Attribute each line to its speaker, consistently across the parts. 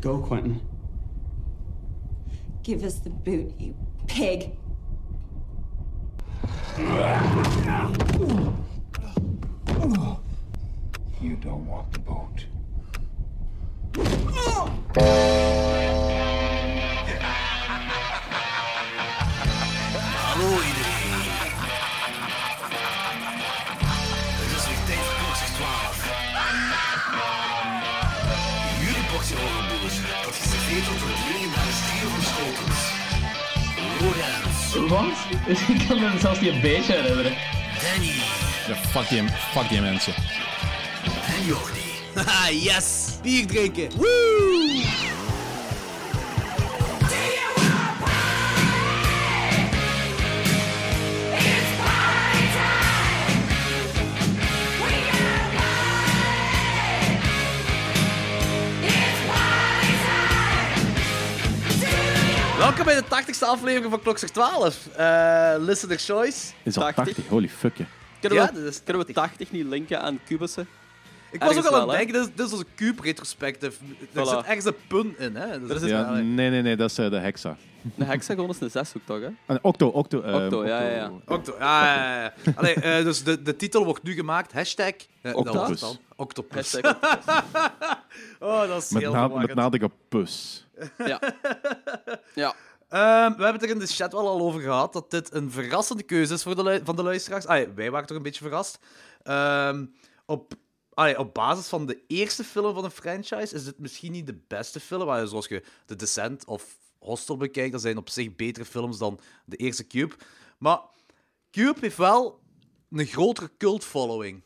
Speaker 1: Go, Quentin.
Speaker 2: Give us the boot, you pig.
Speaker 3: You don't want the boat.
Speaker 4: Hallo iedereen. Het is weer tijd voor Boxers 12. Jullie Boxer Horrorboers, dat geserveerd wordt door het legendarische stier van Schotens. Lorenz,
Speaker 5: Wat? Ik kan me zelfs niet een beetje herinneren.
Speaker 4: Danny
Speaker 6: Ja, fuck, die, fuck die mensen.
Speaker 4: en Jordi.
Speaker 7: Haha, yes! Bier drinken! Woo! Welkom bij de 80ste aflevering van Klokzorg 12. Eh Listener Choice.
Speaker 6: Dit is al 80,
Speaker 8: 80.
Speaker 6: holy fuck. hè.
Speaker 7: Ja,
Speaker 8: Kunnen, we,
Speaker 7: dit is
Speaker 8: kunnen we
Speaker 7: 80.
Speaker 8: 80 niet linken aan kubussen?
Speaker 7: Ik was ook
Speaker 8: ergens
Speaker 7: al aan
Speaker 8: wel,
Speaker 7: het
Speaker 8: hè?
Speaker 7: denken, dit is, dit is onze cube retrospective. Er
Speaker 8: Voilà.
Speaker 7: zit ergens een punt in, hè? Dus dat is
Speaker 6: Ja,
Speaker 7: wel,
Speaker 8: Mm.
Speaker 7: hè.
Speaker 6: nee, nee, nee, dat is eh, de hexa.
Speaker 8: Een hexagon is een zeshoek, toch? Hè?
Speaker 6: Ah, nee, octo, octo. eh,
Speaker 8: Octo, ja, ja, ja.
Speaker 7: Octo, ja, ja, ja, ja. Allee, eh, dus de, de titel wordt nu gemaakt. Hashtag... eh, dat was het
Speaker 6: Octopus.
Speaker 7: dan. Octopus.
Speaker 8: Hashtag
Speaker 7: Oh, dat is
Speaker 6: Met,
Speaker 7: heel
Speaker 6: na,
Speaker 7: verwarrend.
Speaker 6: met nadruk op pus.
Speaker 8: Ja. ja.
Speaker 7: Ehm, we hebben het er in de chat wel al over gehad dat dit een verrassende keuze is voor de, lu- van de luisteraars. Ah, ja, wij waren toch een beetje verrast. Ehm, op, ah, ja, op basis van de eerste film van een franchise is dit misschien niet de beste film. Maar zoals je The Descent of Hostel bekijkt, dat zijn op zich betere films dan de eerste Cube. Maar Cube heeft wel een grotere cult following.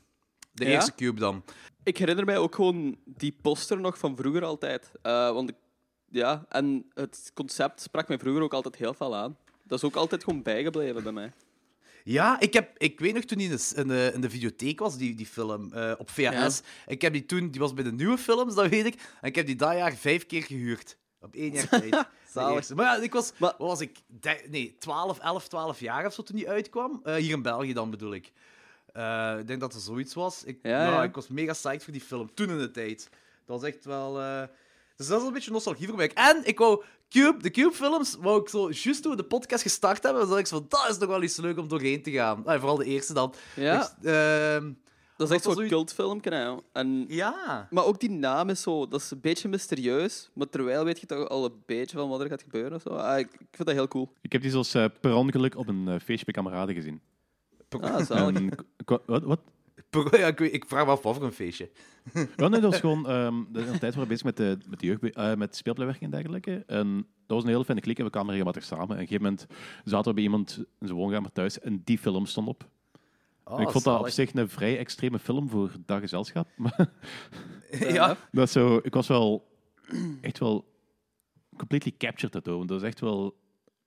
Speaker 7: De
Speaker 8: Ja?
Speaker 7: eerste Cube dan.
Speaker 8: Ik herinner mij ook gewoon die poster nog van vroeger altijd. Eh, want ik- ja, en het concept sprak mij vroeger ook altijd heel veel aan. Dat is ook altijd gewoon bijgebleven bij mij.
Speaker 7: Ja, ik, heb, ik weet nog toen die in de, in de, in de videotheek was, die, die film, eh, op VHS. Ik heb die toen, die was bij de nieuwe films, dat weet ik. En ik heb die dat jaar vijf keer gehuurd. Op één jaar tijd. De
Speaker 8: Zalig.
Speaker 7: eerste. Maar ja, ik was,
Speaker 8: Maar-
Speaker 7: wat was ik? De- nee, 12, 11, 12 jaar of zo toen die uitkwam. Eh, hier in België dan bedoel ik. Eh, ik denk dat er zoiets was. Ik,
Speaker 8: Ja,
Speaker 7: nou,
Speaker 8: ja.
Speaker 7: ik was mega psyched voor die film toen in de tijd. Dat was echt wel. eh, Dus dat is een beetje nostalgie voor mij. En ik wou Cube, de Cube-films, wou ik zo juist toen we de podcast gestart hebben, was ik zo van, dat is nog wel iets leuk om doorheen te gaan. Ah, vooral de eerste dan.
Speaker 8: Ja.
Speaker 7: Ik- ehm,
Speaker 8: Dat is echt zo'n
Speaker 7: was zoiets-
Speaker 8: cultfilm. hè. En,
Speaker 7: ja.
Speaker 8: maar ook die naam is zo, dat is een beetje mysterieus. Maar terwijl weet je toch al een beetje van wat er gaat gebeuren. Of zo. Ah, ik, ik vind dat heel cool.
Speaker 6: Ik heb die zelfs eh, per ongeluk op een eh, feestje bij kameraden gezien.
Speaker 8: Ah, zalig.
Speaker 6: En, k- k- wat? wat?
Speaker 7: Per- ja, ik, weet- ik vraag me af wat voor een feestje.
Speaker 6: Wel, nee, dat was gewoon... ehm de hele tijd waren we bezig met, de, met, de jeugd, eh, met speelpleinwerk en dergelijke. En dat was een hele fijne klik en we kwamen regelmatig samen. En op een gegeven moment zaten we bij iemand in zijn woonkamer thuis en die film stond op.
Speaker 7: Oh,
Speaker 6: ik vond dat op
Speaker 7: zalig.
Speaker 6: zich een vrij extreme film voor dat gezelschap. Maar
Speaker 7: Ja.
Speaker 6: dat is zo, ik was wel echt wel completely captured dat hoor. Want Dat is echt wel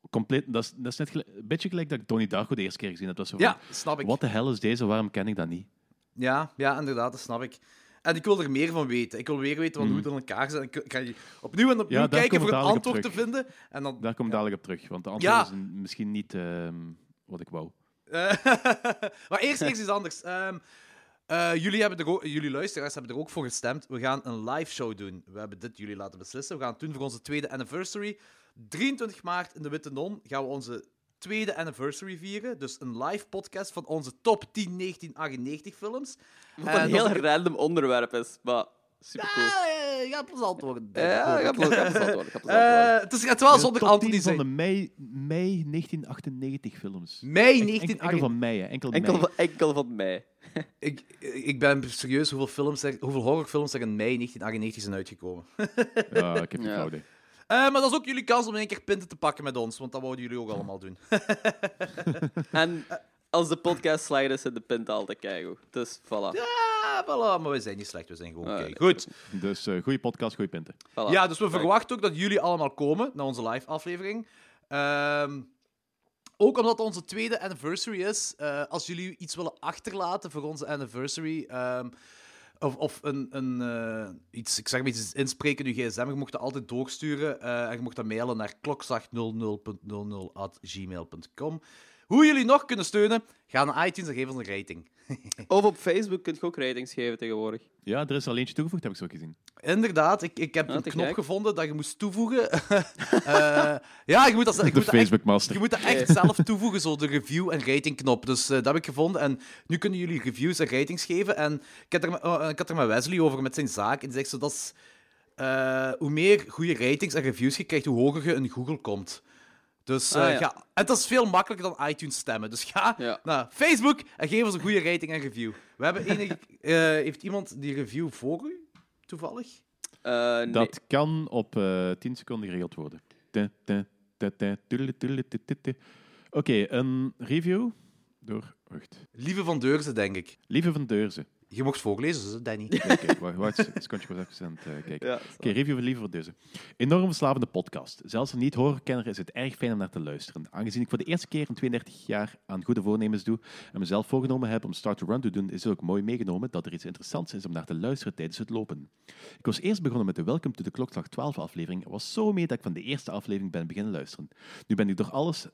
Speaker 6: compleet. Dat is, dat is net gelijk- een beetje gelijk dat ik Donnie Darko de eerste keer gezien heb. Dat was zo
Speaker 7: ja,
Speaker 6: van,
Speaker 7: snap ik.
Speaker 6: Wat de hel is deze? Waarom ken ik dat niet?
Speaker 7: Ja, ja, inderdaad, dat snap ik. En ik wil er meer van weten. Ik wil weer weten wat hoe het in elkaar zit. Ik ga je opnieuw en opnieuw
Speaker 6: Mhm. Ja, daar
Speaker 7: kijken
Speaker 6: komen
Speaker 7: voor
Speaker 6: we
Speaker 7: een
Speaker 6: dadelijk op
Speaker 7: antwoord te
Speaker 6: terug.
Speaker 7: vinden. En dan,
Speaker 6: Daar kom ik dadelijk op terug. Want de antwoord
Speaker 7: Ja.
Speaker 6: is een- misschien niet ehm, wat ik wou.
Speaker 7: Eh, maar eerst eerst iets anders. Ehm, eh, jullie, hebben er ook, jullie luisteraars hebben er ook voor gestemd. We gaan een live show doen. We hebben dit jullie laten beslissen. We gaan het doen voor onze tweede anniversary. 23 maart in de Witte Non gaan we onze tweede anniversary vieren. Dus een live podcast van onze top 10 1998 films.
Speaker 8: Wat een
Speaker 7: En
Speaker 8: heel
Speaker 7: dat-
Speaker 8: random onderwerp is. Maar super cool.
Speaker 7: Ja, eh, gaat plezant worden. denk ik,
Speaker 8: Ja,
Speaker 7: hoop ik.
Speaker 8: ik heb het ik heb het antwoord, ik heb het antwoord.
Speaker 7: Eh, het, is, het was zonder
Speaker 6: Top 10
Speaker 7: Anthony
Speaker 6: van de
Speaker 7: zijn.
Speaker 6: mei, mei 1998 films.
Speaker 7: Mei
Speaker 6: Echt enkel- enkel
Speaker 7: 1998.
Speaker 6: van mei, hè. Enkel,
Speaker 8: Enkel
Speaker 6: mei.
Speaker 8: van, enkel van mij.
Speaker 7: Ik, ik ben serieus hoeveel, films er, hoeveel horrorfilms er in mei 1998 zijn uitgekomen.
Speaker 6: Ja, Ah, ik heb het
Speaker 8: Ja.
Speaker 6: fout. hè.
Speaker 7: Eh, maar dat is ook jullie kans om in één keer pinten te pakken met ons, want dat wouden jullie ook allemaal doen.
Speaker 8: En
Speaker 7: Eh.
Speaker 8: als de podcast slide is, zit de pint altijd keigoed. Dus voilà.
Speaker 7: Ja, Ah, voilà, maar we zijn niet slecht, we zijn gewoon
Speaker 8: Ah,
Speaker 7: oké.
Speaker 8: nee.
Speaker 7: Goed.
Speaker 6: Dus eh goede podcast, goede punten.
Speaker 8: voilà.
Speaker 7: Ja, dus we
Speaker 8: Kijk.
Speaker 7: verwachten ook dat jullie allemaal komen naar onze live aflevering. Ehm, ook omdat het onze tweede anniversary is. eh, als jullie iets willen achterlaten voor onze anniversary. ehm, of of een, een, eh, iets, ik zeg maar iets inspreken in uw gsm. Je mocht dat altijd doorsturen. eh, en je mocht dat mailen naar klokzag00.00.gmail.com. hoe jullie nog kunnen steunen, ga naar iTunes en geef ons een rating.
Speaker 8: Of op Facebook kun je ook ratings geven tegenwoordig.
Speaker 6: Ja, er is er al eentje toegevoegd, heb ik zo gezien.
Speaker 7: Inderdaad, ik, ik heb
Speaker 8: Ja,
Speaker 7: een
Speaker 8: te
Speaker 7: knop
Speaker 8: gek.
Speaker 7: gevonden dat je moest toevoegen. Eh, ja, je moet dat,
Speaker 6: De
Speaker 7: ik moet dat echt,
Speaker 6: Facebook Master.
Speaker 7: je moet dat echt zelf toevoegen, zo de review- en ratingknop. Dus eh, dat heb ik gevonden. En nu kunnen jullie reviews en ratings geven. En ik had er, met- eh, ik had er met Wesley over, met zijn zaak. En die zegt zo, dat is, eh, hoe meer goede ratings en reviews je krijgt, hoe hoger je in Google komt. Dus eh,
Speaker 8: Ah, ja.
Speaker 7: ga, en dat is veel makkelijker dan iTunes stemmen. Dus ga
Speaker 8: Ja.
Speaker 7: naar Facebook en geef ons een goede rating en review. We hebben enig, eh, heeft iemand die review voor u, toevallig?
Speaker 8: Eh, nee.
Speaker 6: Dat kan op eh 10 seconden geregeld worden. Te, te, te, te, toedele, toedele, te, te, te. Oké, een review door... Wacht.
Speaker 7: Lieve van Deurzen, denk ik.
Speaker 6: Lieve van Deurzen.
Speaker 7: Je mocht voorlezen, zo, Danny.
Speaker 6: Oké, wacht, wacht. Een secondje, ik was even aan het eh, kijken.
Speaker 8: Ja,
Speaker 6: Oké, review van Liever Deuze. Enorm verslavende podcast. Zelfs een niet-horrorkenner is het erg fijn om naar te luisteren. Aangezien ik voor de eerste keer in 32 jaar aan goede voornemens doe en mezelf voorgenomen heb om Start to Run te doen, is het ook mooi meegenomen dat er iets interessants is om naar te luisteren tijdens het lopen. Ik was eerst begonnen met de Welcome to the Klokslag 12 aflevering en was zo mee dat ik van de eerste aflevering ben beginnen luisteren. Nu ben ik door alles,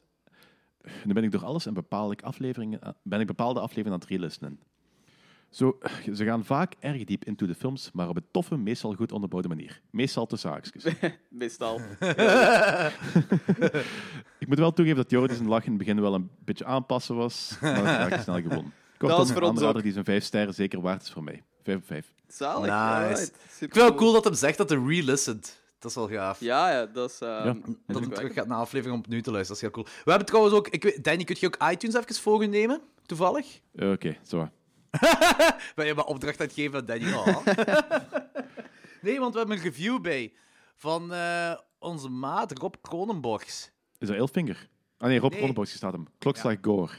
Speaker 6: nu ben ik door alles en bepaal ik afleveringen, ben ik bepaalde afleveringen aan het relistenen. Zo, eh, ze gaan vaak erg diep into de films, maar op een toffe, meestal goed onderbouwde manier. Meestal te zaakjes.
Speaker 8: Meestal.
Speaker 6: Ik moet wel toegeven dat Joris een lach in het begin wel een beetje aanpassen was, maar dat heb ik snel gewonnen. Kortom,
Speaker 8: was voor
Speaker 6: een
Speaker 8: ons
Speaker 6: aanrader
Speaker 8: ook.
Speaker 6: die zijn vijf sterren zeker waard is voor mij. Vijf op vijf.
Speaker 8: Zalig.
Speaker 7: Nice.
Speaker 8: alright.
Speaker 7: Ik vind het wel
Speaker 8: Supercool.
Speaker 7: cool dat hem zegt dat hij re-listened. Dat is wel gaaf.
Speaker 8: Ja, ja, dat is... ehm,
Speaker 6: Ja.
Speaker 7: dat
Speaker 8: is
Speaker 7: hij
Speaker 8: ook
Speaker 7: terug
Speaker 8: weg.
Speaker 7: gaat naar aflevering om opnieuw te luisteren. Dat is heel cool. We hebben trouwens ook... Ik weet, Danny, kun je ook iTunes even voornemen? Toevallig?
Speaker 6: Eh, Oké, zo.
Speaker 7: Ben je maar opdracht aan het geven aan Danny? Oh. nee, want we hebben een review bij van eh, onze maat Rob Kronenborgs.
Speaker 6: Is dat Elfinger? Ah nee, Rob
Speaker 7: Nee.
Speaker 6: Ronnebox staat hem. Klokslag Gore.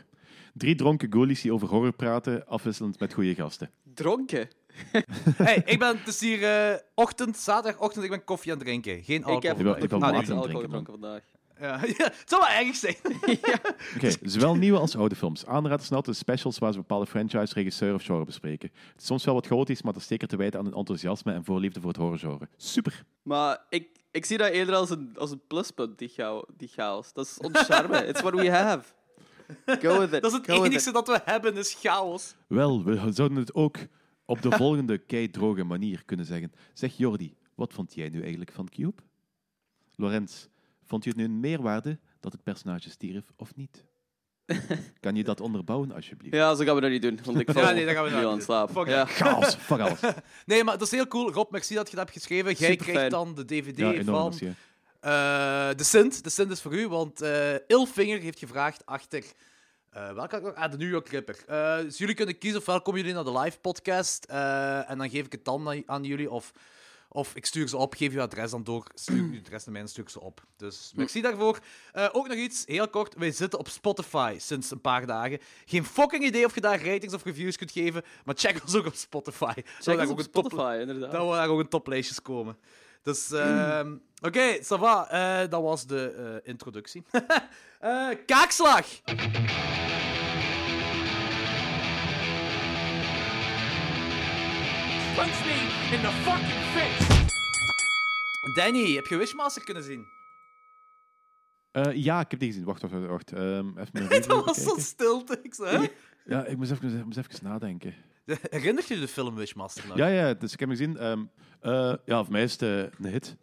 Speaker 6: Drie dronken goalies die over horror praten, afwisselend met goede gasten.
Speaker 8: Dronken.
Speaker 7: hey, ik ben... Het is hier eh, ochtend, zaterdagochtend. Ik ben koffie aan het drinken. Geen
Speaker 8: Ik heb,
Speaker 7: alcohol. Nou,
Speaker 6: wel- ik heb
Speaker 8: heb
Speaker 6: water
Speaker 8: niks
Speaker 6: aan het
Speaker 8: alcohol
Speaker 6: drinken, man.
Speaker 8: gedronken vandaag.
Speaker 7: Ja, ja, het zou wel erg zijn.
Speaker 6: Oké, zowel nieuwe als oude films. Aanraad snel de specials waar ze bepaalde franchise, regisseur of genre bespreken. Het is soms wel wat chaotisch, maar dat is zeker te wijten aan hun enthousiasme en voorliefde voor het horrorgenre. Super!
Speaker 8: Maar ik, ik zie dat eerder als een, als een pluspunt, die, chao- die chaos. Dat is ons charme. It's what we have. Go with it.
Speaker 7: Dat is het
Speaker 8: Go with
Speaker 7: enige dat we hebben, is chaos.
Speaker 6: Wel, we zouden het ook op de volgende keidroge manier kunnen zeggen. Zeg Jordi, wat vond jij nu eigenlijk van Cube? Lorenz, vond je het nu een meerwaarde dat het personage stierf of niet? Kan je dat onderbouwen, alsjeblieft?
Speaker 8: Ja, zo gaan we dat niet doen. Want ik val
Speaker 7: Ja, nee, dat gaan we
Speaker 8: nu
Speaker 7: niet
Speaker 8: aan
Speaker 7: doen.
Speaker 8: slaap.
Speaker 7: Fuck
Speaker 8: Ja.
Speaker 6: Chaos, fuck alles.
Speaker 7: Nee, maar dat is heel cool. Rob, merci dat je dat hebt geschreven. Jij
Speaker 8: Superfijn.
Speaker 7: krijgt dan de DVD
Speaker 6: Ja, enorm.
Speaker 7: van
Speaker 6: merci, hè.
Speaker 7: eh, de Sint. De Sint is voor u, want eh Ilfinger heeft gevraagd achter... eh welke had ik nog? Ah, de New York Ripper. Eh, dus jullie kunnen kiezen, ofwel komen jullie naar de live podcast eh, en dan geef ik het dan aan, aan jullie, of, of ik stuur ze op, geef je adres dan door, stuur je adres naar mij en stuur ik ze op. Dus merci daarvoor. Eh, ook nog iets, heel kort, wij zitten op Spotify sinds een paar dagen. Geen fucking idee of je daar ratings of reviews kunt geven, maar check ons ook op Spotify.
Speaker 8: Check
Speaker 7: Zodat
Speaker 8: eens
Speaker 7: ook
Speaker 8: op
Speaker 7: een top-
Speaker 8: Spotify, inderdaad.
Speaker 7: dat we daar ook in toplijstjes komen. Dus, ehm, oké, ça va. Eh, dat was de eh, introductie. Eh, kaakslag! Danny, heb je Wishmaster kunnen zien?
Speaker 6: Eh, ja, ik heb die gezien. Wacht, wacht, wacht. wacht. Ehm, even mijn review
Speaker 7: Dat was zo'n
Speaker 6: bekijken.
Speaker 7: stilte. Ik zei, hè?
Speaker 6: Ja, ik moest even, ik moest even nadenken.
Speaker 7: Herinnert je de film Wishmaster nog?
Speaker 6: Ja, ja, dus ik heb hem gezien. Ehm, eh, ja, voor mij is het eh, een hit.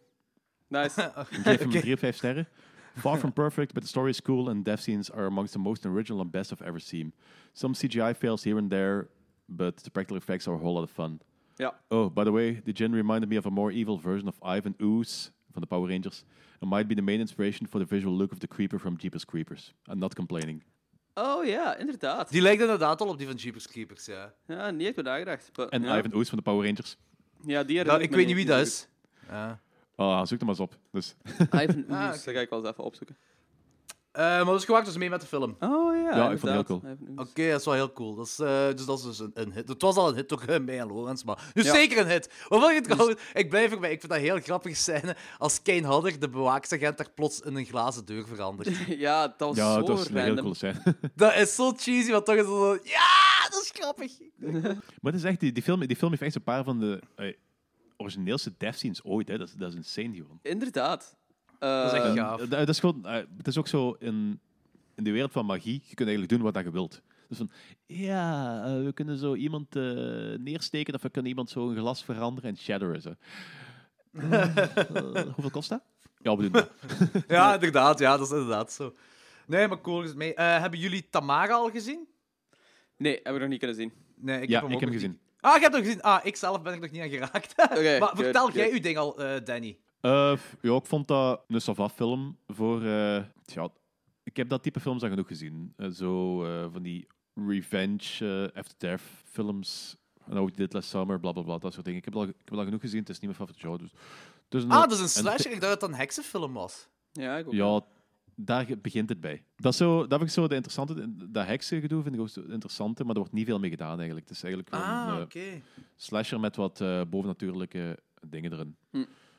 Speaker 8: Nice.
Speaker 6: Ik geef hem drie of vijf sterren. Far from perfect, but the story is cool and death scenes are amongst the most original and best I've ever seen. Some CGI fails here and there, but the practical effects are a whole lot of fun.
Speaker 8: Ja.
Speaker 6: Oh, by the way, the gin reminded me of a more evil version of Ivan Ooze from the Power Rangers and might be the main inspiration for the visual look of the creeper from Jeepers Creepers. I'm not complaining.
Speaker 8: Oh ja, inderdaad.
Speaker 7: Die lijkt inderdaad al op die van Jeepers Creepers, ja.
Speaker 8: Ja, niet echt bij nagedacht. maar-
Speaker 6: En
Speaker 8: ja.
Speaker 6: Ivan Ooze van de Power Rangers.
Speaker 8: Ja, die
Speaker 7: Nou,
Speaker 8: herinner
Speaker 7: ik
Speaker 8: me
Speaker 7: weet niet wie dat
Speaker 8: natuurlijk.
Speaker 7: is. Ja.
Speaker 6: Ah, zoek hem maar eens op. Dus,
Speaker 8: Ivan Oes.
Speaker 7: Ah, oké.
Speaker 8: Dat ga ik wel eens even opzoeken.
Speaker 7: Eh, maar dus je waakt dus mee met de film.
Speaker 8: Oh ja,
Speaker 6: Ja, ik vond het heel cool.
Speaker 7: Oké, dat is wel heel cool. Dat is, eh, dus dat is dus een, een hit. Het was al een hit door eh, mij en Lorenz, maar nu is
Speaker 8: Ja.
Speaker 7: zeker een hit. Wat wil je trouwens? Ik blijf erbij. Ik vind dat een heel grappig scène als Kane Hodder, de bewaaksagent, daar plots in een glazen deur verandert.
Speaker 8: Ja, dat was
Speaker 6: ja,
Speaker 8: zo
Speaker 6: dat was een heel
Speaker 8: random.
Speaker 6: cool zijn.
Speaker 7: dat is zo cheesy, maar toch is het zo... Ja, dat is grappig.
Speaker 6: Maar het is echt, die, die, film, die film heeft echt een paar van de eh, origineelste death scenes ooit. Hè. Dat, is, dat is insane gewoon.
Speaker 8: Inderdaad.
Speaker 7: Dat is echt
Speaker 8: Eh,
Speaker 7: gaaf.
Speaker 6: Eh, dat, dat is gewoon, eh, het is ook zo in in de wereld van magie, je kunt eigenlijk doen wat dat je wilt. Dus van, ja, eh, we kunnen zo iemand eh, neersteken of we kunnen iemand zo een glas veranderen en shatteren ze. Eh, eh, hoeveel kost dat? Ja, we doen dat.
Speaker 7: Ja, inderdaad. Ja, dat is inderdaad zo. Nee, maar cool is het mee. Eh, hebben jullie Tamara al gezien?
Speaker 8: Nee, hebben we nog niet kunnen zien.
Speaker 7: Nee, ik
Speaker 6: ja,
Speaker 7: heb hem
Speaker 6: ik heb
Speaker 7: ook
Speaker 6: hem
Speaker 7: nog
Speaker 6: gezien.
Speaker 7: niet. Ah, ik heb hem gezien. Ah, ik zelf ben er nog niet aan geraakt. maar
Speaker 8: good,
Speaker 7: vertel jij
Speaker 8: good.
Speaker 7: uw ding al, eh, Danny.
Speaker 6: Eh, f- ja, ik vond dat een Savaf-film voor. eh, tja, ik heb dat type films al genoeg gezien. Eh, zo eh, van die revenge eh, after death films. En ook dit last summer, bla bla bla, dat soort dingen. Ik heb, het al, ik heb het al genoeg gezien, het is niet mijn favoriete genre. Dus, het is
Speaker 7: Ah, dat is een
Speaker 6: een-
Speaker 7: slasher. Ik dacht dat het een heksenfilm was.
Speaker 8: Ja, ik ook.
Speaker 6: ja, daar ge- begint het bij. Dat, is zo, dat vind ik zo de interessante. Dat heksengedoe vind ik ook zo interessant, maar er wordt niet veel mee gedaan eigenlijk. Het is eigenlijk wel
Speaker 7: Ah,
Speaker 6: een
Speaker 7: oké.
Speaker 6: eh, slasher met wat eh, bovennatuurlijke dingen erin.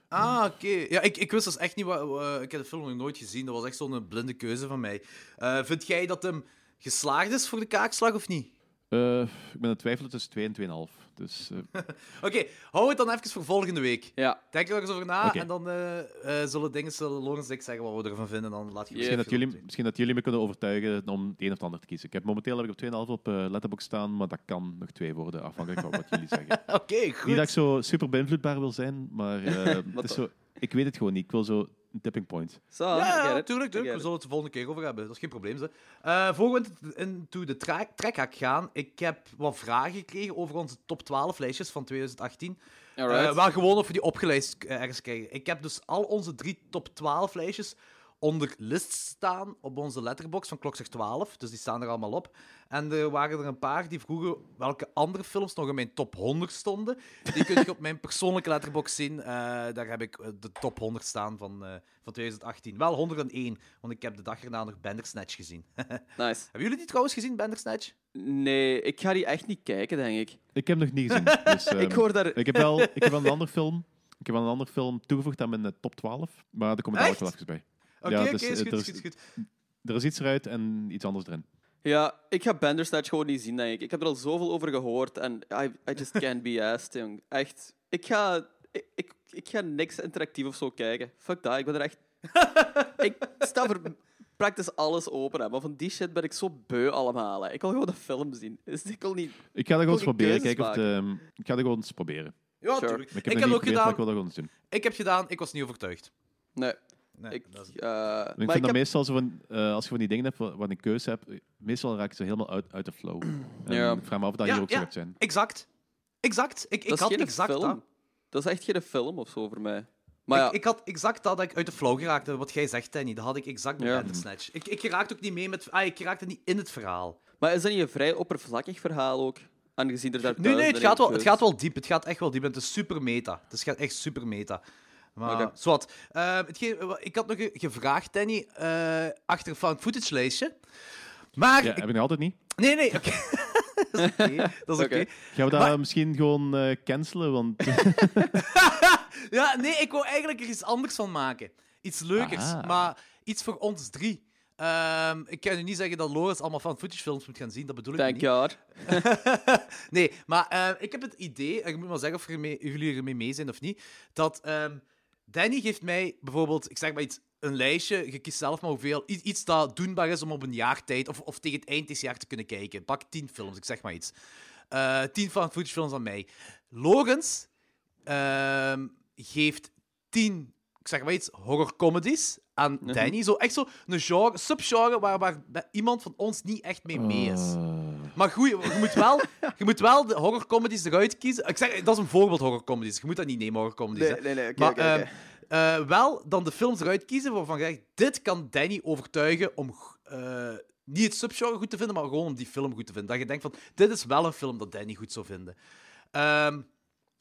Speaker 7: Ah, oké. Ja, ik, ik wist dus echt niet wat... eh, ik heb de film nog nooit gezien. Dat was echt zo'n blinde keuze van mij. Eh, vind jij dat hem geslaagd is voor de kaakslag of niet?
Speaker 6: Eh, ik ben aan het twijfelen tussen 2 en 2,5. Dus eh,
Speaker 7: Oké, hou het dan even voor volgende week.
Speaker 8: Ja,
Speaker 7: Denk er nog eens over na
Speaker 6: Oké.
Speaker 7: en dan eh, eh, zullen dingen, zullen Lorenz en ik zeggen wat we ervan vinden. Dan laat je
Speaker 8: Even
Speaker 6: Misschien dat, jullie, misschien dat jullie me kunnen overtuigen om het een of het ander te kiezen. Ik heb, momenteel heb ik op 2,5 op eh letterbox staan, maar dat kan nog twee worden, afhankelijk van wat jullie zeggen.
Speaker 7: Oké, goed.
Speaker 6: Niet dat ik zo super beïnvloedbaar wil zijn, maar eh, het is zo, ik weet het gewoon niet. Ik wil zo een tipping point.
Speaker 8: zo.
Speaker 7: Ja,
Speaker 8: I
Speaker 7: ja,
Speaker 8: get it,
Speaker 7: tuurlijk, tuurlijk.
Speaker 8: I get
Speaker 7: We
Speaker 8: it.
Speaker 7: zullen het de volgende keer over hebben. Dat is geen probleem. Ze. Eh voor we in- into de tra- trekhak gaan, ik heb wat vragen gekregen over onze top 12 lijstjes van 2018.
Speaker 8: Alright.
Speaker 7: Eh, waar gewoon of we die opgeleist eh, ergens krijgen. Ik heb dus al onze drie top 12 lijstjes onder list staan op onze letterbox van klok 12. Dus die staan er allemaal op. En er waren er een paar die vroegen welke andere films nog in mijn top 100 stonden. Die kun je op mijn persoonlijke letterbox zien. Eh, daar heb ik eh, de top 100 staan van, eh, van 2018. Wel 101, want ik heb de dag erna nog Bandersnatch gezien. Hebben
Speaker 8: Nice.
Speaker 7: jullie die trouwens gezien, Bandersnatch?
Speaker 8: Nee, ik ga die echt niet kijken, denk ik.
Speaker 6: Ik heb hem nog niet gezien. Dus, eh,
Speaker 8: Ik hoor daar...
Speaker 6: ik heb wel ik heb wel een andere film. Ik heb wel een andere film toegevoegd aan mijn eh, top 12, maar daar kom ik dadelijk
Speaker 7: Echt?
Speaker 6: wel even bij.
Speaker 7: Oké,
Speaker 6: Ja,
Speaker 7: oké,
Speaker 6: dus,
Speaker 7: is
Speaker 6: eh,
Speaker 7: goed,
Speaker 6: er
Speaker 7: is
Speaker 6: is-
Speaker 7: goed, is goed.
Speaker 6: Er is iets eruit en iets anders erin.
Speaker 8: Ja, ik ga Bandersnatch gewoon niet zien, denk ik. Ik heb er al zoveel over gehoord en I, I just can't be asked, jong. Echt. Ik ga, ik, ik, ik ga niks interactief of zo kijken. Fuck dat, ik ben er echt... ik sta voor praktisch alles open, hè. maar van die shit ben ik zo beu allemaal. hè. Ik wil gewoon de film zien. Dus ik wil niet...
Speaker 6: Ik ga dat gewoon eens
Speaker 8: wil die
Speaker 6: proberen.
Speaker 8: keuzes
Speaker 6: Kijken of het, eh, ik ga dat gewoon eens proberen.
Speaker 7: Ja,
Speaker 8: Sure.
Speaker 7: tuurlijk.
Speaker 6: Ik heb,
Speaker 7: Ik
Speaker 6: het
Speaker 7: heb
Speaker 6: nog
Speaker 7: ook
Speaker 6: niet geprobeerd, maar
Speaker 7: gedaan.
Speaker 6: ik wil dat gewoon eens doen.
Speaker 7: Ik heb gedaan, ik was niet overtuigd.
Speaker 8: Nee,
Speaker 7: Nee,
Speaker 8: ik...
Speaker 7: dat is-
Speaker 8: eh, maar
Speaker 6: Ik
Speaker 8: ik
Speaker 6: vind dat
Speaker 8: heb-
Speaker 6: meestal zo van, eh, als je van die dingen hebt, wa- wat een keuze hebt, eh, meestal raak je ze helemaal uit, uit de flow. En
Speaker 8: Ja.
Speaker 6: Ik vraag me af of dat hier ook zo gaat zijn.
Speaker 7: Exact. Exact. Ik, ik
Speaker 8: dat is
Speaker 7: had
Speaker 8: geen
Speaker 7: exact
Speaker 8: film.
Speaker 7: dat.
Speaker 8: Dat is echt geen film of zo voor mij. Maar ja,
Speaker 7: Ik, ik had exact dat, dat ik uit de flow geraakte. Wat jij zegt, Danny, dat had ik exact bij
Speaker 8: Ja.
Speaker 7: Bandersnatch. Ik, ik raakte ook niet mee met... Ah, ik raakte niet in het verhaal.
Speaker 8: maar is dat niet een vrij oppervlakkig verhaal ook? Aangezien er daar
Speaker 7: Nee, nee, het
Speaker 8: duizenden
Speaker 7: gaat, wel, het
Speaker 8: keuzes-
Speaker 7: gaat wel diep. Het gaat echt wel diep. Het is super meta. Het is gaat echt super meta. Maar,
Speaker 8: Oké.
Speaker 7: zwart. Eh, hetgeen- wa- ik had nog ge- gevraagd, Danny, eh, achter een found footage lijstje. Maar...
Speaker 6: Ja,
Speaker 7: ik-
Speaker 6: heb ik nog altijd niet.
Speaker 7: nee, nee, oké. dat is oké. Dat is oké.
Speaker 8: Oké.
Speaker 6: Gaan we dat misschien gewoon eh, cancelen? Want
Speaker 7: Ja, nee, ik wou eigenlijk er iets anders van maken. Iets leukers,
Speaker 6: Aha.
Speaker 7: maar iets voor ons drie. Ehm, ik kan nu niet zeggen dat Loris allemaal van footagefilms moet gaan zien, dat bedoel ik
Speaker 8: Thank
Speaker 7: niet.
Speaker 8: God.
Speaker 7: Nee, maar ehm, ik heb het idee, en ik moet maar zeggen of er mee- jullie ermee mee zijn of niet, dat ehm, Danny geeft mij bijvoorbeeld, ik zeg maar iets, een lijstje, je kiest zelf maar hoeveel, i- iets dat doenbaar is om op een jaar tijd of, of tegen het eind dit jaar te kunnen kijken. Pak tien films, ik zeg maar iets. Eh, tien van footage aan mij. Logans ehm, geeft tien, ik zeg maar iets, horrorcomedies aan
Speaker 8: Mhm.
Speaker 7: Danny. Zo echt zo een genre, subgenre waar, waar iemand van ons niet echt mee mee is.
Speaker 8: Ah.
Speaker 7: Maar goed, je moet wel, je moet wel de horrorcomedies eruit kiezen. Ik zeg, dat is een voorbeeld horrorcomedies. Je moet dat niet nemen, horrorcomedies. hè.
Speaker 8: nee, nee, oké,
Speaker 7: maar
Speaker 8: oké, oké.
Speaker 7: ehm, eh, wel dan de films eruit kiezen waarvan je zegt, dit kan Danny overtuigen om g- eh, niet het subgenre goed te vinden, maar gewoon om die film goed te vinden. Dat je denkt van, dit is wel een film dat Danny goed zou vinden. Ehm,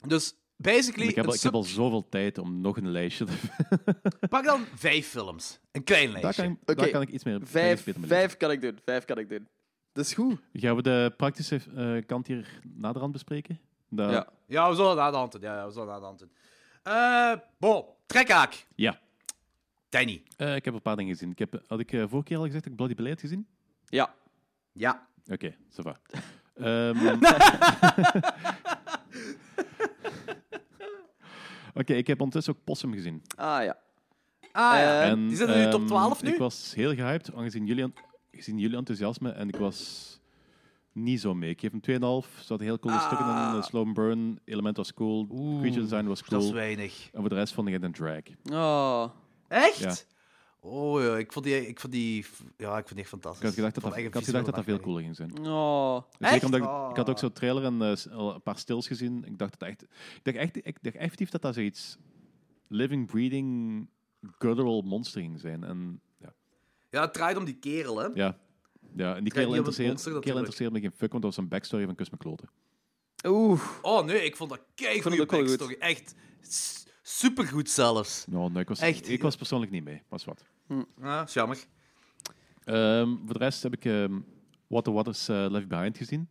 Speaker 7: dus basically,
Speaker 6: ik, heb,
Speaker 7: een
Speaker 6: al- ik heb al
Speaker 7: sub-
Speaker 6: zoveel tijd om nog een lijstje te
Speaker 7: pak dan vijf films. Een klein
Speaker 6: daar
Speaker 7: lijstje.
Speaker 6: kan, daar
Speaker 8: Oké.
Speaker 6: kan ik iets meer
Speaker 8: Vijf,
Speaker 6: beter mee leven.
Speaker 8: vijf kan ik doen. Vijf kan ik doen. Dat is goed.
Speaker 6: Gaan we de praktische eh, kant hier naderhand bespreken? Dat-
Speaker 8: Ja.
Speaker 7: Ja, we zullen dat aan de hand doen. Ja, ja, we zullen dat aan de hand doen. Eh, bon, trekhaak.
Speaker 6: ja.
Speaker 7: Danny.
Speaker 6: Eh, ik heb een paar dingen gezien. Ik heb, had ik eh vorige keer al gezegd dat ik Bloody Blade had gezien?
Speaker 8: Ja.
Speaker 7: Ja.
Speaker 6: Oké, ça va. Ehm, Oké, ik heb ondertussen ook Possum gezien.
Speaker 8: Ah ja.
Speaker 7: Ah ja.
Speaker 8: Eh,
Speaker 6: En,
Speaker 7: Die zitten nu in de top
Speaker 6: ehm,
Speaker 7: 12 nu?
Speaker 6: Ik was heel gehyped, aangezien jullie aan- gezien jullie enthousiasme en ik was niet zo mee. Ik geef hem 2,5. Er zaten heel coole
Speaker 7: Ah.
Speaker 6: stukken in. De slow burn element was cool. Creature design was
Speaker 7: Dat is
Speaker 6: cool.
Speaker 7: weinig.
Speaker 6: En voor de rest vond ik het een drag.
Speaker 8: Oh.
Speaker 7: Echt?
Speaker 6: Ja.
Speaker 7: Oh ja, ik vond die, ik vond die, ja, ik vond die echt fantastisch.
Speaker 6: Ik had gedacht dat
Speaker 7: vond
Speaker 6: dat, ik
Speaker 7: echt een
Speaker 6: had gedacht
Speaker 7: visuele
Speaker 6: dat, dat veel
Speaker 7: nachtmerrie.
Speaker 6: cooler ging zijn. Dus
Speaker 8: Oh.
Speaker 7: Echt?
Speaker 6: Zeker omdat ik, ik had
Speaker 7: Oh.
Speaker 6: ook zo'n trailer en eh, s- al een paar stils gezien. Ik dacht, dat echt, ik dacht echt, ik dacht effectief dat dat zoiets living, breathing, guttural monster ging zijn. En ja,
Speaker 7: Ja, het draait om die kerel, hè?
Speaker 6: ja, ja en die
Speaker 7: Draait niet om
Speaker 6: kerel
Speaker 7: het
Speaker 6: interesseer-
Speaker 7: monster,
Speaker 6: kerel
Speaker 7: natuurlijk.
Speaker 6: interesseerde me geen fuck, want dat was een backstory van Kus me kloten.
Speaker 8: Oeh.
Speaker 7: Oh nee, ik vond dat kei
Speaker 8: vond het ook wel goed.
Speaker 7: backstory. Echt s- supergoed zelfs.
Speaker 6: Nou, nee, ik, was,
Speaker 7: Echt?
Speaker 6: ik was persoonlijk niet mee, was wat.
Speaker 7: Ja, is jammer.
Speaker 6: Ehm, voor de rest heb ik ehm, What the Waters eh, Left Behind gezien.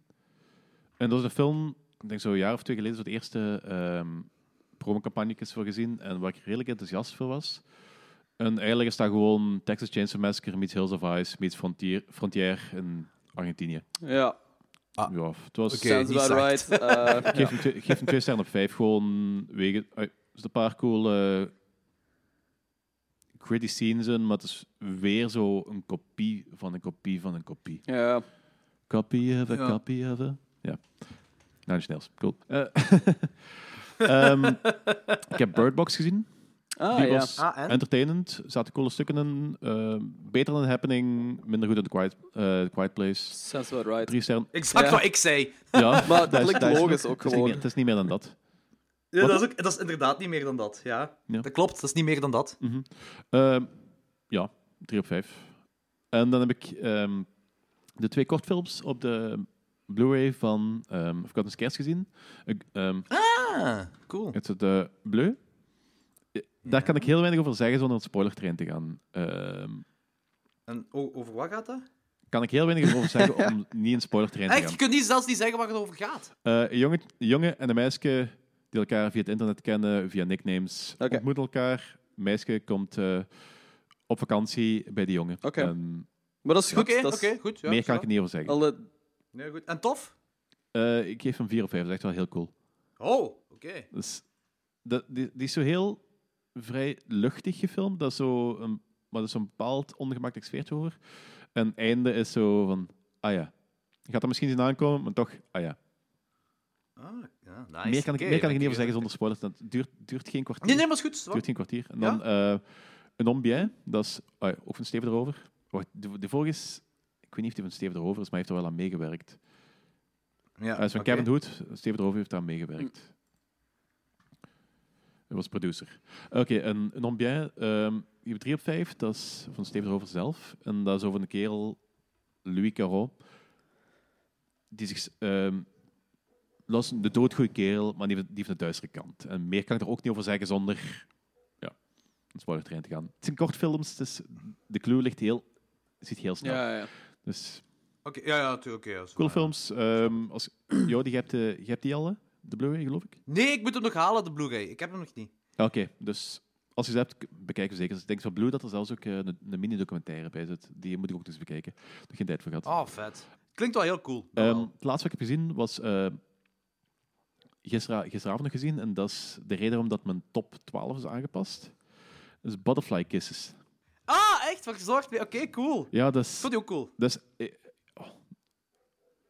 Speaker 6: En dat is een film, ik denk zo een jaar of twee geleden, zo de eerste ehm promocampagnetjes voor gezien. En waar ik redelijk enthousiast voor was. En eigenlijk is dat gewoon Texas Chainsaw Massacre meets Hills of Ice meets Frontier, Frontier in Argentinië.
Speaker 8: Ja.
Speaker 6: Ja, het was...
Speaker 7: Oké.
Speaker 8: Sounds
Speaker 7: niet
Speaker 8: about right. Eh,
Speaker 6: Ik geef, hem twee, ik geef hem twee sterren op vijf. Gewoon wegen... ui, Er zitten een paar cool... eh, gritty scenes in, maar het is weer zo een kopie van een kopie van een kopie.
Speaker 8: ja.
Speaker 6: Copy of a
Speaker 7: Ja.
Speaker 6: copy of a... Ja. Nou, Nine Inch Nails. Cool. Eh, ehm, ik heb Bird Box gezien.
Speaker 8: Ah,
Speaker 6: Die
Speaker 8: ja.
Speaker 6: was
Speaker 7: Ah, en?
Speaker 6: entertainend. Er zaten coole stukken in. Eh, beter dan Happening. Minder goed dan The Quiet, eh, Quiet Place.
Speaker 8: Sounds about right.
Speaker 6: Drie sterren.
Speaker 7: Exact
Speaker 8: Ja.
Speaker 7: wat ik zei.
Speaker 6: Ja,
Speaker 8: Maar
Speaker 6: dat
Speaker 8: het
Speaker 6: is-
Speaker 8: klinkt
Speaker 6: dat is
Speaker 8: logisch
Speaker 6: nog-
Speaker 8: ook
Speaker 6: het is niet meer-
Speaker 8: gewoon.
Speaker 6: Het is niet meer dan dat.
Speaker 7: Ja,
Speaker 6: Wat?
Speaker 7: dat, is ook, dat is inderdaad niet meer dan dat. Ja.
Speaker 6: Ja.
Speaker 7: Dat klopt, dat is niet meer dan dat.
Speaker 6: Ehm, ja, 3 op 5. En dan heb ik ehm, de twee kortfilms op de Blu-ray van ehm Forgotten Scares gezien. Ik- ehm,
Speaker 7: Ah, cool.
Speaker 6: het is de Bleu. Eh, Daar kan ik heel weinig over zeggen zonder een spoilertrain te gaan. Ehm,
Speaker 7: En o- over wat gaat dat?
Speaker 6: kan ik heel weinig over zeggen om niet een spoilertrain te
Speaker 7: Echt, je
Speaker 6: gaan.
Speaker 7: kunt niet, zelfs niet zeggen waar het over gaat.
Speaker 6: Eh, een jongen, een jongen en een meisje die elkaar via het internet kennen, via nicknames,
Speaker 8: Oké.
Speaker 6: ontmoeten elkaar. Meisje komt eh, op vakantie bij die jongen.
Speaker 8: Oké.
Speaker 6: En
Speaker 8: Maar dat is goed.
Speaker 7: Oké,
Speaker 8: dat
Speaker 7: oké,
Speaker 8: is
Speaker 7: goed. Ja,
Speaker 6: meer kan ik
Speaker 7: zo.
Speaker 6: er niet over zeggen.
Speaker 8: Alle...
Speaker 7: Nee, goed. En tof?
Speaker 6: Eh, ik geef hem 4 of 5. Dat is echt wel heel cool.
Speaker 7: Oh, oké.
Speaker 6: Dus, dat, die, die is zo heel vrij luchtig gefilmd. Dat is zo een, maar er is een bepaald ongemakkelijk sfeertje over. En het einde is zo van... Ah ja. Je gaat er misschien zien aankomen, maar toch... Ah ja.
Speaker 7: Ah, ja, nice.
Speaker 6: meer kan ik,
Speaker 7: Oké,
Speaker 6: meer kan ik er niet
Speaker 7: oké.
Speaker 6: over zeggen zonder spoilers. want Het duurt, duurt geen kwartier.
Speaker 7: Nee, nee, maar is goed. is waar.
Speaker 6: duurt geen kwartier. En dan eh, een ambien. Dat is ah ja, ook van Steven erover. Wacht, de, de vorige is... Ik weet niet of die van Steven erover is, maar hij heeft er wel aan meegewerkt.
Speaker 7: Ja,
Speaker 6: Hij Eh, is van
Speaker 7: oké.
Speaker 6: Kevin Hood. Steven Droven heeft daar meegewerkt. Hij was producer. Oké, een, een ambien. ehm je hebt 3 op 5. Dat is van Steven Droven zelf. En dat is over een kerel, Louis Caro. Die zich... ehm dat is een de doodgoede kerel, maar die heeft, die heeft een duistere kant. En meer kan ik er ook niet over zeggen zonder... Ja, een spoilertrein te gaan. Het zijn kortfilms, dus de clue ligt heel... Zit heel snel.
Speaker 8: Ja, ja.
Speaker 6: Dus
Speaker 7: Oké, ja, ja, natuurlijk. oké, ja, zo.
Speaker 6: Cool films. Ehm als, Jody, je hebt, de, je hebt die al, hè? de Blu-ray, geloof ik?
Speaker 7: Nee, ik moet hem nog halen, de Blu-ray. Ik heb hem nog niet.
Speaker 6: Oké, dus als je ze hebt, k- bekijk ze zeker. Dus Ik denk van Blue dat er zelfs ook eh, een, een mini-documentaire bij zit. Die moet ik ook eens bekijken. Daar heb ik geen tijd voor gehad.
Speaker 7: Oh, vet. Klinkt wel heel cool.
Speaker 6: Ehm,
Speaker 7: Jawel.
Speaker 6: het laatste wat ik heb gezien was eh, gistera- gisteravond nog gezien. En dat is de reden waarom dat mijn top 12 is aangepast. Dat is Butterfly Kisses.
Speaker 7: Ah, echt? Waar gezorgd mee? Oké, cool.
Speaker 6: Ja, dat is...
Speaker 7: Vond je ook cool?
Speaker 6: Dus, eh, oh.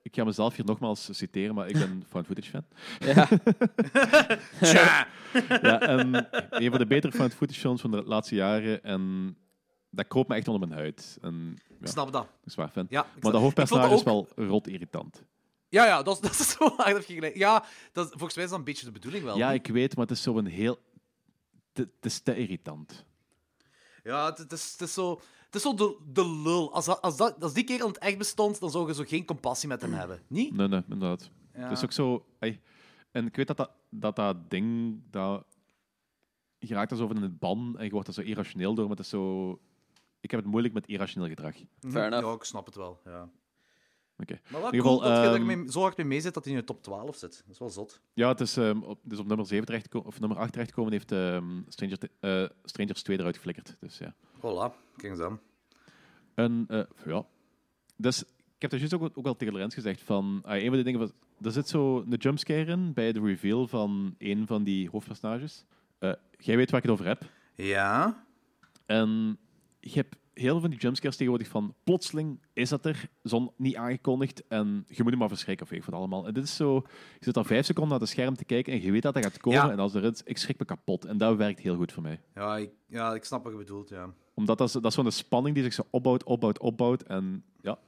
Speaker 6: ik ga mezelf hier nogmaals citeren, maar ik ben found footage fan. Ja. ja, en een van de betere found footage films van de laatste jaren. En dat kroop me echt onder mijn huid. En,
Speaker 7: Ik
Speaker 6: ja,
Speaker 7: snap dat.
Speaker 6: ik ben zwaar fan.
Speaker 7: Ja, ik
Speaker 6: maar
Speaker 7: snap-
Speaker 6: dat hoofdpersonage
Speaker 7: ik
Speaker 6: is
Speaker 7: vond dat
Speaker 6: wel rot irritant.
Speaker 7: Ja, ja, dat is, dat is zo waar. Heb je gelijk. Ja, dat, is- volgens mij is dat een beetje de bedoeling wel.
Speaker 6: Ja, ik weet, maar het is zo'n heel... te- Het is te irritant.
Speaker 7: Ja, het, het is, het is zo, het is zo de, de lul. Als, dat- als, dat, als die kerel in het echt bestond, dan zou je zo geen compassie met hem hebben. Niet?
Speaker 6: Nee, nee, inderdaad.
Speaker 7: Ja.
Speaker 6: Het is ook zo... ey, en ik weet dat dat, dat, dat ding... Dat, je raakt daar zo van in het ban en je wordt er zo irrationeel door, maar het is zo... Ik heb het moeilijk met irrationeel gedrag. Oké.
Speaker 8: Fair enough.
Speaker 7: Mhm. Ja, ik snap het wel. Ja. Maar wel
Speaker 6: In ieder
Speaker 7: cool
Speaker 6: geval,
Speaker 7: dat je
Speaker 6: ehm,
Speaker 7: daarmee zo hard mee mee zit dat hij in de top 12 zit. Dat is wel zot.
Speaker 6: Ja, het is, ehm, op, dus op nummer 7 terecht, of nummer 8 terechtkomen heeft ehm, Stranger, Th- eh, Strangers 2 eruit geflikkerd. Dus ja.
Speaker 7: Voilà, kijk eens aan.
Speaker 6: En eh, ja. Dus ik heb daar juist ook, ook al tegen Lorenz gezegd van... ah, een van de dingen was... Er zit zo een jumpscare in bij de reveal van een van die hoofdpersonages. Eh, jij weet waar ik het over heb.
Speaker 7: Ja?
Speaker 6: En je hebt heel veel van die jumpscares tegenwoordig van plotseling is dat er, zon niet aangekondigd en je moet hem maar verschrikken of weet ik wat allemaal. En dit is zo, je zit al vijf seconden naar het scherm te kijken en je weet dat dat gaat komen
Speaker 7: Ja.
Speaker 6: en als er is, ik schrik me kapot. En dat werkt heel goed voor mij.
Speaker 7: Ja, ik, ja, ik snap wat je bedoelt, ja.
Speaker 6: Omdat dat is, dat is zo'n spanning die zich zo opbouwt, opbouwt, opbouwt en ja,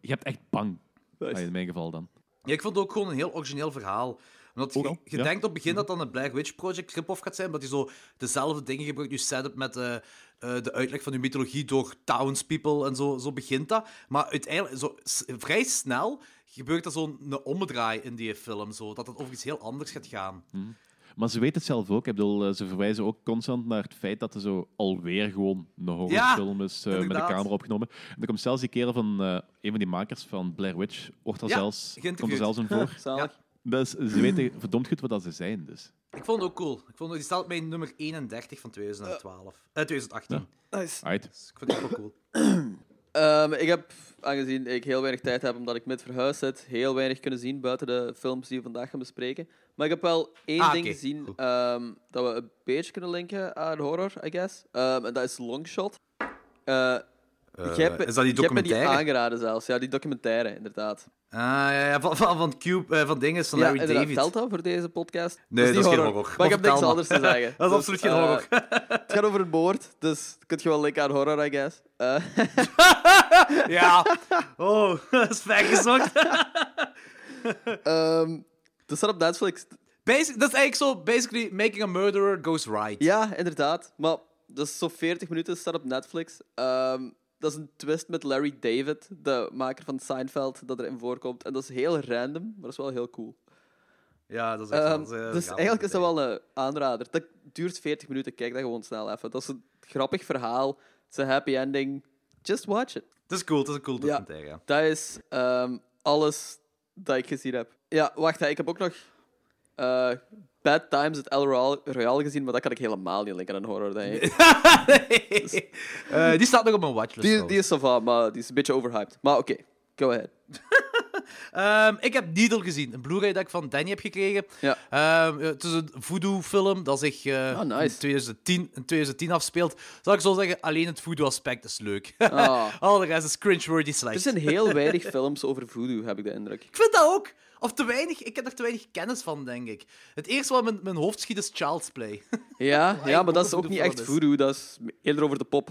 Speaker 6: je hebt echt bang. Ah, In mijn geval dan.
Speaker 7: Ja, ik vond het ook gewoon een heel origineel verhaal. Omdat
Speaker 6: Ook
Speaker 7: je,
Speaker 6: al,
Speaker 7: je
Speaker 6: ja. Mhm.
Speaker 7: denkt op het begin dat dan een Blair Witch Project rip-off gaat zijn, omdat je zo dezelfde dingen gebruikt, je setup met eh, eh, de uitleg van je mythologie door townspeople en zo, zo begint dat. Maar uiteindelijk, zo, s- vrij snel gebeurt er zo'n een omdraai in die film, zo, dat het over iets heel anders gaat gaan.
Speaker 6: Mhm. Maar ze weten het zelf ook. Ik bedoel, eh, ze verwijzen ook constant naar het feit dat er zo alweer gewoon een horrorfilm is eh, met de
Speaker 7: inderdaad.
Speaker 6: camera opgenomen. En dan komt zelfs die kerel van eh, een van die makers van Blair Witch, wordt daar
Speaker 7: Ja,
Speaker 6: zelfs, komt er
Speaker 7: geïnterviewd.
Speaker 6: zelfs een voor.
Speaker 8: Zalig.
Speaker 6: Dus ze weten verdomd goed wat dat ze zijn. Dus.
Speaker 7: Ik vond het ook cool. Ik vond, die staat op mijn nummer 31 van 2012. Eh, 2018.
Speaker 8: Nice.
Speaker 6: Right.
Speaker 7: Dus ik vond het ook wel cool.
Speaker 8: Ehm, ik heb, aangezien ik heel weinig tijd heb omdat ik met verhuis zit, heel weinig kunnen zien buiten de films die we vandaag gaan bespreken. Maar ik heb wel één
Speaker 7: Ah,
Speaker 8: ding
Speaker 7: oké.
Speaker 8: gezien
Speaker 7: Goed.
Speaker 8: ehm, dat we een beetje kunnen linken aan horror, I guess. Ehm, en dat is Longshot. Eh jij hebt me- jij
Speaker 7: is dat die
Speaker 8: hebt me
Speaker 7: documentaire?
Speaker 8: aangeraden zelfs. Ja, die documentaire, inderdaad.
Speaker 7: Ah, ja, ja, van, van, van Cube, eh, van dingen, van
Speaker 8: ja,
Speaker 7: Larry
Speaker 8: inderdaad.
Speaker 7: David.
Speaker 8: Telt dat voor deze podcast? Dus
Speaker 7: Nee,
Speaker 8: niet
Speaker 7: dat is geen horror.
Speaker 8: Maar ik heb
Speaker 7: Vertel
Speaker 8: niks
Speaker 7: maar.
Speaker 8: anders te zeggen.
Speaker 7: Dat
Speaker 8: Dus,
Speaker 7: is absoluut geen
Speaker 8: eh,
Speaker 7: horror.
Speaker 8: het gaat over een moord, dus kun je wel linken aan horror, I guess. Eh,
Speaker 7: Ja. Oh, dat is fijn gezocht.
Speaker 8: ehm, dat staat op Netflix.
Speaker 7: Basic, dat is eigenlijk zo, basically, making a murderer goes right.
Speaker 8: Ja, inderdaad. Maar dat is zo'n 40 minuten, staat op Netflix. Ehm, dat is een twist met Larry David, de maker van Seinfeld, dat erin voorkomt. En dat is heel random, maar dat is wel heel cool.
Speaker 7: Ja, dat is eh,
Speaker 8: Ehm,
Speaker 7: echt zo. dat
Speaker 8: dus eigenlijk is dat wel een aanrader. Dat duurt 40 minuten, kijk dat gewoon snel even. Dat is een grappig verhaal, het is een happy ending. Just watch it.
Speaker 7: Dat is cool, dat is een cool
Speaker 8: Ja.
Speaker 7: documentaire. Ja.
Speaker 8: Dat is ehm, alles dat ik gezien heb. Ja, wacht, hè, ik heb ook nog eh, Bad Times at El Royale Royale gezien, maar dat kan ik helemaal niet linken aan horror, denk ik.
Speaker 7: Eh, die staat nog op mijn
Speaker 8: Dus-
Speaker 7: watchlist.
Speaker 8: Die,
Speaker 7: trouwens.
Speaker 8: die is zo van, maar die is een beetje overhyped. Maar oké, go ahead.
Speaker 7: Ehm, ik heb Needle gezien, een Blu-ray dat ik van Danny heb gekregen.
Speaker 8: Ja.
Speaker 7: Ehm, eh, het is een voodoo-film dat zich eh,
Speaker 8: Ah, nice.
Speaker 7: in, 2010, in 2010 afspeelt. Zal ik zo zeggen, alleen het voodoo-aspect is leuk.
Speaker 8: Ah. Dus
Speaker 7: Al de rest is cringe-worthy
Speaker 8: Er
Speaker 7: slecht.
Speaker 8: zijn heel weinig films over voodoo, heb ik de indruk.
Speaker 7: Ik vind dat ook. Of te weinig. Ik heb er te weinig kennis van, denk ik. Het eerste wat mijn, mijn hoofd schiet is Child's Play.
Speaker 8: Ja, ja maar
Speaker 7: ook
Speaker 8: dat is
Speaker 7: een
Speaker 8: ook niet
Speaker 7: voodoo-film
Speaker 8: echt
Speaker 7: is.
Speaker 8: voodoo, dat is eerder over de pop.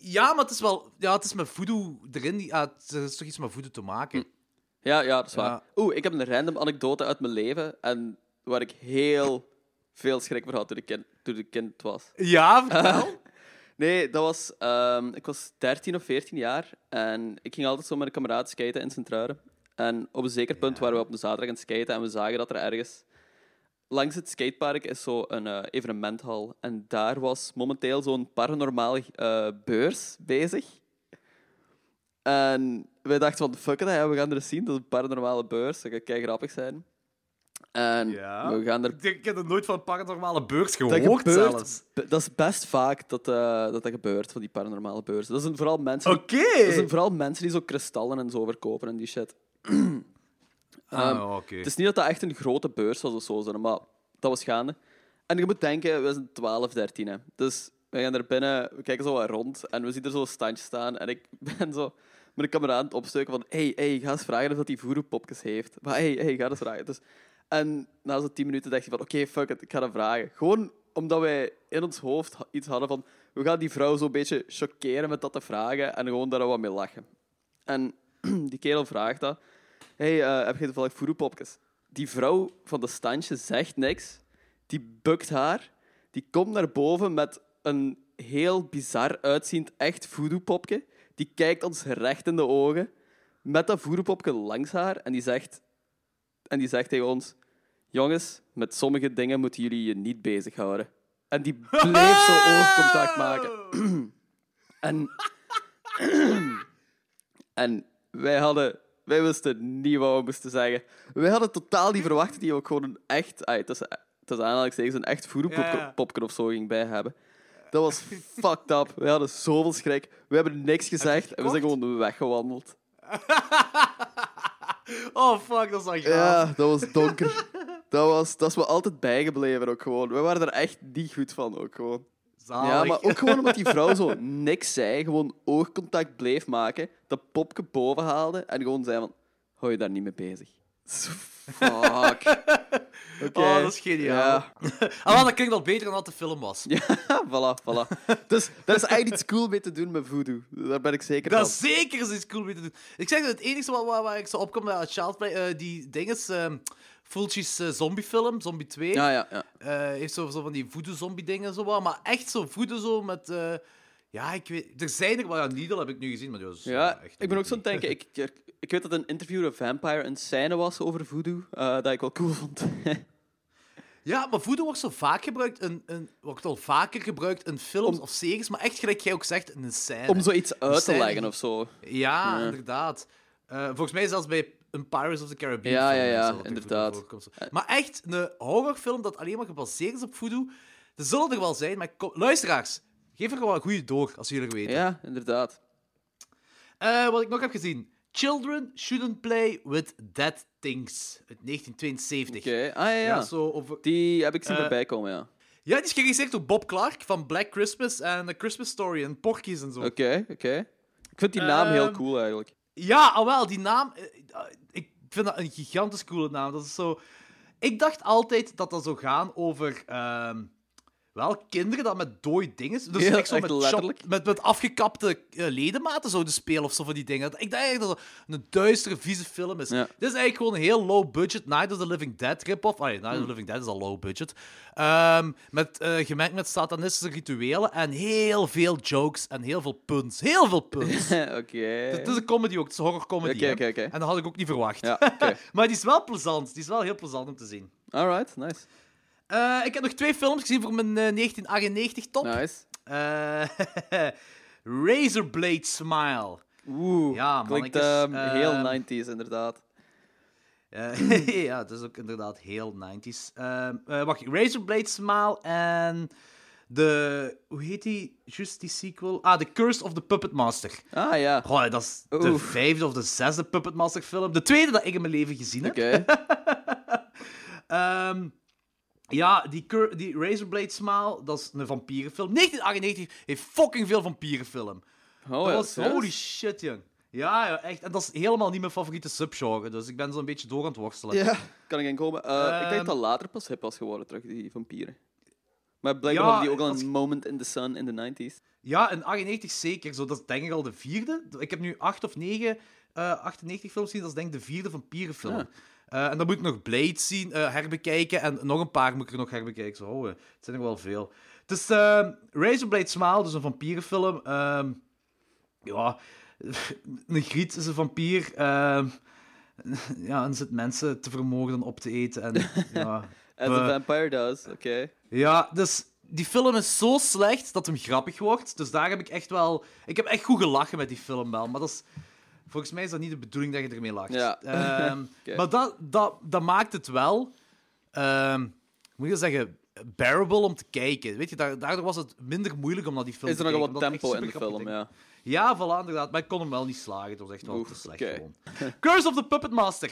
Speaker 7: ja, maar het is wel... Ja, het is met voodoo erin. die- Ah, het is toch iets met voodoo te maken?
Speaker 8: Ja, ja, dat is waar.
Speaker 7: Ja.
Speaker 8: Oeh, ik heb een random anekdote uit mijn leven en waar ik heel veel schrik voor had toen ik kind, toen ik kind was.
Speaker 7: Hm. Ja, vertel.
Speaker 8: Nee, dat was... ehm, ik was 13 of 14 jaar en ik ging altijd zo met een kameraad skaten in Sint-Truiden. En op een zeker punt waren we op een zaterdag aan het skaten en we zagen dat er ergens... Langs het skatepark is zo'n een eh, evenementhal. En daar was momenteel zo'n paranormale eh, beurs bezig. En wij dachten van, fuck it, hè, we gaan er eens zien. Dat is een paranormale beurs, dat kan grappig zijn. En
Speaker 7: Ja.
Speaker 8: we gaan er
Speaker 7: Ik denk, Ik heb er nooit van een paranormale beurs gehoord,
Speaker 8: dat gebeurt.
Speaker 7: zelfs.
Speaker 8: be- Dat is best vaak dat, eh, dat dat gebeurt van die paranormale beurzen. Dat zijn vooral mensen.
Speaker 7: Oké.
Speaker 8: Dat zijn vooral mensen die zo kristallen en zo verkopen en die shit.
Speaker 7: Ah, oké.
Speaker 8: Het is niet dat dat echt een grote beurs was of zo, zeg, maar dat was gaande. En je moet denken, we zijn 12, 13. Hè. Dus we gaan er binnen, we kijken zo wat rond en we zien er zo'n standje staan. En ik ben zo met een kameraad aan het opstuiken van: hey, hey, ga eens vragen of dat die voeroepopjes heeft. Maar hey, hey, ga eens vragen. Dus, en na zo'n 10 minuten dacht ik van: oké, fuck it, ik ga dat vragen. Gewoon omdat wij in ons hoofd ha- iets hadden van: we gaan die vrouw zo'n beetje chockeren met dat te vragen en gewoon daar wat mee lachen. En die kerel vraagt dat. Hé, hey, eh, heb je toevallig voeroepopjes? Die vrouw van de standje zegt niks. Die bukt haar. Die komt naar boven met een heel bizar uitziend echt voeroepopje. Die kijkt ons recht in de ogen. Met dat voeroepopje langs haar. En die zegt, en die zegt tegen ons... Jongens, met sommige dingen moeten jullie je niet bezighouden. En die bleef zo oogcontact maken. En, en wij hadden... Wij wisten niet wat we moesten zeggen. Wij hadden totaal niet verwacht dat die ook gewoon een echt... ai, tussen, tussen aanhalingstekens een echt voeroepopje
Speaker 7: Ja, ja.
Speaker 8: popken of zo ging bij hebben. Dat was fucked up. We hadden zoveel schrik. We hebben niks gezegd en we zijn gewoon weggewandeld.
Speaker 7: Oh, fuck, dat is wel gaaf.
Speaker 8: Ja, dat was donker. dat, was, dat is me altijd bijgebleven ook gewoon. We waren er echt niet goed van ook gewoon.
Speaker 7: Zalig.
Speaker 8: Ja, maar ook gewoon omdat die vrouw zo niks zei, gewoon oogcontact bleef maken, dat popje boven haalde en gewoon zei van, hou je daar niet mee bezig. Zo, Fuck. Oké.
Speaker 7: Oh, dat is geniaal.
Speaker 8: Ja,
Speaker 7: Ah, maar dat klinkt al beter dan dat de film was.
Speaker 8: ja voilà, voilà. Dus daar is eigenlijk iets cool mee te doen met voodoo. Daar ben ik zeker
Speaker 7: Dat
Speaker 8: van.
Speaker 7: is zeker is iets cool mee te doen. Ik zeg dat het enige waar, waar, waar ik zo op kom bij Child Play, eh, die ding is, ehm Fulci's eh, zombiefilm, Zombie 2,
Speaker 8: Ah, Ja, ja, ja.
Speaker 7: eh, heeft zo, zo van die voodoo-zombie-dingen zo wat, maar echt zo voodoo zo met... eh, ja, ik weet... Er zijn er wel, ja, Needle heb ik nu gezien, maar dat is
Speaker 8: Ja,
Speaker 7: eh, echt
Speaker 8: ik ben ook zo aan het denken. Ik, ik- ik weet dat een interview een vampire een scène was over voodoo, eh, dat ik wel cool vond.
Speaker 7: Ja, maar voodoo wordt zo vaak gebruikt, in, in, wordt al vaker gebruikt in films
Speaker 8: Om-
Speaker 7: of series, maar echt gelijk jij ook zegt, in een scène.
Speaker 8: Om zoiets uit te
Speaker 7: scène-
Speaker 8: leggen of zo.
Speaker 7: Ja,
Speaker 8: Ja.
Speaker 7: inderdaad. Eh, volgens mij zelfs bij een Pirates of the Caribbean.
Speaker 8: Ja,
Speaker 7: film
Speaker 8: ja,
Speaker 7: en
Speaker 8: ja,
Speaker 7: zo, dat er
Speaker 8: inderdaad.
Speaker 7: voodoo voorkomt. Maar echt, een horrorfilm dat alleen maar gebaseerd is op voodoo, er zullen er wel zijn, maar kom- luisteraars, geef er gewoon een goede door, als jullie er weten.
Speaker 8: Ja, inderdaad.
Speaker 7: Eh, wat ik nog heb gezien. Children Shouldn't Play With Dead Things, uit 1972.
Speaker 8: Oké, ah ja,
Speaker 7: Ja,
Speaker 8: ja.
Speaker 7: zo over...
Speaker 8: Die heb ik zien
Speaker 7: Eh,
Speaker 8: voorbij komen, ja.
Speaker 7: ja, die is geregisseerd door Bob Clark van Black Christmas en The Christmas Story en Porky's en zo.
Speaker 8: Oké, oké. Ik vind die naam heel
Speaker 7: Ehm,
Speaker 8: cool eigenlijk.
Speaker 7: Ja, al wel, die naam. eh, eh, Ik vind dat een gigantisch coole naam. Dat is zo. Ik dacht altijd dat dat zou gaan over. ehm, wel, kinderen dat met dooi dingen. Dus
Speaker 8: Ja,
Speaker 7: echt zo
Speaker 8: echt
Speaker 7: met, chap-
Speaker 8: letterlijk.
Speaker 7: met, met afgekapte eh, ledematen zouden spelen of zo van die dingen. Ik dacht eigenlijk dat het een duistere, vieze film is.
Speaker 8: Ja.
Speaker 7: Dit is eigenlijk gewoon een heel low budget Night of the Living Dead rip-off. Allee, Night of the
Speaker 8: Hmm.
Speaker 7: Living Dead is al low budget. Ehm, met, eh, gemengd met satanistische rituelen en heel veel jokes en heel veel puns. Heel veel puns.
Speaker 8: Oké.
Speaker 7: Het is een comedy ook, het is een horrorcomedy.
Speaker 8: Oké,
Speaker 7: hè.
Speaker 8: oké, oké.
Speaker 7: En dat had ik ook niet verwacht.
Speaker 8: Ja, oké.
Speaker 7: maar die is wel plezant. Die is wel heel plezant om te zien.
Speaker 8: Alright, nice.
Speaker 7: Eh, ik heb nog twee films gezien voor mijn eh, 1998-top.
Speaker 8: Nice.
Speaker 7: Eh, Razorblade Smile.
Speaker 8: Oeh,
Speaker 7: Ja, man,
Speaker 8: klinkt
Speaker 7: ik is,
Speaker 8: ehm, heel
Speaker 7: ehm,
Speaker 8: 90s inderdaad.
Speaker 7: Eh, ja, het is ook inderdaad heel 90s. Ehm eh wacht, Razorblade Smile en de... Hoe heet die? Juist die sequel? Ah, The Curse of the Puppet Master.
Speaker 8: Ah ja, oké.
Speaker 7: Goh, dat is de
Speaker 8: Oef.
Speaker 7: vijfde of de zesde Puppet Master film. De tweede dat ik in mijn leven gezien heb. Ehm, ja, die, Cur- die Razorblade Smile, dat is een vampierenfilm. 1998 heeft fucking veel vampierenfilm.
Speaker 8: Oh,
Speaker 7: dat
Speaker 8: ja,
Speaker 7: was,
Speaker 8: serieus?
Speaker 7: holy shit, jong. Ja, ja, echt. En dat is helemaal niet mijn favoriete subgenre, dus ik ben zo'n beetje door aan het worstelen.
Speaker 8: Ja, kan ik in komen. Eh, ik denk
Speaker 7: Ehm,
Speaker 8: dat later pas hip was geworden, terug, die vampieren. Maar blijkbaar
Speaker 7: Ja,
Speaker 8: hadden die ook al
Speaker 7: als
Speaker 8: een
Speaker 7: ik-
Speaker 8: moment in the sun in de 90s.
Speaker 7: Ja, in 98 zeker. Zo, dat is denk ik al de vierde. Ik heb nu acht of negen eh 98 films gezien. Dat is denk ik de vierde vampierenfilm.
Speaker 8: Ja.
Speaker 7: Eh, en dan moet ik nog Blade zien, eh, herbekijken. En nog een paar moet ik er nog herbekijken. Zo, oh, eh, het zijn er wel veel. Het is eh, Razorblade Smile, dus een vampierenfilm. Ehm, ja, een griet is een vampier. Ehm, ja, en zit mensen te vermogen op te eten. En, ja,
Speaker 8: As
Speaker 7: eh,
Speaker 8: a vampire does, oké.
Speaker 7: ja, dus die film is zo slecht dat hem grappig wordt. Dus daar heb ik echt wel... Ik heb echt goed gelachen met die film wel. Maar dat is... Volgens mij is dat niet de bedoeling dat je ermee lacht.
Speaker 8: Ja.
Speaker 7: Ehm,
Speaker 8: Oké.
Speaker 7: Maar dat, dat, dat maakt het wel... ehm, moet je zeggen... Bearable om te kijken. Weet je, daar- daardoor was het minder moeilijk om naar die film
Speaker 8: Is er
Speaker 7: te
Speaker 8: nog
Speaker 7: kijken.
Speaker 8: wel wat
Speaker 7: omdat het echt
Speaker 8: tempo in de
Speaker 7: supergrappige
Speaker 8: film,
Speaker 7: dingen-
Speaker 8: ja.
Speaker 7: Ja, voilà, inderdaad. Maar ik kon hem wel niet slagen. Het was echt wel
Speaker 8: Oef,
Speaker 7: te slecht
Speaker 8: oké.
Speaker 7: gewoon. Curse of the Puppet Master.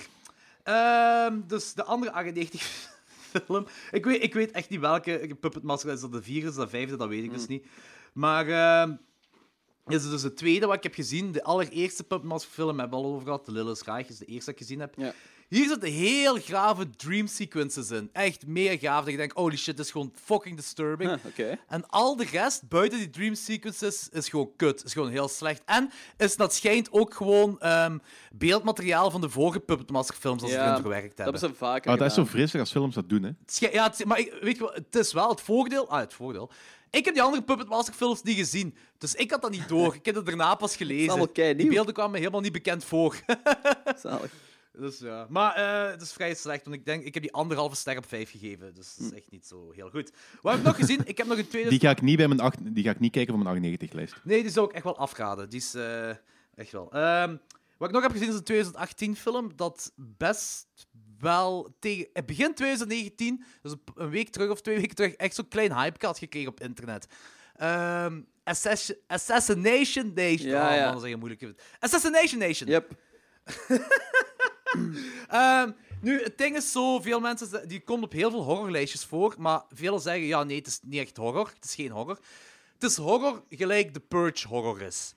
Speaker 7: Ehm, dus de andere 98 film. Ik weet, ik weet echt niet welke Puppet Master is. Dat de vierde, is dat de vijfde, dat weet ik
Speaker 8: Mm.
Speaker 7: dus niet. Maar ehm dit is dus de tweede wat ik heb gezien. De allereerste Puppet Master film hebben we al over gehad. De Lille Schraag is de eerste dat ik gezien heb.
Speaker 8: Ja.
Speaker 7: Hier zitten heel grave dream sequences in. Echt meer gaaf. Dat je denkt, holy shit, dit is gewoon fucking disturbing.
Speaker 8: Huh, oké.
Speaker 7: En al de rest, buiten die dream sequences, is gewoon kut. Is gewoon heel slecht. En is, dat schijnt ook gewoon ehm, beeldmateriaal van de vorige Puppet Master films als ze erin
Speaker 8: dat
Speaker 7: verwerkt hebben.
Speaker 8: is een vaker
Speaker 6: Ah, dat is zo
Speaker 8: gedaan.
Speaker 6: vreselijk als films dat doen, hè.
Speaker 7: Het schij- ja, het, maar ik, weet je wat, het is wel het voordeel... Ah, het voordeel. Ik heb die andere Puppet Master films niet gezien. Dus ik had dat niet door. Ik heb het daarna pas
Speaker 8: allemaal
Speaker 7: gelezen.
Speaker 8: kei
Speaker 7: Die
Speaker 8: nieuw.
Speaker 7: beelden kwamen me helemaal niet bekend voor.
Speaker 8: Zalig.
Speaker 7: Dus ja. Maar eh, het is vrij slecht, want ik denk, ik heb die anderhalve ster op vijf gegeven. Dus dat is
Speaker 8: Hm.
Speaker 7: echt niet zo heel goed. Wat heb ik nog gezien? Ik heb nog een tweede.
Speaker 6: Die ga ik niet, bij mijn acht, die ga ik niet kijken van mijn 98-lijst.
Speaker 7: Nee, die zou ik echt wel afraden. Die is eh, echt wel. Ehm, wat ik nog heb gezien is een 2018-film dat best wel tegen eh, begin 2019, dus een- een week terug of twee weken terug, echt zo'n klein hype had gekregen op internet. Ehm, Assassin- Assassination Nation.
Speaker 8: Ja,
Speaker 7: oh
Speaker 8: ja.
Speaker 7: man, dat is een moeilijke. Assassination Nation.
Speaker 8: Yep.
Speaker 7: Ehm, Nu, het ding is zo, veel mensen ze- die komt op heel veel horrorlijstjes voor, maar velen zeggen, ja, nee, het is niet echt horror. Het is geen horror. Het is horror gelijk de Purge horror is.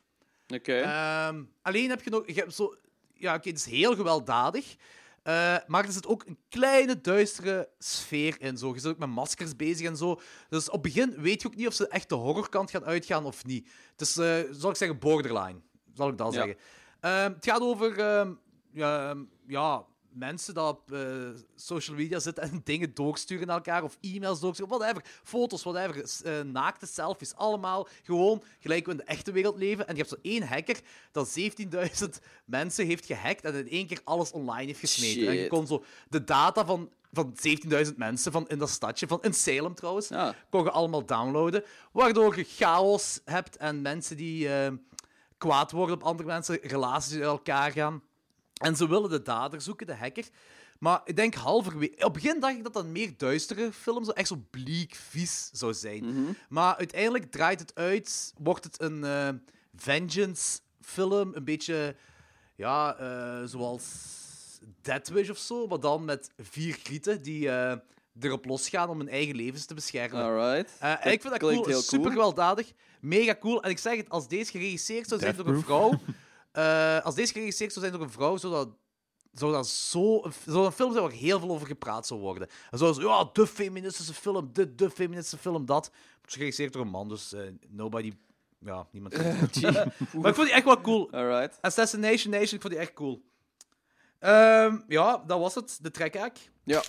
Speaker 8: Oké.
Speaker 7: Ehm, alleen heb je nog... Je hebt zo, ja, oké, het is heel gewelddadig. eh, maar er zit ook een kleine duistere sfeer in. Zo. Je zit ook met maskers bezig en zo. Dus op het begin weet je ook niet of ze echt de horrorkant gaan uitgaan of niet. Het is, eh, zal ik zeggen, borderline. Zal ik dat
Speaker 8: Ja.
Speaker 7: zeggen. Ehm, het gaat over ehm, ja, ehm, ja, mensen dat op eh, social media zitten en dingen doorsturen naar elkaar. Of e-mails doorsturen, whatever. Foto's, whatever. s- eh, naakte selfies. Allemaal gewoon gelijk we in de echte wereld leven. En je hebt zo één hacker dat 17.000 mensen heeft gehackt en in één keer alles online heeft gesmeten. En je
Speaker 8: Shit.
Speaker 7: kon zo de data van, van 17.000 mensen van in dat stadje, van in Salem trouwens,
Speaker 8: Ah.
Speaker 7: kon je allemaal downloaden. Waardoor je chaos hebt en mensen die eh, kwaad worden op andere mensen, relaties uit elkaar gaan. En ze willen de dader zoeken, de hacker. Maar ik denk halverwege... Op het begin dacht ik dat dat een meer duistere film, zo echt zo bleek, vies zou zijn. Maar uiteindelijk draait het uit, wordt het een eh, vengeance-film. Een beetje, ja, eh, zoals Dead Wish of zo. Maar dan met vier grieten die eh, erop losgaan om hun eigen levens te beschermen.
Speaker 8: Alright.
Speaker 7: Eh, en ik vind dat cool, super gewelddadig, mega cool. En ik zeg het, als deze geregisseerd zou zijn
Speaker 6: Death
Speaker 7: door een vrouw,
Speaker 6: Proof.
Speaker 7: eh, als deze geregisseerd zou zijn door een vrouw, zou dat, zou dat zo, zou een film zijn waar heel veel over gepraat zou worden. En zoals, ja, de feministische film, dit, de feministische film, dat. Het is geregisseerd door een man, dus eh, nobody, ja, niemand. weet het. maar ik vond die echt wel cool.
Speaker 8: Alright.
Speaker 7: Assassination Nation, ik vond die echt cool. Ehm, ja, dat was het, de trekhaak.
Speaker 8: Ja.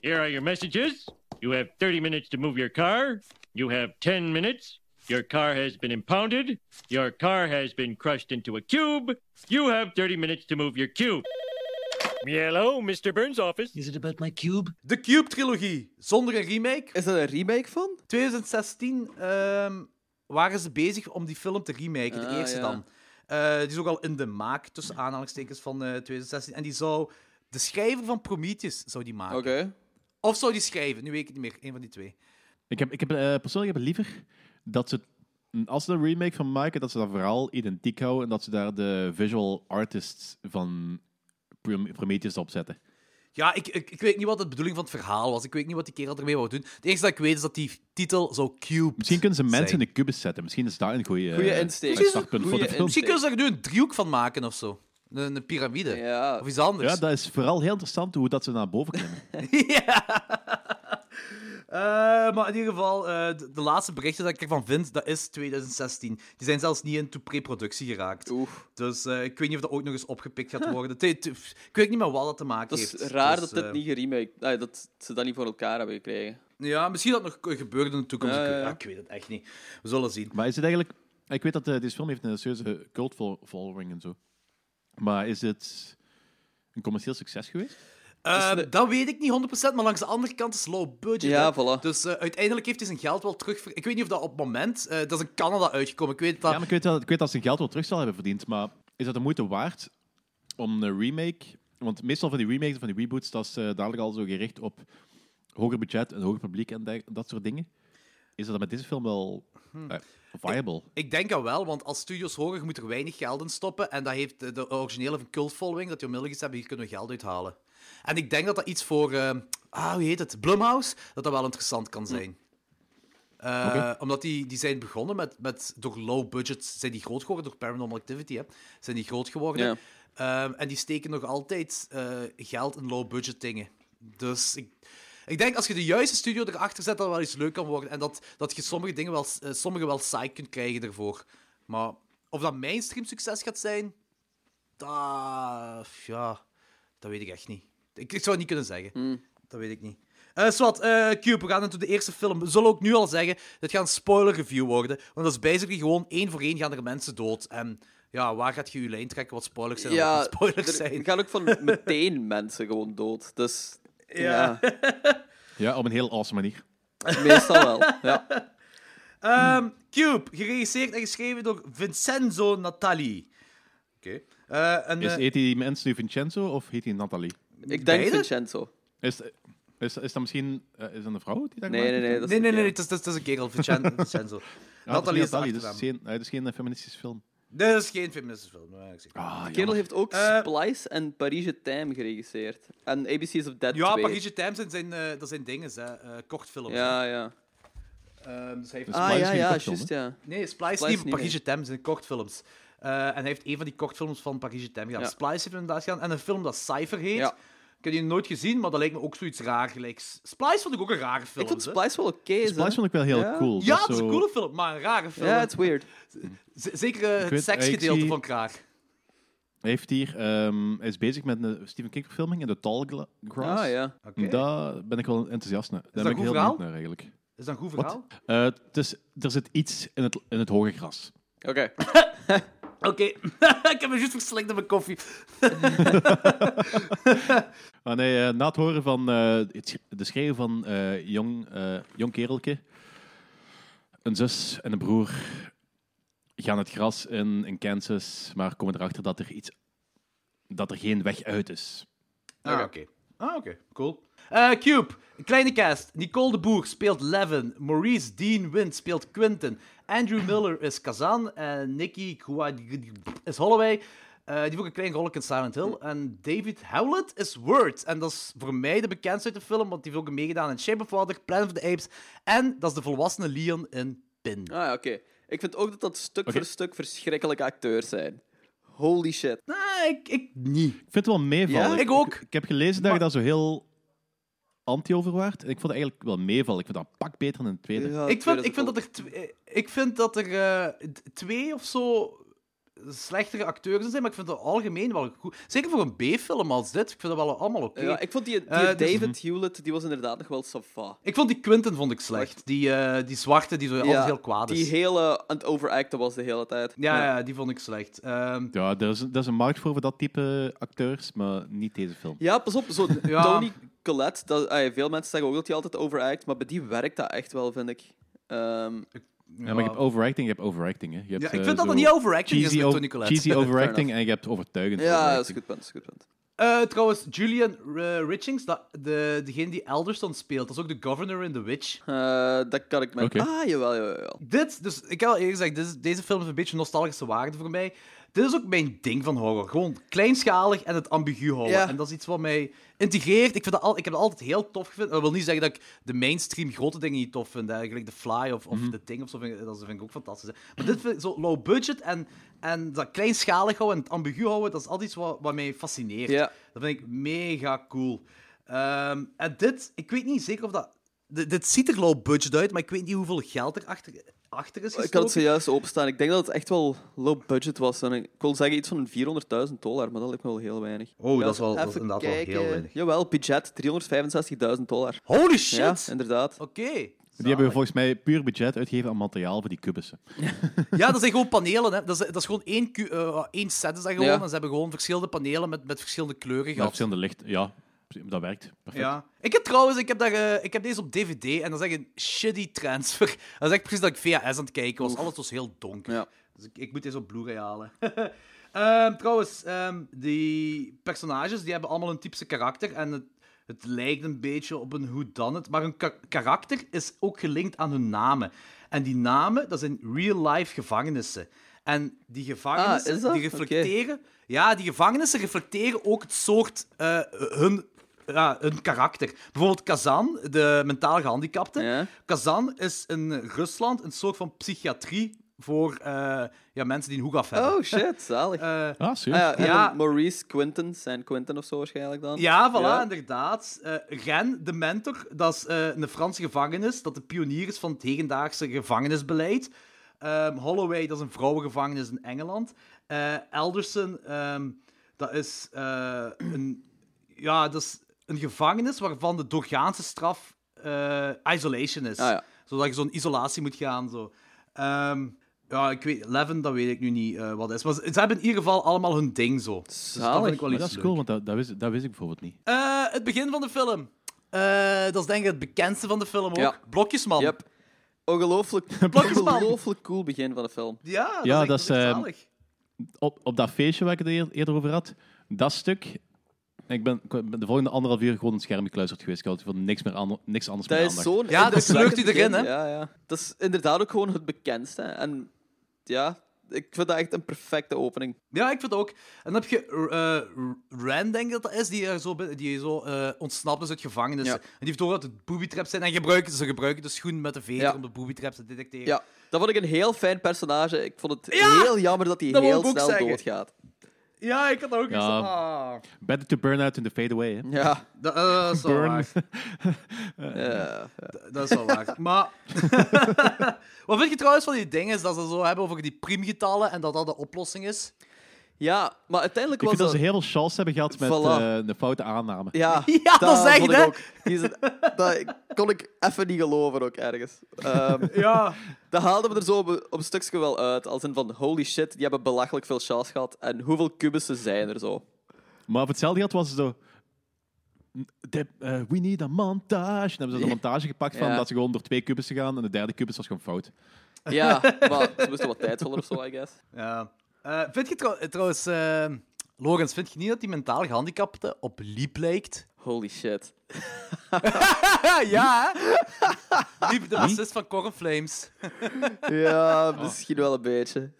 Speaker 1: Here are your messages. You have 30 minutes to move your car. You have 10 minutes. Your car has been impounded. Your car has been crushed into a cube. You have 30 minutes to move your cube. Hello, Mr. Burns' office.
Speaker 9: Is it about my cube?
Speaker 7: De Cube-trilogie, zonder een remake.
Speaker 8: Is dat een remake van?
Speaker 7: 2016 ehm, waren ze bezig om die film te remaken, de
Speaker 8: Ah,
Speaker 7: eerste
Speaker 8: ja.
Speaker 7: dan. Eh, die is ook al in de maak, tussen aanhalingstekens, van eh, 2016. En die zou... De schrijver van Prometheus zou die maken.
Speaker 8: Oké.
Speaker 7: Of zou die schrijven, nu weet ik het niet meer. Een van die twee.
Speaker 6: Ik heb, ik heb eh, persoonlijk heb ik liever dat ze, als ze er een remake van maken, dat ze dat vooral identiek houden en dat ze daar de visual artists van Prom- Prometheus op zetten.
Speaker 7: Ja, ik, ik, ik weet niet wat de bedoeling van het verhaal was. Ik weet niet wat die kerel ermee wou doen. Het enige dat ik weet is dat die titel zo cube
Speaker 6: Misschien kunnen ze mensen in de kubus zetten. Misschien is daar een goede
Speaker 8: Goeie insteek.
Speaker 6: startpunt
Speaker 8: Goeie
Speaker 6: voor de film.
Speaker 8: insteek.
Speaker 7: Misschien kunnen ze er nu een driehoek van maken of zo. Een, een piramide.
Speaker 8: Ja.
Speaker 7: Of iets anders.
Speaker 6: Ja, dat is vooral heel interessant hoe dat ze naar boven klimmen.
Speaker 7: ja. Eh, maar in ieder geval, eh, de, de laatste berichten dat ik ervan vind, dat is 2016. Die zijn zelfs niet in to pre-productie geraakt.
Speaker 8: Oeh.
Speaker 7: Dus eh, ik weet niet of dat ook nog eens opgepikt gaat worden. Te- te- ik weet niet meer wat dat te maken
Speaker 8: Dat is
Speaker 7: heeft.
Speaker 8: raar
Speaker 7: Dus,
Speaker 8: dat dit
Speaker 7: eh,
Speaker 8: niet geremaked... Ah, dat ze dat niet voor elkaar hebben gekregen.
Speaker 7: Ja, misschien dat nog gebeurt in de toekomst.
Speaker 8: Ja,
Speaker 7: Ik-
Speaker 8: ja, ja.
Speaker 7: ja, ik weet het echt niet. We zullen zien.
Speaker 6: Maar is het eigenlijk... Ik weet dat eh, deze film heeft een serieuze cult fol- following en zo. Maar is het een commercieel succes geweest?
Speaker 7: Eh,
Speaker 8: de-
Speaker 7: Dat weet ik niet 100%, maar langs de andere kant is low budget.
Speaker 8: Ja,
Speaker 7: hè.
Speaker 8: voilà.
Speaker 7: Dus eh, uiteindelijk heeft hij zijn geld wel terug. Ik weet niet of dat op het moment. eh, dat is in Canada uitgekomen. Ik
Speaker 8: Ah.
Speaker 7: weet dat.
Speaker 6: Ja, maar ik weet, dat, ik weet dat ze hun geld wel terug zal hebben verdiend. Maar is dat de moeite waard om een remake... Want meestal van die remakes en van die reboots, dat is eh, dadelijk al zo gericht op hoger budget en hoger publiek en der- dat soort dingen. Is dat met deze film wel
Speaker 8: Hm.
Speaker 6: eh, viable?
Speaker 7: Ik denk dat wel, want als studios hoger moet er weinig geld in stoppen. En dat heeft de- de originele van cult following, dat die onmiddellijk iets hebben, hier kunnen we geld uithalen. En ik denk dat dat iets voor, eh, ah, hoe heet het, Blumhouse, dat dat wel interessant kan zijn. Eh,
Speaker 6: Oké.
Speaker 7: Omdat die, die zijn begonnen met, met, door low budget, zijn die groot geworden, door Paranormal Activity, hè, zijn die groot geworden.
Speaker 8: Ja.
Speaker 7: Ehm, en die steken nog altijd eh, geld in low budget dingen. Dus ik, ik denk als je de juiste studio erachter zet, dat het wel iets leuk kan worden. En dat, dat je sommige dingen wel, eh, sommige wel saai kunt krijgen ervoor. Maar of dat mainstream succes gaat zijn, dat, ja, dat weet ik echt niet. Ik, ik zou het niet kunnen zeggen.
Speaker 8: Hmm.
Speaker 7: Dat weet ik niet. Eh Swat, eh, Cube, we gaan into de eerste film. We zullen ook nu al zeggen, dit gaat een spoiler review worden. Want dat is basically gewoon één voor één gaan er mensen dood. En ja, waar gaat je je lijn trekken wat spoilers zijn? en wat
Speaker 8: ja,
Speaker 7: niet spoilers
Speaker 8: er
Speaker 7: zijn.
Speaker 8: gaan ook van meteen mensen gewoon dood. Dus ja,
Speaker 6: Ja, op een heel awesome manier.
Speaker 8: meestal wel. Ja.
Speaker 7: Ehm, Cube, geregisseerd en geschreven door Vincenzo Natali. Oké. Eh, en,
Speaker 6: Is,
Speaker 7: eh,
Speaker 6: heet die mens nu Vincenzo of heet hij Nathalie?
Speaker 8: Ik denk
Speaker 7: Beide?
Speaker 8: Vincenzo.
Speaker 6: Is, is, is dat misschien eh, is dat een vrouw die dat
Speaker 8: Nee,
Speaker 6: gemaakt
Speaker 8: nee,
Speaker 6: heeft?
Speaker 8: nee. Dat is
Speaker 7: nee, nee,
Speaker 8: de
Speaker 7: nee,
Speaker 8: kerel.
Speaker 7: het is, het is- het is een kerel, Vincen- Vincenzo.
Speaker 6: Ah, dat
Speaker 7: Nathalie is de
Speaker 6: Nathalie, dus
Speaker 7: achternaam.
Speaker 6: het is geen, eh, het is geen eh, feministische film.
Speaker 7: Dit is geen feministische film. maar ik zeg-
Speaker 6: Ah,
Speaker 8: Kerel heeft ook
Speaker 7: Eh.
Speaker 8: Splice en Parijse Time geregisseerd. En ABC's of Dead
Speaker 7: Ja,
Speaker 8: 2.
Speaker 7: Parijse Times zijn, zijn, eh, dat zijn dingen, hè. eh, kortfilms.
Speaker 8: Ja, ja.
Speaker 7: Ehm, dus hij heeft...
Speaker 6: Splice
Speaker 8: ah,
Speaker 6: is
Speaker 8: ja,
Speaker 6: geen
Speaker 8: ja,
Speaker 6: kortfilm,
Speaker 8: juist, ja.
Speaker 7: Nee, Splice,
Speaker 8: Splice
Speaker 7: niet,
Speaker 8: niet
Speaker 7: Parijse Times zijn kortfilms. Eh, en hij heeft een van die kortfilms van Parijse Times gedaan.
Speaker 8: Ja.
Speaker 7: Splice heeft hem inderdaad gedaan. En een film dat Cypher heet.
Speaker 8: Ja.
Speaker 7: Ik heb die nooit gezien, maar dat lijkt me ook zoiets raar. Gelijk. Splice vond ik ook een rare film.
Speaker 8: Ik vond
Speaker 7: hè.
Speaker 8: Splice wel oké. Okay,
Speaker 6: Splice vond ik wel heel
Speaker 8: Ja.
Speaker 6: cool.
Speaker 7: Ja,
Speaker 6: dat
Speaker 7: het is een
Speaker 6: zo-
Speaker 7: coole film, maar een rare film.
Speaker 8: Ja, it's weird.
Speaker 7: Z- Zeker eh, het
Speaker 6: weet-
Speaker 7: seksgedeelte
Speaker 6: ik zie-
Speaker 7: van Kraag.
Speaker 6: Hij, heeft hier, ehm, hij is bezig met een Stephen King verfilming in The Tall Gla- Grass.
Speaker 8: Ah, ja.
Speaker 7: Oké.
Speaker 6: Daar ben ik wel enthousiast naar. Daar
Speaker 7: dat
Speaker 6: ben ik
Speaker 7: goed
Speaker 6: heel
Speaker 7: verhaal?
Speaker 6: benieuwd naar eigenlijk.
Speaker 7: Is dat een goed
Speaker 6: Wat?
Speaker 7: verhaal?
Speaker 6: Eh, het is, er zit iets in het, in het hoge gras.
Speaker 8: Oké.
Speaker 7: Oké, ik heb me juist verslikt aan mijn koffie.
Speaker 6: Maar nee, eh, na het horen van eh, het sch- de schreeuw van eh, jong, eh, jong kerelke, een zus en een broer gaan het gras in, in Kansas, maar komen erachter dat er, iets, dat er geen weg uit is.
Speaker 7: Ah, oké. Ah, oké. Cool. Eh, Cube, een kleine cast. Nicole de Boer speelt Levin. Maurice Dean Wind speelt Quentin. Andrew Miller is Kazan. En Nicky Kouad is Holloway. Eh, die heeft ook een klein rolletje in Silent Hill. En David Howlett is Word. En dat is voor mij de bekendste uit de film, want die heeft ook meegedaan in Shape of Water, Planet of the Apes. En dat is de volwassene Leon in Pin.
Speaker 8: Ah, ja, oké. Ik vind ook dat dat stuk
Speaker 6: Oké.
Speaker 8: voor stuk verschrikkelijke acteurs zijn. Holy shit.
Speaker 7: Nee, Ah, ik, ik niet.
Speaker 6: Ik vind het wel meevallen.
Speaker 8: Ja,
Speaker 7: ik ook.
Speaker 6: Ik, ik heb gelezen dat je daar zo heel anti over waart. En ik vond het eigenlijk wel meevallen. Ik vind dat een pak beter dan het tweede.
Speaker 8: Ja,
Speaker 7: Ik vind, ik vind dat
Speaker 8: het
Speaker 7: er, tw- eh, ik vind dat er eh, d- twee of zo slechtere acteurs in zijn, maar ik vind het algemeen wel goed. Zeker voor een B-film als dit, ik vind dat wel allemaal oké.
Speaker 8: Ja,
Speaker 7: ik...
Speaker 8: ik vond die, die
Speaker 7: Eh, dus-
Speaker 8: David Hewlett, die was inderdaad nog wel sava.
Speaker 7: vond die Quentin vond ik slecht. Die, eh, die zwarte, die zo altijd heel kwaad dus.
Speaker 8: Die
Speaker 7: is.
Speaker 8: hele aan het overacten was de hele tijd.
Speaker 7: Ja, ja, die vond ik slecht. Ehm,
Speaker 6: Ja, er is, er is een markt voor voor dat type acteurs, maar niet deze film.
Speaker 8: Ja, pas op. Zo,
Speaker 7: Ja.
Speaker 8: Tony Collette, dat, ah, veel mensen zeggen ook dat hij altijd overact, maar bij die werkt dat echt wel, vind ik. Ehm,
Speaker 6: Ja, maar je hebt overacting, je hebt overacting. Hè. Je hebt,
Speaker 7: Ja, ik
Speaker 6: eh,
Speaker 7: vind dat
Speaker 6: zo
Speaker 7: dat niet overacting is
Speaker 6: cheesy,
Speaker 7: met
Speaker 6: o-
Speaker 7: Tony Collette.
Speaker 6: cheesy overacting
Speaker 8: enough.
Speaker 6: en je hebt overtuigend
Speaker 8: ja, dat is een
Speaker 6: overacting.
Speaker 8: goed punt. dat is een goed punt.
Speaker 7: Eh, trouwens, Julian eh, Richings, dat, de, degene die Elderston speelt, dat is ook de governor in The Witch.
Speaker 8: Eh, dat kan ik me...
Speaker 6: Oké.
Speaker 8: Ah, jawel, jawel, jawel.
Speaker 7: Dit, dus ik heb al eerder gezegd, dit is- deze film heeft een beetje nostalgische waarde voor mij. Dit is ook mijn ding van horror. Gewoon kleinschalig en het ambigu houden.
Speaker 8: Ja.
Speaker 7: En dat is iets wat mij integreert. Ik, vind dat al, ik heb dat altijd heel tof gevonden. Dat wil niet zeggen dat ik de mainstream grote dingen niet tof vind. Eigenlijk de Fly of, of The Thing of zo, vind, ik- dat vind ik ook fantastisch. hè. Maar dit vind ik zo low budget en, en dat kleinschalig houden en het ambigu houden, dat is altijd iets wat, wat mij fascineert.
Speaker 8: Ja.
Speaker 7: Dat vind ik mega cool. Ehm, en dit, ik weet niet zeker of dat. Dit, dit ziet er low budget uit, maar ik weet niet hoeveel geld er achter, achter is
Speaker 8: Ik had
Speaker 7: gestoken.
Speaker 8: het zojuist openstaan. Ik denk dat het echt wel low budget was. En ik wil zeggen iets van 400.000 dollar, maar dat lijkt me wel heel weinig.
Speaker 7: Oh,
Speaker 8: Ja,
Speaker 7: dat is wel,
Speaker 8: even
Speaker 7: dat is inderdaad wel heel
Speaker 8: kijken.
Speaker 7: weinig.
Speaker 8: Jawel, budget 365.000 dollar.
Speaker 7: Holy shit!
Speaker 8: Ja, inderdaad.
Speaker 7: Oké.
Speaker 6: Die hebben we volgens mij puur budget uitgegeven aan materiaal voor die kubussen.
Speaker 7: Ja, dat zijn gewoon panelen. Hè. Dat, is, dat is gewoon één, ku- eh, één set is dat gewoon.
Speaker 8: Ja.
Speaker 7: En ze hebben gewoon verschillende panelen met, met verschillende kleuren
Speaker 6: Met
Speaker 7: gehad.
Speaker 6: verschillende licht, ja, dat werkt. Perfect.
Speaker 7: Ja. Ik heb trouwens, ik heb, daar, eh, ik heb deze op DVD en dat is echt een shitty transfer. Dat is echt precies dat ik VHS aan het kijken was. Alles was heel donker.
Speaker 8: Ja.
Speaker 7: Dus ik, ik moet deze op Blu-ray halen. Ehm, trouwens, ehm, die personages die hebben allemaal een typische karakter. En het, het lijkt een beetje op een whodunit. Maar hun ka- karakter is ook gelinkt aan hun namen. En die namen, dat zijn real-life gevangenissen. En die
Speaker 8: Ah, is
Speaker 7: gevangenissen,
Speaker 8: dat?
Speaker 7: die reflecteren... Ja, die gevangenissen reflecteren ook het soort... eh, hun, ja, hun karakter. Bijvoorbeeld Kazan, de mentaal gehandicapte.
Speaker 8: Ja.
Speaker 7: Kazan is in Rusland een soort van psychiatrie voor eh, ja, mensen die een hoegaf hebben.
Speaker 8: Oh shit, zalig.
Speaker 7: Eh,
Speaker 6: Ah, serieus?
Speaker 8: Ah, ja, en
Speaker 7: Ja.
Speaker 8: dan Maurice Quinton, zijn Quinton of zo waarschijnlijk dan.
Speaker 7: ja, voilà,
Speaker 8: Ja.
Speaker 7: inderdaad. Eh Ren, de mentor, dat is eh, een Franse gevangenis, dat de pionier is van het hedendaagse gevangenisbeleid. Ehm, Holloway, dat is een vrouwengevangenis in Engeland. Eh Elderson, ehm, dat is eh, een, ja, dat is een gevangenis waarvan de doorgaanse straf eh, isolation is.
Speaker 8: Ah, ja.
Speaker 7: Zodat je zo'n isolatie moet gaan. Zo. Ehm, ja, ik weet, Levin, dat weet ik nu niet eh, wat is. Maar ze, ze hebben in ieder geval allemaal hun ding zo. Dus dat
Speaker 8: Zalig.
Speaker 7: vind ik wel
Speaker 6: Maar
Speaker 7: iets
Speaker 6: dat is
Speaker 7: leuk.
Speaker 6: cool, want dat, dat, wist, dat wist ik bijvoorbeeld niet.
Speaker 7: Eh, het begin van de film. Eh, dat is denk ik het bekendste van de film ook.
Speaker 8: Ja.
Speaker 7: Blokjesman.
Speaker 8: Yep. Ongelooflijk,
Speaker 7: Blokjesman.
Speaker 8: ongelooflijk cool begin van de film.
Speaker 7: Ja, dat
Speaker 6: Ja,
Speaker 7: is,
Speaker 6: dat
Speaker 7: echt-
Speaker 6: is,
Speaker 7: echt
Speaker 6: ehm,
Speaker 7: zalig.
Speaker 6: Op, op dat feestje waar ik het eer- eerder over had, dat stuk... Ik ben, ik ben de volgende anderhalf uur gewoon een scherm gekluisterd geweest. Ik had voor niks, meer ander- niks anders
Speaker 8: Dat
Speaker 6: meer
Speaker 8: is
Speaker 6: aandacht.
Speaker 8: zo'n
Speaker 7: Ja, dat
Speaker 8: indrukwekkend
Speaker 7: sleurt hij erin,
Speaker 8: begin.
Speaker 7: hè?
Speaker 8: Ja, ja. Dat is inderdaad ook gewoon het bekendste. En ja, ik vind dat echt een perfecte opening.
Speaker 7: Ja, ik vind het ook. En dan heb je eh Rand, denk ik dat dat is, die er zo, binnen- die zo eh, ontsnapt is uit gevangenis.
Speaker 8: Ja.
Speaker 7: En die heeft door dat het booby traps zijn en gebruiken, ze gebruiken de schoen met de veter
Speaker 8: Ja.
Speaker 7: om de booby traps te detecteren.
Speaker 8: Ja, dat vond ik een heel fijn personage. Ik vond het
Speaker 7: Ja!
Speaker 8: heel jammer dat hij
Speaker 7: Dat wou
Speaker 8: heel
Speaker 7: ik ook
Speaker 8: snel
Speaker 7: zeggen.
Speaker 8: doodgaat.
Speaker 7: Ja, ik had ook
Speaker 6: Ja.
Speaker 7: iets van, ah.
Speaker 6: Better to burn out than to fade away. Hè?
Speaker 8: Ja,
Speaker 7: Dat, eh, dat is wel
Speaker 6: Burn.
Speaker 7: waar.
Speaker 8: eh,
Speaker 7: Dat is wel waar. Maar wat vind je trouwens van die dingen is dat ze zo hebben over die priemgetallen en dat dat de oplossing is?
Speaker 8: ja maar uiteindelijk
Speaker 6: Ik
Speaker 8: was
Speaker 6: vind dat
Speaker 8: dat...
Speaker 6: ze heel veel chance hebben gehad met
Speaker 8: Voilà.
Speaker 6: eh, de foute aanname.
Speaker 8: Ja,
Speaker 7: Ja, dat is echt,
Speaker 8: vond ik
Speaker 7: hè?
Speaker 8: ook. Die is dat kon ik even niet geloven ook ergens. Ehm,
Speaker 7: Ja.
Speaker 8: dat haalden we er zo op, op een stukje wel uit. Als in van, holy shit, die hebben belachelijk veel chance gehad. En hoeveel kubussen zijn er zo?
Speaker 6: Maar op hetzelfde geld was het zo... de- eh, we need a montage. Dan hebben ze een montage gepakt van
Speaker 8: Ja.
Speaker 6: dat ze gewoon door twee kubussen gaan en de derde kubus was gewoon fout.
Speaker 8: Ja, maar ze moesten wat tijd vullen of zo, I guess.
Speaker 7: ja. Eh, vind je trouw- eh, trouwens, eh Logans, vind je niet dat die mentaal gehandicapte op Liep lijkt?
Speaker 8: Holy shit.
Speaker 7: ja, hè? Liep, de bassist van Cornflames.
Speaker 8: Ja, misschien wel een beetje.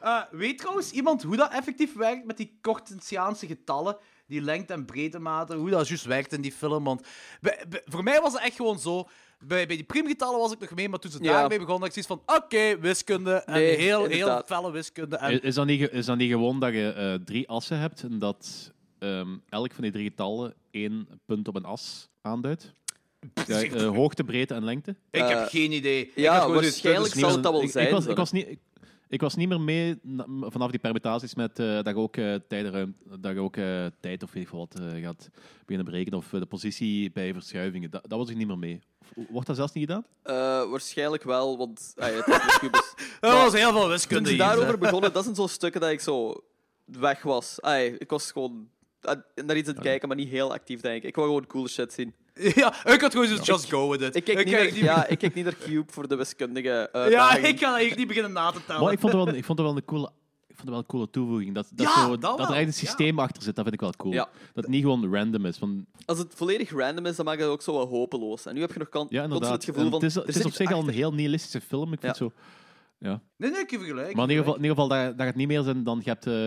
Speaker 7: Eh weet trouwens iemand hoe dat effectief werkt met die Cortensiaanse getallen? Die lengte- en breedtematen, hoe dat juist werkt in die film. Want bij- bij- voor mij was het echt gewoon zo. Bij, bij die primgetallen was ik nog mee, maar toen ze
Speaker 8: Ja.
Speaker 7: daarmee begonnen, had ik zoiets van: oké, wiskunde. En
Speaker 8: Nee,
Speaker 7: heel, heel
Speaker 8: inderdaad. Eh,
Speaker 7: felle wiskunde. En,
Speaker 6: Is, is dat niet, ge- is dat niet gewoon dat je eh, drie assen hebt en dat ehm, elk van die drie getallen één punt op een as aanduidt? Ja, eh, hoogte, breedte en lengte.
Speaker 7: ik heb
Speaker 8: eh,
Speaker 7: geen idee. Ik
Speaker 8: ja,
Speaker 7: heb gewoon zoiets
Speaker 8: waarschijnlijk
Speaker 7: tussen-
Speaker 8: zal het dat wel
Speaker 6: Ik-
Speaker 8: zijn.
Speaker 6: Ik was,
Speaker 8: zo.
Speaker 6: ik, was niet, ik, ik was niet meer mee na- m- vanaf die permutaties met eh, dat je ook, eh, tijden ruim- dat je ook eh, tijd of weet ik veel wat eh, gaat beginnen berekenen. Of eh, de positie bij verschuivingen. Dat, dat was ik niet meer mee. Of- Wordt dat zelfs niet gedaan?
Speaker 8: Eh, waarschijnlijk wel, want ah, ja, het is met kubus.
Speaker 7: Er
Speaker 8: Maar
Speaker 7: was heel veel
Speaker 8: Toen
Speaker 7: wiskunde.
Speaker 8: ze
Speaker 7: Hier,
Speaker 8: daarover
Speaker 7: daarover...
Speaker 8: begonnen, dat zijn zo'n stukken dat ik zo weg was. Ai, ik was gewoon aan- naar iets aan het kijken, maar niet heel actief, denk ik. Ik wou gewoon coole shit zien.
Speaker 7: Ja, ik had gewoon zoiets just go with it.
Speaker 8: Ik keek, niet, naar,
Speaker 7: niet
Speaker 8: ja, ik keek niet naar Cube voor de wiskundige eh,
Speaker 7: ja,
Speaker 8: uitdaging.
Speaker 7: ik kan eigenlijk niet beginnen na te
Speaker 8: Ah,
Speaker 7: tellen.
Speaker 6: Maar ik vond het wel, ik vond het wel een coole... Ik vond het wel een coole toevoeging. Dat, dat,
Speaker 7: Ja,
Speaker 6: zo,
Speaker 7: dat
Speaker 6: dat, er
Speaker 7: wel,
Speaker 6: eigenlijk een systeem achter zit, dat vind ik wel cool.
Speaker 8: Ja.
Speaker 6: Dat het niet gewoon random is. Van,
Speaker 8: Als het volledig random is, dan maakt het ook zo wat hopeloos. En nu heb je nog kan,
Speaker 6: ja,
Speaker 8: constant
Speaker 6: inderdaad.
Speaker 8: het gevoel
Speaker 6: En
Speaker 8: van...
Speaker 6: het is, het
Speaker 8: er
Speaker 6: is
Speaker 8: zit
Speaker 6: op
Speaker 8: iets
Speaker 6: zich al
Speaker 8: achter.
Speaker 6: een heel nihilistische film. Ik vind
Speaker 8: Ja.
Speaker 6: zo... Ja.
Speaker 7: Nee, nee, ik heb gelijk.
Speaker 6: Maar in ieder geval, in ieder geval daar, daar gaat niet meer zijn dan je hebt eh,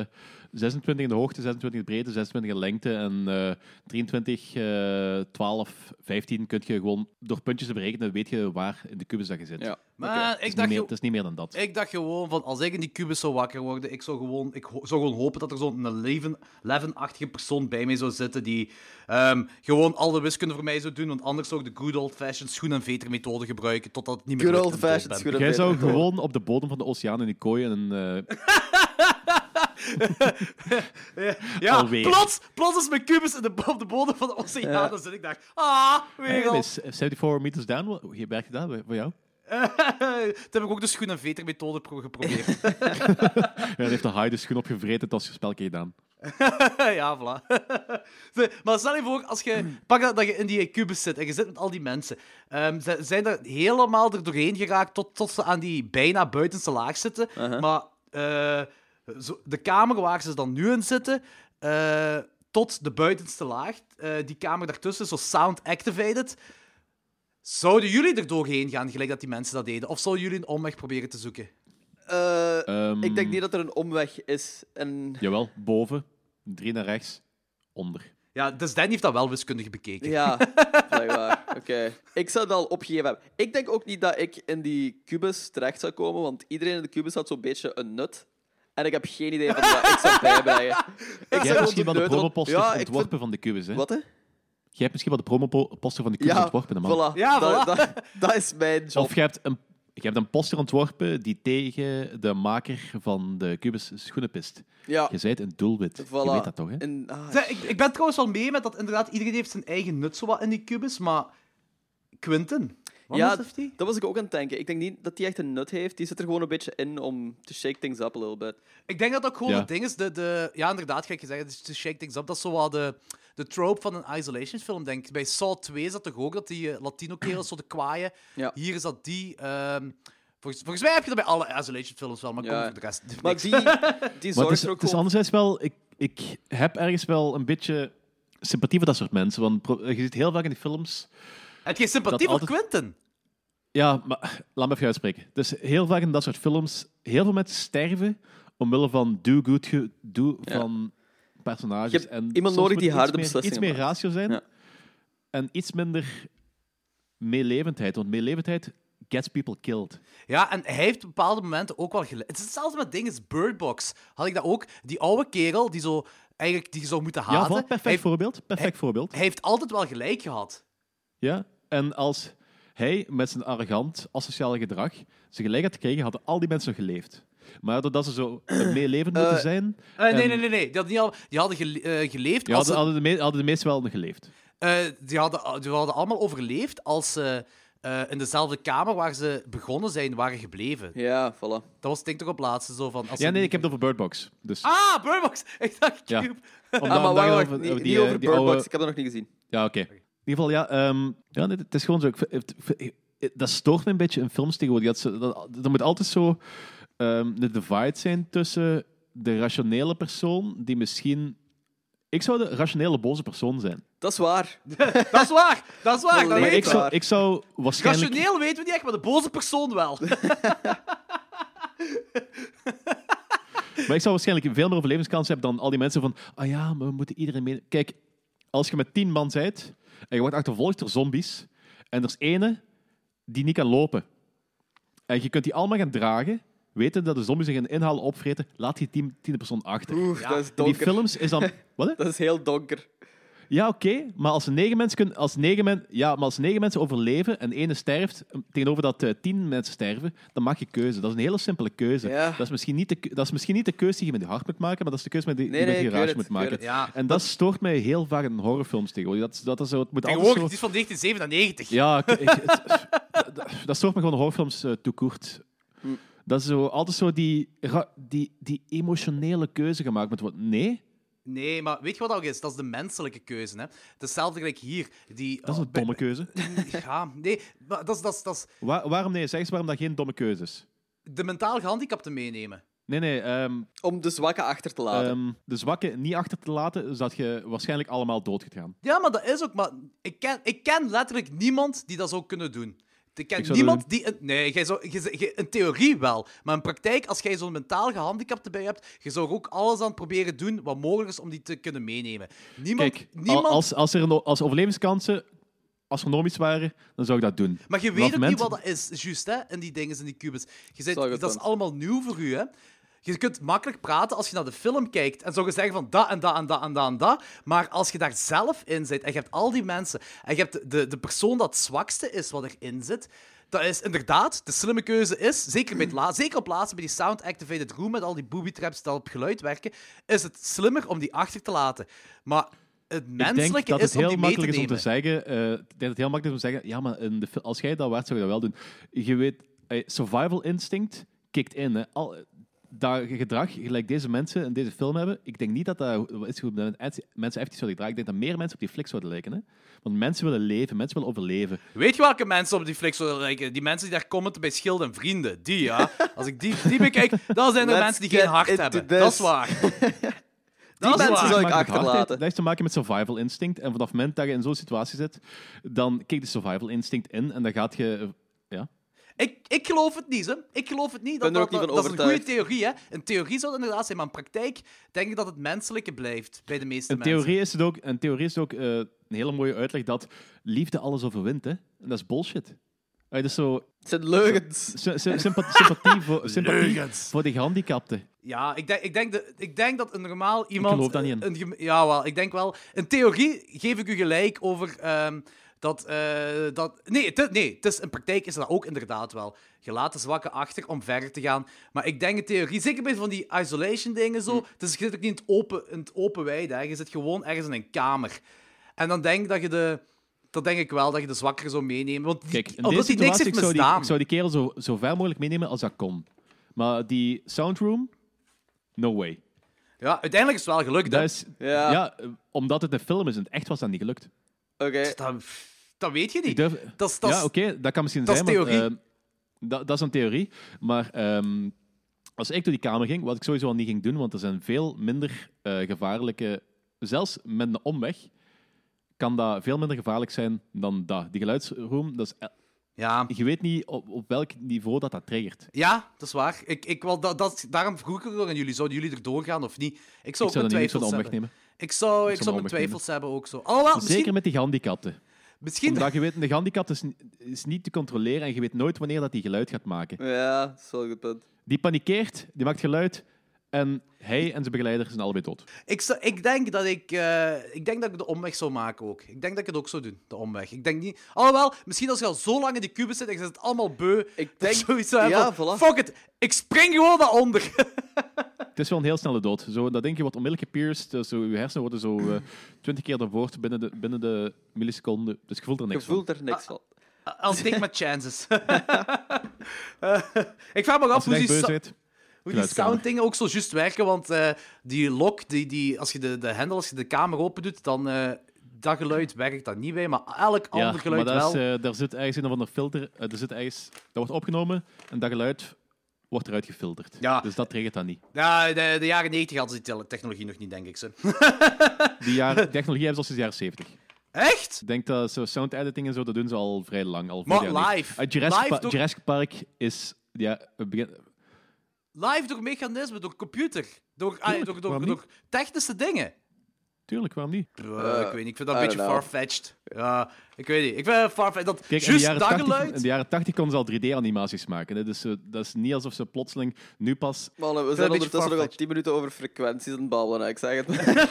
Speaker 6: 26 in de hoogte, 26 in de breedte, 26 in de lengte en eh, 23, eh 12, 15 kun je gewoon door puntjes te berekenen, weet je waar in de kubus dat je zit.
Speaker 8: Ja.
Speaker 7: Maar
Speaker 6: Het, is
Speaker 7: ik dacht...
Speaker 6: niet meer,
Speaker 7: je-
Speaker 6: het is niet meer dan dat.
Speaker 7: Ik dacht gewoon van, als ik in die kubus zou wakker worden, ik zou gewoon, ik ho- zou gewoon hopen dat er zo'n leven- leven-achtige persoon bij mij zou zitten die ehm, gewoon al de wiskunde voor mij zou doen, want anders zou ik de good old-fashioned schoen- en vetermethode gebruiken totdat het niet meer
Speaker 8: Good
Speaker 7: lukt en dood
Speaker 8: old-fashioned
Speaker 7: ben.
Speaker 8: schoenen.
Speaker 6: Jij zou
Speaker 8: Peter.
Speaker 6: gewoon op de bodem van de oceaan in een kooi en een... eh,
Speaker 7: Ja,
Speaker 6: Alweer.
Speaker 7: plots, plots is mijn kubus in de, op de bodem van de oceaan,
Speaker 8: Ja.
Speaker 7: dan zit ik daar, ah,
Speaker 6: hey,
Speaker 7: weer al.
Speaker 6: dat is 74 meters down, Wat- hoe werkt dat voor jou?
Speaker 7: Toen heb ik ook de schoen- en vetermethode pro- geprobeerd.
Speaker 6: Ja, dat heeft de haai de schoen opgevreten, dat was je spelke gedaan.
Speaker 7: ja, voilà. Nee, maar stel je voor, als je, pak dat, dat je in die kubus zit en je zit met al die mensen. Ehm, ze zijn er helemaal er doorheen geraakt tot, tot ze aan die bijna buitenste laag zitten. Maar eh, zo, de kamer waar ze dan nu in zitten, eh, tot de buitenste laag, eh, die kamer daartussen, zo sound activated. Zouden jullie er doorheen gaan, gelijk dat die mensen dat deden? Of zouden jullie een omweg proberen te zoeken?
Speaker 8: Eh,
Speaker 6: Ehm,
Speaker 8: Ik denk niet dat er een omweg is. En...
Speaker 6: Jawel, boven, drie naar rechts, onder.
Speaker 7: Ja, dus Danny heeft dat wel wiskundig bekeken.
Speaker 8: Ja, blijkbaar. Oké. Ik zou het al opgegeven hebben. Ik denk ook niet dat ik in die kubus terecht zou komen, want iedereen in de kubus had zo'n beetje een nut. En ik heb geen idee van wat ik zou bijbrengen. Ik
Speaker 6: Jij
Speaker 8: zou
Speaker 6: hebt
Speaker 8: gewoon
Speaker 6: misschien wel de
Speaker 8: neuter-
Speaker 6: promoposter
Speaker 8: Ja, ik
Speaker 6: ontworpen
Speaker 8: vind...
Speaker 6: van de kubus, hè?
Speaker 8: Wat, hè?
Speaker 6: Jij hebt misschien wel de promoposter van de kubus
Speaker 8: Ja,
Speaker 6: ontworpen, hè, man.
Speaker 8: voilà.
Speaker 7: Ja,
Speaker 8: Dat,
Speaker 7: voilà.
Speaker 8: dat, dat is mijn job.
Speaker 6: Of je hebt, een, je hebt een poster ontworpen die tegen de maker van de kubus schoenen pist.
Speaker 8: Ja,
Speaker 6: Je bent een doelwit.
Speaker 8: voilà.
Speaker 6: Je weet dat toch, hè?
Speaker 8: En- ah,
Speaker 7: Zeg, ik, ik ben trouwens wel mee met dat inderdaad iedereen heeft zijn eigen nut zowat in die kubus, maar Quinten, wat
Speaker 8: ja,
Speaker 7: nut heeft hij?
Speaker 8: dat was ik ook aan het denken. Ik denk niet dat hij echt een nut heeft. Die zit er gewoon een beetje in om te shake things up a little bit.
Speaker 7: Ik denk dat dat gewoon
Speaker 6: Ja.
Speaker 7: het ding is. De, de, ja, inderdaad, ga ik je zeggen, de, de Shake Things Up, dat is zowat de, de trope van een isolation film, denk ik. Bij Saw 2 is dat toch ook, dat die eh, Latino-kerels zo de kwaaien.
Speaker 8: Ja.
Speaker 7: Hier is dat die... ehm, volgens, volgens mij heb je dat bij alle isolation films wel, maar
Speaker 8: Ja.
Speaker 7: kom voor de rest.
Speaker 8: Maar
Speaker 7: niks.
Speaker 8: die, die
Speaker 6: Maar
Speaker 8: zorgt
Speaker 6: het is,
Speaker 8: er ook
Speaker 6: het is
Speaker 8: gewoon
Speaker 6: anderzijds wel... Ik, ik heb ergens wel een beetje sympathie voor dat soort mensen. Want pro- je ziet heel vaak in die films...
Speaker 7: Heb je sympathie
Speaker 6: dat
Speaker 7: voor Quinten?
Speaker 6: Ja, maar laat me even uitspreken. Dus heel vaak in dat soort films, heel veel mensen sterven omwille van do-good ge- do
Speaker 8: Ja.
Speaker 6: van personages.
Speaker 8: Je hebt
Speaker 6: en
Speaker 8: iemand
Speaker 6: soms
Speaker 8: nodig
Speaker 6: moet
Speaker 8: die
Speaker 6: iets
Speaker 8: harde
Speaker 6: meer-
Speaker 8: beslissingen
Speaker 6: Iets meer ratio zijn
Speaker 8: Ja.
Speaker 6: en iets minder meelevendheid. Want meelevendheid gets people killed.
Speaker 7: Ja, en hij heeft op bepaalde momenten ook wel gelijk. Het is hetzelfde met dingen als Bird Box. Had ik dat ook? Die oude kerel die zo eigenlijk die je zou moeten
Speaker 6: Ja,
Speaker 7: haten.
Speaker 6: voilà, perfect
Speaker 7: hij,
Speaker 6: voorbeeld. Perfect voorbeeld.
Speaker 7: hij heeft altijd wel gelijk gehad.
Speaker 6: Ja, en als hij met zijn arrogant, asociale gedrag zijn gelijk had gekregen, hadden al die mensen nog geleefd. Maar doordat ze zo meelevend moeten zijn,
Speaker 7: Eh, nee,
Speaker 6: En-
Speaker 7: nee, nee, nee. Die hadden, niet al, die hadden gele- eh, geleefd.
Speaker 6: ja,
Speaker 7: als
Speaker 6: Ehm, hadden,
Speaker 7: ze,
Speaker 6: hadden de me- hadden de meesten wel nog geleefd.
Speaker 7: eh, die, hadden, die hadden allemaal overleefd als ze eh, in dezelfde kamer waar ze begonnen zijn, waren gebleven.
Speaker 8: Ja, voilà.
Speaker 7: Dat was denk ik toch op laatste zo van. Als
Speaker 6: Ja,
Speaker 7: ze
Speaker 6: nee, ik
Speaker 7: niet-
Speaker 6: heb het over Bird Box. Dus,
Speaker 7: Ah, Bird Box! Ik dacht
Speaker 6: Ja. Oh.
Speaker 7: Cube.
Speaker 8: Ah,
Speaker 6: omdat-
Speaker 8: maar
Speaker 6: omdat
Speaker 8: wacht,
Speaker 6: je
Speaker 8: wacht,
Speaker 6: over-
Speaker 8: niet,
Speaker 6: over
Speaker 8: niet
Speaker 6: eh,
Speaker 8: over Bird
Speaker 6: oude-
Speaker 8: Box, ik heb dat nog niet gezien.
Speaker 6: Ja, oké. In ieder geval, ja, ehm, ja nee, het is gewoon zo. ik vind- het- het- het- dat stoort me een beetje in films tegenwoordig. Dat, ze, dat, er moet altijd zo ehm de divide zijn tussen de rationele persoon, die misschien... Ik zou de rationele boze persoon zijn.
Speaker 8: Dat is waar.
Speaker 7: Dat is waar! Dat is waar! Dat
Speaker 8: Maar
Speaker 6: Maar
Speaker 7: weten
Speaker 6: ik
Speaker 7: we.
Speaker 6: zou,
Speaker 8: waar.
Speaker 6: ik zou waarschijnlijk...
Speaker 7: Rationeel weten we niet echt, maar de boze persoon wel.
Speaker 6: Maar ik zou waarschijnlijk veel meer overlevingskansen hebben dan al die mensen van... Ah ja, maar we moeten iedereen mee... Kijk, als je met tien man bent en je wordt achtervolgd door zombies en er is ene die niet kan lopen en je kunt die allemaal gaan dragen, weten dat de zombies zich gaan inhalen, opvreten, laat die tien, tiende persoon achter.
Speaker 8: Oeh, dat is
Speaker 6: In die
Speaker 8: donker.
Speaker 6: films is dan... Wat? hè?
Speaker 8: Dat is heel donker.
Speaker 6: Ja, oké, maar als negen, mensen kunnen, als, negen men, ja, maar als negen mensen overleven en ene sterft, eh, tegenover dat eh, tien mensen sterven, dan maak je keuze. Dat is een hele simpele keuze.
Speaker 8: Ja.
Speaker 6: Dat, is misschien niet de, keu- dat is misschien niet de keuze die je met je hart moet maken, maar dat is de keuze met die,
Speaker 8: Nee,
Speaker 6: die
Speaker 8: nee,
Speaker 6: met
Speaker 8: ik
Speaker 6: je
Speaker 8: weet
Speaker 6: garage
Speaker 8: het.
Speaker 6: moet
Speaker 8: ik weet
Speaker 6: maken.
Speaker 8: het.
Speaker 7: Ja.
Speaker 6: En dat stoort mij heel vaak in horrorfilms tegenwoordig. Dat, dat is zo, het moet altijd
Speaker 7: Tegenwoordig,
Speaker 6: zo...
Speaker 7: het is van 1997.
Speaker 6: Ja, ik- ik- het- dat- dat- dat stoort me gewoon in horrorfilms eh toekoert.
Speaker 8: Hm.
Speaker 6: Dat is zo, altijd zo die, ra- die, die emotionele keuze gemaakt moet worden. Nee,
Speaker 7: Nee, maar weet je wat dat ook is? Dat is de menselijke keuze. Hè? Het is Hetzelfde gelijk hier. Die, oh,
Speaker 6: dat is
Speaker 8: Oh,
Speaker 6: een domme keuze.
Speaker 7: Ja, nee, maar dat is, dat is, dat is
Speaker 6: Waar- waarom nee? Zeg eens waarom dat geen domme keuze is.
Speaker 7: de mentaal gehandicapte meenemen.
Speaker 6: Nee, nee. ehm,
Speaker 8: Om de zwakke achter te laten.
Speaker 6: ehm, de zwakken niet achter te laten, zodat je waarschijnlijk allemaal dood gaat gaan.
Speaker 7: Ja, maar dat is ook. Maar ik ken, ik ken letterlijk niemand die dat zou kunnen doen. Ik ken
Speaker 6: Ik zou dat
Speaker 7: niemand die. een- Nee, jij zou, jij, zou- jij- in theorie wel. Maar in praktijk, als jij zo'n mentaal gehandicapte bij hebt, je zou er ook alles aan proberen doen wat mogelijk is om die te kunnen meenemen. Niemand.
Speaker 6: Kijk, al-
Speaker 7: niemand
Speaker 6: als, als, er een- als overlevingskansen astronomisch waren, dan zou ik dat doen.
Speaker 7: Maar je
Speaker 6: Op
Speaker 7: weet ook niet
Speaker 6: moment-
Speaker 7: wat dat is, juist, hè, in die dingen, in die kubus. Je zegt,
Speaker 8: Zag het
Speaker 7: dat is
Speaker 8: dan.
Speaker 7: allemaal nieuw voor u, hè. Je kunt makkelijk praten als je naar de film kijkt en zou je zeggen van dat en dat en dat en dat en dat. Maar als je daar zelf in zit en je hebt al die mensen en je hebt de, de, de persoon dat het zwakste is wat erin zit, dat is inderdaad, de slimme keuze is, zeker, met la, zeker op laatste bij die sound-activated room met al die booby traps die al op geluid werken, is het slimmer om die achter te laten. Maar het
Speaker 6: Ik
Speaker 7: menselijke
Speaker 6: denk dat het
Speaker 7: is
Speaker 6: heel
Speaker 7: om die mee te
Speaker 6: makkelijk is om
Speaker 7: nemen.
Speaker 6: te zeggen. eh, ik denk dat het heel makkelijk is om te zeggen. Ja, maar in de, fil- als jij dat waard zou je dat wel doen. Je weet, eh, survival instinct kikt in. Hè. Al, dat gedrag, gelijk deze mensen in deze film hebben, ik denk niet dat dat is hoe men- mensen effectief zouden gedragen. Ik denk dat meer mensen op die flik zouden lijken. Hè? Want mensen willen leven, mensen willen overleven.
Speaker 7: Weet je welke mensen op die flik zullen lijken? Die mensen die daar commenten bij Schild en Vrienden. Die, ja. Als ik die, die bekijk, dan zijn er
Speaker 8: Let's
Speaker 7: mensen die
Speaker 8: get
Speaker 7: geen hart
Speaker 8: into
Speaker 7: hebben.
Speaker 8: this.
Speaker 7: Dat is waar. Dat is
Speaker 8: mensen
Speaker 7: waar.
Speaker 8: zou ik
Speaker 6: Maar met
Speaker 8: achterlaten.
Speaker 6: hardheid, Dat heeft te maken met survival instinct. En vanaf het moment dat je in zo'n situatie zit, dan kikt de survival instinct in en dan gaat je... eh, Ja.
Speaker 7: Ik, ik geloof het niet, hè. Ik geloof het niet. Dat,
Speaker 8: ben er ook
Speaker 7: dat,
Speaker 8: niet van
Speaker 7: dat is een goede
Speaker 8: overtuigd.
Speaker 7: theorie, hè. Een theorie zou het inderdaad zijn, maar in praktijk denk ik dat het menselijke blijft bij de meeste
Speaker 6: In
Speaker 7: mensen.
Speaker 6: theorie is het ook, in theorie is het ook eh, een hele mooie uitleg dat liefde alles overwint. Hè? En dat is bullshit. Eh, dus zo,
Speaker 8: Het zijn leugens.
Speaker 6: sy- sy- sympa- sympathie, voor, sympathie
Speaker 7: Leugens.
Speaker 6: voor die gehandicapten.
Speaker 7: Ja, ik denk, ik, denk de, ik denk dat een normaal iemand...
Speaker 6: geloof daar niet in.
Speaker 7: Een, gem- ja, wel, ik denk wel... In theorie geef ik u gelijk over ehm, dat, eh, dat... Nee, het, nee het is, in praktijk is dat ook inderdaad wel. Je laat de zwakken achter om verder te gaan. Maar ik denk in theorie, zeker bij van die isolation dingen zo...
Speaker 6: Hmm.
Speaker 7: Dus je zit ook niet in het open, in het open weide, hè. Je zit gewoon ergens in een kamer. En dan denk ik dat je de... Dat denk ik wel, dat je de zwakker zou meenemen. Want die-
Speaker 6: Kijk, in
Speaker 7: omdat
Speaker 6: deze
Speaker 7: hij niks
Speaker 6: situatie ik
Speaker 7: heeft
Speaker 6: zou, die,
Speaker 7: misdaan.
Speaker 6: ik zou die kerel zo, zo ver mogelijk meenemen als dat kon. Maar die soundroom, no way.
Speaker 7: Ja, uiteindelijk is het wel gelukt, hè.
Speaker 6: Dat is, ja.
Speaker 8: Ja.
Speaker 6: eh, omdat het een film is en het echt was dat niet gelukt.
Speaker 8: Oké.
Speaker 7: Dat, dat weet je niet.
Speaker 6: Eh, Ik durf-
Speaker 7: Dat is- dat is-
Speaker 6: ja, oké, dat kan misschien
Speaker 7: dat is
Speaker 6: zijn. maar,
Speaker 7: theorie.
Speaker 6: ehm, dat, dat is een theorie. Maar ehm, als ik door die kamer ging, wat ik sowieso al niet ging doen, want er zijn veel minder eh, gevaarlijke... Zelfs met een omweg kan dat veel minder gevaarlijk zijn dan dat. Die geluidsroom, dat is e-
Speaker 7: Ja,
Speaker 6: je weet niet op, op welk niveau dat dat triggert.
Speaker 7: ja dat is waar. Ik, ik, wel, dat, dat, daarom vroeg ik ook aan jullie, zouden jullie erdoor gaan of niet? Ik zou
Speaker 6: Ik
Speaker 7: ook
Speaker 6: zou
Speaker 7: mijn
Speaker 6: dat niet zo de
Speaker 7: twijfels
Speaker 6: omweg
Speaker 7: hebben.
Speaker 6: nemen.
Speaker 7: Ik zou, ik
Speaker 6: de
Speaker 7: zou mijn
Speaker 6: omweg nemen.
Speaker 7: twijfels hebben ook zo. Alhoewel, misschien...
Speaker 6: Zeker met die gehandicapten.
Speaker 7: misschien
Speaker 6: Omdat je weet, een gehandicapt is, is niet te controleren en je weet nooit wanneer dat die geluid gaat maken.
Speaker 8: Ja, dat is wel een goed punt.
Speaker 6: Die panikeert, die maakt geluid en hij en zijn begeleider zijn allebei dood.
Speaker 7: Ik, zou- ik, denk dat ik, eh, ik denk dat ik de omweg zou maken ook. Ik denk dat ik het ook zou doen, de omweg. Ik denk niet... Alhoewel, misschien als je al zo lang in die kubus zit en je zit het allemaal beu...
Speaker 8: Ik
Speaker 7: dat
Speaker 8: denk-
Speaker 7: je zoiets zou hebben
Speaker 8: ja,
Speaker 7: van,
Speaker 8: voilà.
Speaker 7: Fuck it, ik spring gewoon daaronder.
Speaker 6: Het is wel een heel snelle dood. Zo, dat denk je wordt onmiddellijk gepierced. eh, Zo, je hersenen worden zo twintig keer doorboord binnen de, binnen de milliseconden. Dus je voelt er
Speaker 8: Je
Speaker 6: niks van.
Speaker 8: voelt er niks van.
Speaker 7: I'll take my chances. Eh, ik vraag me af
Speaker 6: Als je
Speaker 7: hoe
Speaker 6: echt
Speaker 7: die,
Speaker 6: beu
Speaker 7: sa-
Speaker 6: bent,
Speaker 7: hoe die
Speaker 6: geluidskamer.
Speaker 7: sounddingen ook zo juist werken, want eh, die lock, die, die, als je de, de hendel, als je de kamer open doet, dan... eh, dat geluid werkt daar niet bij, maar elk
Speaker 6: ja,
Speaker 7: ander geluid
Speaker 6: maar
Speaker 7: wel.
Speaker 6: dat is, eh, daar zit ergens een of ander filter. eh, er zit ergens, dat wordt opgenomen en dat geluid wordt eruit gefilterd.
Speaker 7: Ja.
Speaker 6: Dus dat triggert dat niet.
Speaker 7: Ja, de, de jaren 90 hadden ze die tele- technologie nog niet, denk ik. Ze.
Speaker 6: Die jaren, technologie hebben ze al sinds de jaren 70.
Speaker 7: Echt?
Speaker 6: Ik denk dat zo sound editing en zo, dat doen ze al vrij lang. Al
Speaker 7: Maar
Speaker 6: vier jaar niet.
Speaker 7: live?
Speaker 6: Eh, Jurassic,
Speaker 7: Live
Speaker 6: Pa-
Speaker 7: toch?
Speaker 6: Jurassic Park is... Ja, het begin-
Speaker 7: Live door mechanismen, door computer, door, ah,
Speaker 6: Tuurlijk,
Speaker 7: door, door,
Speaker 6: waarom
Speaker 7: door technische dingen.
Speaker 6: tuurlijk, waarom niet?
Speaker 7: Bruh, ik weet niet, ik vind dat een
Speaker 8: Eh, I
Speaker 7: beetje
Speaker 8: don't know.
Speaker 7: farfetched. Ja, ik weet niet. Ik vind het farfetched. Dat
Speaker 6: Kijk, in de,
Speaker 7: juist
Speaker 6: jaren
Speaker 7: dat
Speaker 6: 80,
Speaker 7: geluid.
Speaker 6: in de jaren 80 konden ze al 3D-animaties maken. Hè? Dus eh, dat is niet alsof ze plotseling nu pas...
Speaker 8: Mannen, we
Speaker 7: een
Speaker 8: zijn
Speaker 7: beetje
Speaker 8: ondertussen nog al
Speaker 7: farfetched.
Speaker 8: 10 minuten over frequenties aan het babbelen, hè, ik zeg het.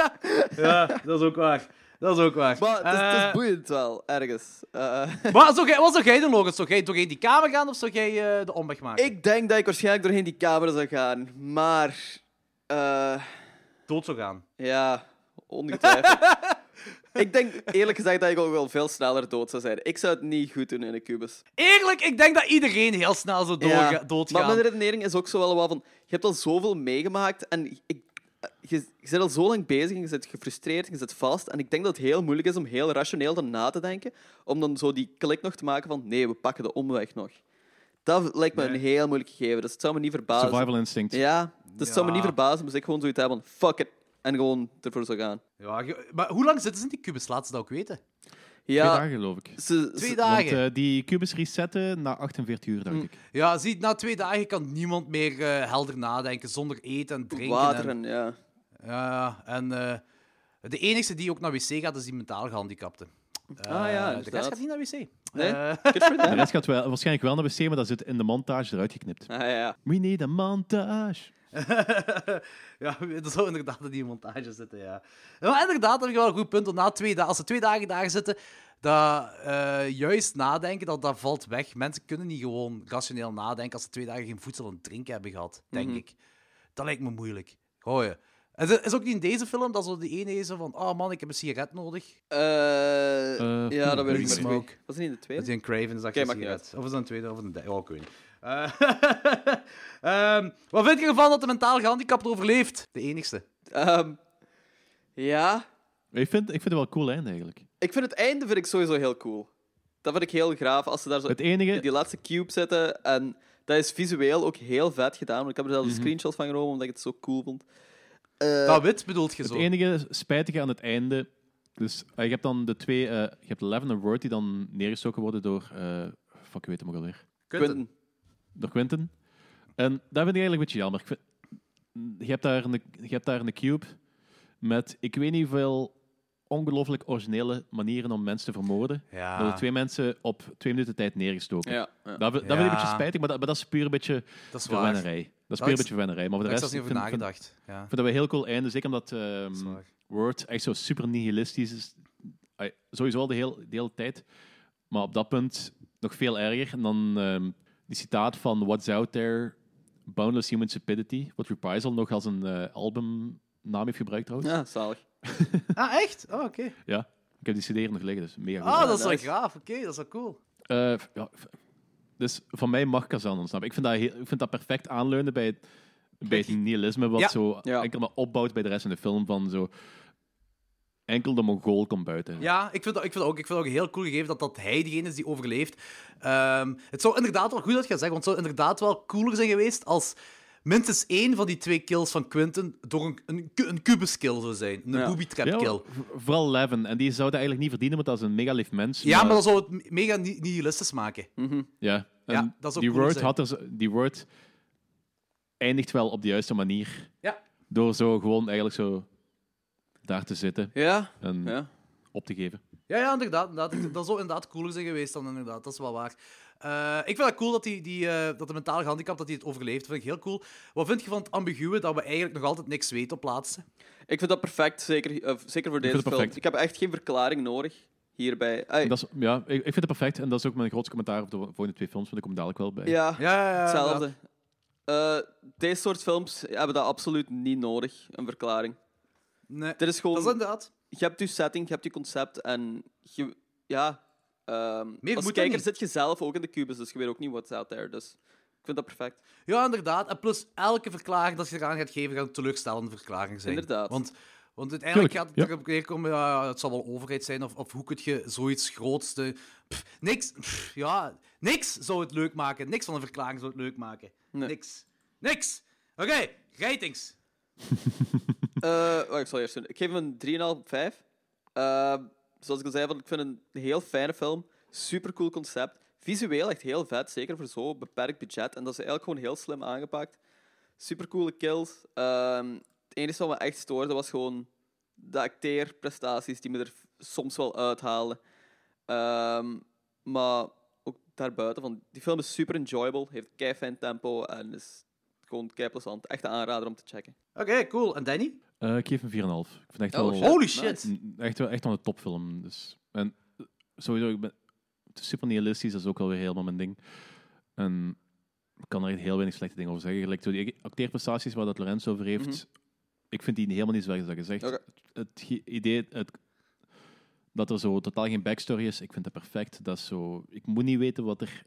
Speaker 7: Ja, dat is ook waar. Dat is ook waar.
Speaker 8: Maar het is, het is
Speaker 7: Eh,
Speaker 8: boeiend wel, ergens. Eh,
Speaker 7: maar zou jij- wat zou jij doen, Logan? Zou jij doorheen die kamer gaan of zou jij eh, de omweg maken?
Speaker 8: ik denk dat ik waarschijnlijk doorheen die camera zou gaan, maar... eh,
Speaker 7: dood zou gaan.
Speaker 8: ja, ongetwijfeld. ik denk eerlijk gezegd dat ik ook wel veel sneller dood zou zijn. Ik zou het niet goed doen in een kubus.
Speaker 7: Eerlijk, ik denk dat iedereen heel snel zou doorga-
Speaker 8: Ja,
Speaker 7: doodgaan.
Speaker 8: Maar mijn redenering is ook zo wel wat van... Je hebt al zoveel meegemaakt en ik, je, je bent al zo lang bezig en je zit gefrustreerd en je zit vast. En ik denk dat het heel moeilijk is om heel rationeel dan na te denken. Om dan zo die klik nog te maken van... Nee, we pakken de omweg nog. Dat lijkt me een heel moeilijk gegeven. Dus het zou me niet verbazen.
Speaker 6: Survival instinct.
Speaker 8: Ja, dus het zou me
Speaker 7: Ja.
Speaker 8: niet verbazen moest ik gewoon zoiets hebben van... Fuck it. En gewoon ervoor zou gaan.
Speaker 7: Ja, ge- maar hoe lang zitten ze in die kubus? Laat ze dat ook weten.
Speaker 6: Twee
Speaker 8: Ja,
Speaker 6: dagen, geloof ik.
Speaker 8: ze,
Speaker 7: Twee
Speaker 8: ze-
Speaker 7: dagen.
Speaker 6: Want eh, die kubus resetten na 48 uur,
Speaker 8: Mm.
Speaker 6: dacht ik.
Speaker 7: Ja, zie, na twee dagen kan niemand meer eh, helder nadenken zonder eten en drinken.
Speaker 8: water
Speaker 7: En,
Speaker 8: en ja.
Speaker 7: ja, en eh, de enige die ook naar wc gaat, is die mentaal gehandicapte. Eh,
Speaker 8: Ah, ja,
Speaker 7: de
Speaker 8: inderdaad.
Speaker 7: rest gaat niet naar wc.
Speaker 8: Nee?
Speaker 7: Eh,
Speaker 8: Good for
Speaker 6: De
Speaker 8: them.
Speaker 6: rest gaat wel, waarschijnlijk wel naar wc, maar dat zit in de montage eruit geknipt.
Speaker 8: Ah, ja.
Speaker 6: We need a montage.
Speaker 7: ja, dat zou inderdaad in die montage zitten, ja. Maar inderdaad, heb je wel een goed punt. Want na twee da- als ze twee dagen daar zitten, dat eh, juist nadenken, dat, dat valt weg. Mensen kunnen niet gewoon rationeel nadenken als ze twee dagen geen voedsel en drinken hebben gehad, denk
Speaker 8: Mhm.
Speaker 7: ik. Dat lijkt me moeilijk. Gooien. Het is- is ook niet in deze film dat zo de ene is zo van, oh man, ik heb een sigaret nodig.
Speaker 8: Eh,
Speaker 6: Eh,
Speaker 8: ja, dat weet ik
Speaker 6: Green
Speaker 8: niet.
Speaker 7: Smoke.
Speaker 8: Was het niet in de tweede?
Speaker 7: Dat is een Craven, zag
Speaker 8: Oké,
Speaker 7: je een
Speaker 8: maakt niet
Speaker 7: sigaret. Of is dat een tweede of een derde? Oh, ik weet niet. Eh, ehm, wat vind je ervan dat de mentaal gehandicapte overleeft? De enigste.
Speaker 8: Ehm, ja,
Speaker 6: Ik vind, ik vind het wel een cool einde, eigenlijk.
Speaker 8: ik vind het einde vind ik sowieso heel cool. Dat vind ik heel graaf als ze daar zo
Speaker 6: Het enige-
Speaker 8: die laatste cube zetten. En dat is visueel ook heel vet gedaan. want Ik heb er zelf een
Speaker 6: Mhm.
Speaker 8: screenshot van genomen omdat ik het zo cool vond. Eh,
Speaker 7: dat wit bedoelt je zo.
Speaker 6: Het enige spijtige aan het einde... Dus eh, je hebt dan de twee... eh, je hebt Levin en Ward die dan neergestoken worden door... eh fuck, ik weet hem ook alweer.
Speaker 8: Quentin.
Speaker 6: Door Quentin. En dat vind ik eigenlijk een beetje jammer. Ik vind- je, hebt daar een, je hebt daar een cube met ik weet niet veel ongelooflijk originele manieren om mensen te vermoorden.
Speaker 7: Ja.
Speaker 6: Er worden twee mensen op twee minuten tijd neergestoken.
Speaker 8: Ja, ja.
Speaker 6: Dat, vind- dat vind ik een
Speaker 7: Ja.
Speaker 6: beetje spijtig, maar dat, maar dat is puur een beetje
Speaker 7: Dat is waar. Daar heb
Speaker 6: verwennerij. Dat is
Speaker 7: Dat
Speaker 6: puur
Speaker 7: is-
Speaker 6: een beetje verwennerij. Maar voor de
Speaker 7: ik
Speaker 6: rest
Speaker 7: zelfs niet over
Speaker 6: vind- vind-
Speaker 7: nagedacht. Ja.
Speaker 6: ik vind dat we heel cool einde, zeker omdat ehm
Speaker 7: is waar.
Speaker 6: Word echt zo super nihilistisch is. Ai, Sowieso al de, heel, de hele tijd. Maar op dat punt nog veel erger. En dan ehm, die citaat van What's Out There, Boundless Human Stupidity, wat Reprisal nog als een eh, albumnaam heeft gebruikt trouwens. Ja.
Speaker 8: Ja, zalig.
Speaker 7: Ah, echt? Oh, oké.
Speaker 6: Ik heb die cd hier nog liggen, dus mega goed.
Speaker 7: Ah, dat is wel
Speaker 8: nice.
Speaker 7: gaaf. Oké, dat is wel cool.
Speaker 6: Eh, f- ja, f- dus van mij mag Kazan ontsnappen. Ik vind dat, heel- ik vind dat perfect aanleunen bij, het- bij het nihilisme, wat
Speaker 7: Ja.
Speaker 6: zo
Speaker 8: Ja.
Speaker 6: enkel maar opbouwt bij de rest van de film. Van zo, enkel de Mongool komt buiten.
Speaker 7: Ja, ik vind dat, ik vind dat ook, ik vind dat ook heel cool gegeven dat, dat hij degene is die overleeft. Ehm, het zou inderdaad wel goed dat je zegt, want het zou inderdaad wel cooler zijn geweest als minstens één van die twee kills van Quentin door een, een, cu- een kubus kill zou zijn. Een
Speaker 8: Ja.
Speaker 7: booby trap
Speaker 6: Ja,
Speaker 7: kill.
Speaker 6: v- vooral Levin. En die zou dat eigenlijk niet verdienen, want dat is een mega lief mens.
Speaker 7: Ja, maar dat zou het me- mega ni- nihilistisch maken.
Speaker 6: Ja, en
Speaker 7: Ja, dat zou
Speaker 6: die,
Speaker 7: cool
Speaker 6: word
Speaker 7: zijn.
Speaker 6: had er, zo- die word eindigt wel op de juiste manier.
Speaker 7: Ja.
Speaker 6: Door zo gewoon eigenlijk zo daar te zitten
Speaker 8: Ja,
Speaker 6: en
Speaker 8: ja.
Speaker 6: op te geven.
Speaker 7: Ja, ja inderdaad, inderdaad. Dat zou inderdaad cooler zijn geweest dan inderdaad. Dat is wel waar. Eh, ik vind het cool dat, die, die, eh, dat de mentale handicap dat die het overleeft. vind ik heel cool. Wat vind je van het ambiguë dat we eigenlijk nog altijd niks weten op plaatsen?
Speaker 8: Ik vind dat perfect, zeker, eh, zeker voor deze
Speaker 6: vind het
Speaker 8: film.
Speaker 6: perfect.
Speaker 8: Ik heb echt geen verklaring nodig hierbij. Ai,
Speaker 6: Dat is, ja, ik, ik vind het perfect. En dat is ook mijn grootste commentaar op de volgende twee films, want ik kom dadelijk wel bij.
Speaker 8: ja,
Speaker 7: Ja, ja, ja,
Speaker 8: hetzelfde. Eh, deze soort films hebben dat absoluut niet nodig, een verklaring.
Speaker 7: Nee.
Speaker 8: Dit is gewoon...
Speaker 7: Dat is inderdaad.
Speaker 8: je hebt je setting, je hebt je concept en je, ja, ehm,
Speaker 7: Meer moet
Speaker 8: als
Speaker 7: dat
Speaker 8: kijker
Speaker 7: niet.
Speaker 8: zit je zelf ook in de kubus, dus je weet ook niet what's out there. Dus ik vind dat perfect.
Speaker 7: Ja, inderdaad. En plus, elke verklaring dat je eraan gaat geven, gaat een teleurstellende verklaring zijn.
Speaker 8: Inderdaad.
Speaker 7: Want, want uiteindelijk
Speaker 6: Tuurlijk,
Speaker 7: gaat het erop neerkomen, ja, het zal wel overheid zijn, of, of hoe kun je zoiets groots... te- Pff, niks, pff, ja, niks zou het leuk maken. Niks van een verklaring zou het leuk maken.
Speaker 8: Nee.
Speaker 7: Niks. Niks! Oké, ratings.
Speaker 8: Eh, wacht, ik zal eerst doen. Ik geef hem een 3,5 5. Eh, zoals ik al zei, want ik vind het een heel fijne film. Super cool concept. Visueel echt heel vet, zeker voor zo'n beperkt budget. En dat is eigenlijk gewoon heel slim aangepakt. Super coole kills. Ehm, het enige wat me echt stoorde was gewoon de acteerprestaties die me er soms wel uithalen. Ehm, maar ook daarbuiten, van, die film is super enjoyable, heeft kei fijn tempo en is gewoon kei plezant. Echt een aanrader om te checken.
Speaker 7: Oké, cool. En Danny?
Speaker 6: Eh, ik geef hem 4,5. Ik vind het echt
Speaker 8: Oh,
Speaker 6: wel...
Speaker 8: shit.
Speaker 7: Holy
Speaker 8: nice.
Speaker 7: shit.
Speaker 6: N- Echt wel echt wel een topfilm. Dus. En eh, sowieso, ik ben het is super nihilistisch, dat is ook alweer helemaal mijn ding. En ik kan er heel weinig slechte dingen over zeggen. Gelijk zo die acteerprestaties waar dat Lorenz over heeft, ik vind die helemaal niet zo erg als dat gezegd.
Speaker 8: Mhm. Oké.
Speaker 6: Het ge- idee het, dat er zo totaal geen backstory is, ik vind dat perfect. Dat is zo, ik moet niet weten wat er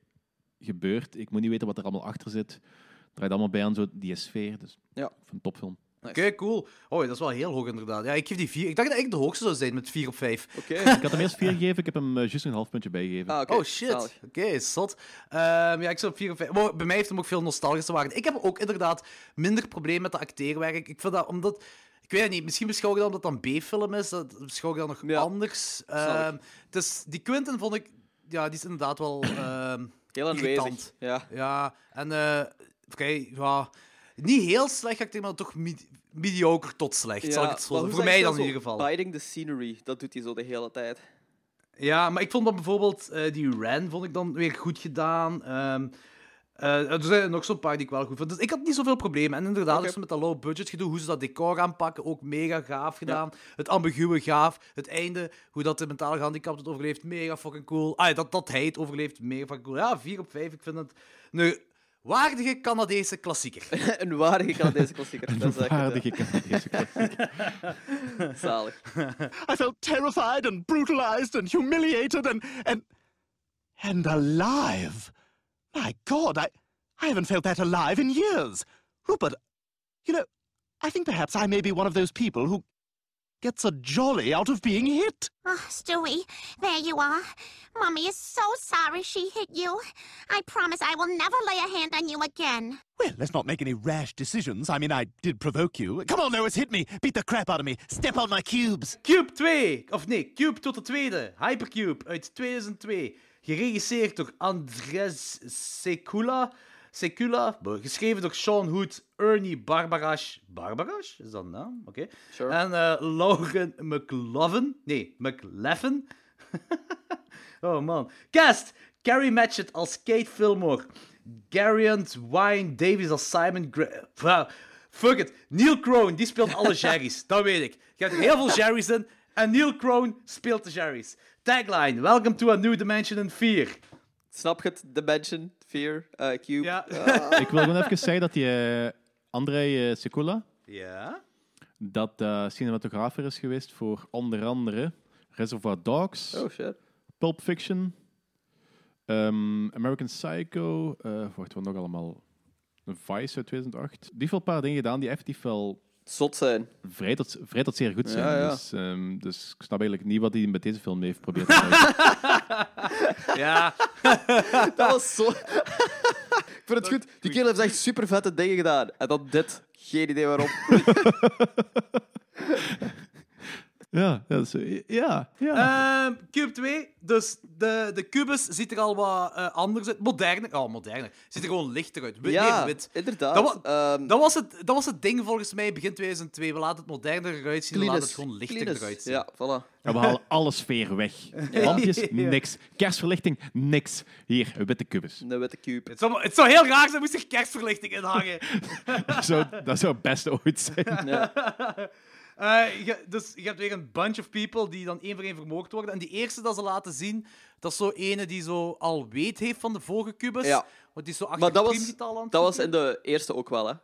Speaker 6: gebeurt, ik moet niet weten wat er allemaal achter zit. Het draait allemaal bij aan zo die sfeer. Dus
Speaker 8: Ja.
Speaker 6: ik vind het een topfilm.
Speaker 7: Oké, cool. Oh, dat is wel heel hoog inderdaad. Ja, ik geef die vier. Ik dacht dat ik de hoogste zou zijn met 4 op 5.
Speaker 8: Oké.
Speaker 6: Ik had hem eerst vier gegeven, ik heb hem eh, juist een half puntje bijgegeven.
Speaker 8: Ah, oké.
Speaker 7: Oh shit.
Speaker 8: Zalig.
Speaker 7: Oké, zot. Ehm, ja, ik zou op 4 of 5. Maar bij mij heeft hem ook veel nostalgische waarde. Ik heb ook inderdaad minder probleem met de acteerwerk. Ik vind dat omdat. Ik weet het niet, misschien beschouw ik dat omdat het een B-film is. Dat beschouw ik dan nog
Speaker 8: Ja,
Speaker 7: anders.
Speaker 8: snap
Speaker 7: Ehm dus die Quentin vond ik. Ja, die is inderdaad wel. ehm,
Speaker 8: Heel aanwezig.
Speaker 7: irritant.
Speaker 8: Ja.
Speaker 7: ja, en. eh oké, ja. Niet heel slecht acteer, maar toch medi- mediocre tot slecht.
Speaker 8: Ja,
Speaker 7: zal ik het
Speaker 8: maar
Speaker 7: zo
Speaker 8: hoe zeg
Speaker 7: Voor
Speaker 8: je
Speaker 7: mij
Speaker 8: dat
Speaker 7: dan in
Speaker 8: zo?
Speaker 7: ieder geval.
Speaker 8: Biting the scenery, dat doet hij zo de hele tijd.
Speaker 7: Ja, maar ik vond dat bijvoorbeeld eh, die Ran vond ik dan weer goed gedaan. Ehm, eh, er zijn nog zo'n paar die ik wel goed vond. Dus ik had niet zoveel problemen. En inderdaad,
Speaker 8: Oké.
Speaker 7: ook zo met dat low budget gedoe, hoe ze dat decor aanpakken, ook mega gaaf gedaan. Het ambiguë gaaf. Het einde, hoe dat de mentale gehandicapte het overleeft, mega fucking cool. Ah, ja, dat, dat hij het overleeft, mega fucking cool. Ja, 4 op 5, ik vind het een waardige Canadese klassieker.
Speaker 8: een waardige kan deze klassieker. Dat is echt
Speaker 6: Aardige Canadese klassiek.
Speaker 8: eh, zalig.
Speaker 9: I felt terrified and brutalized and humiliated and and and alive. My God, I I haven't felt that alive in years. Rupert, you know, I think perhaps I may be one of those people who gets a jolly out of being hit.
Speaker 10: Oh, Stewie, there you are. Mummy is so sorry she hit you. I promise I will never lay a hand on you again.
Speaker 9: Well, let's not make any rash decisions. I mean, I did provoke you. Come on, Lois, hit me. Beat the crap out of me. Step on my cubes.
Speaker 7: Cube 2, of nee, Cube tot de tweede. Hypercube uit 2002. Geregisseerd door Andres Sekula. Sekula, geschreven door Sean Hood, Ernie Barbarash. Barbarash? Is dat een naam? Oké.
Speaker 8: Sure.
Speaker 7: En eh, Lauren McLovin. Nee, McLeffen. oh man. Cast! Carrie Matchett als Kate Fillmore. Garriant Wine Davies als Simon Gra- Wauw. Fuck it. Neil Kroon, die speelt alle Jerry's. dat weet ik. Je hebt heel veel Jerry's in. En Neil Kroon speelt de Jerry's. Tagline. Welcome to a new dimension in 4.
Speaker 8: Snap je het? Dimension, Fear, eh, Cube.
Speaker 7: Ja.
Speaker 6: Ik wil gewoon even zeggen dat die eh, Andrei eh, Sekula,
Speaker 7: ja?
Speaker 6: dat eh cinematografer is geweest voor onder andere Reservoir Dogs,
Speaker 8: Oh shit.
Speaker 6: Pulp Fiction, ehm, American Psycho, eh wacht, wat nog allemaal? Vice uit 2008. Die heeft wel een paar dingen gedaan die effectief wel
Speaker 8: Zot zijn.
Speaker 6: vrij tot, vrij tot zeer goed zijn.
Speaker 8: Ja, ja.
Speaker 6: Dus, ehm, dus ik snap eigenlijk niet wat hij met deze film heeft proberen te bereiken.
Speaker 7: Ja.
Speaker 8: Dat was zo. vind het goed. Die kerel heeft echt super vette dingen gedaan. En dan dit. Geen idee waarom.
Speaker 6: Ja, dat is, eh, ja,
Speaker 8: Eh,
Speaker 6: ja.
Speaker 7: Ehm, Cube 2, dus de, de kubus ziet er al wat eh, anders uit. Moderner. Oh, moderner. Ziet er gewoon lichter uit. Wit,
Speaker 8: ja,
Speaker 7: nee, wit.
Speaker 8: inderdaad.
Speaker 7: Dat
Speaker 8: Ehm,
Speaker 7: Dat was, het, dat was het ding volgens mij begin 2002. We laten het moderner eruit zien, we
Speaker 8: clean
Speaker 7: laten
Speaker 8: is-
Speaker 7: het gewoon lichter
Speaker 8: clean is.
Speaker 7: eruit zien.
Speaker 8: Ja, voilà.
Speaker 6: En we halen alle sfeer weg. Lampjes, niks. Kerstverlichting, niks. Hier, een witte kubus.
Speaker 8: Een witte cube.
Speaker 7: Het, zou, het zou heel raar zijn, moest er kerstverlichting in hangen.
Speaker 6: Dat zou, dat zou best ooit zijn.
Speaker 7: Eh, je- dus je hebt weer een bunch of people die dan één voor één vermoord worden. En die eerste dat ze laten zien, dat is zo ene die zo al weet heeft van de vorige kubus.
Speaker 8: Ja.
Speaker 7: Want die is zo achter
Speaker 8: Maar dat
Speaker 7: het
Speaker 8: was,
Speaker 7: priemgetal aan het
Speaker 8: dat was
Speaker 7: zoeken.
Speaker 8: in de eerste ook wel, hè.
Speaker 7: Ja,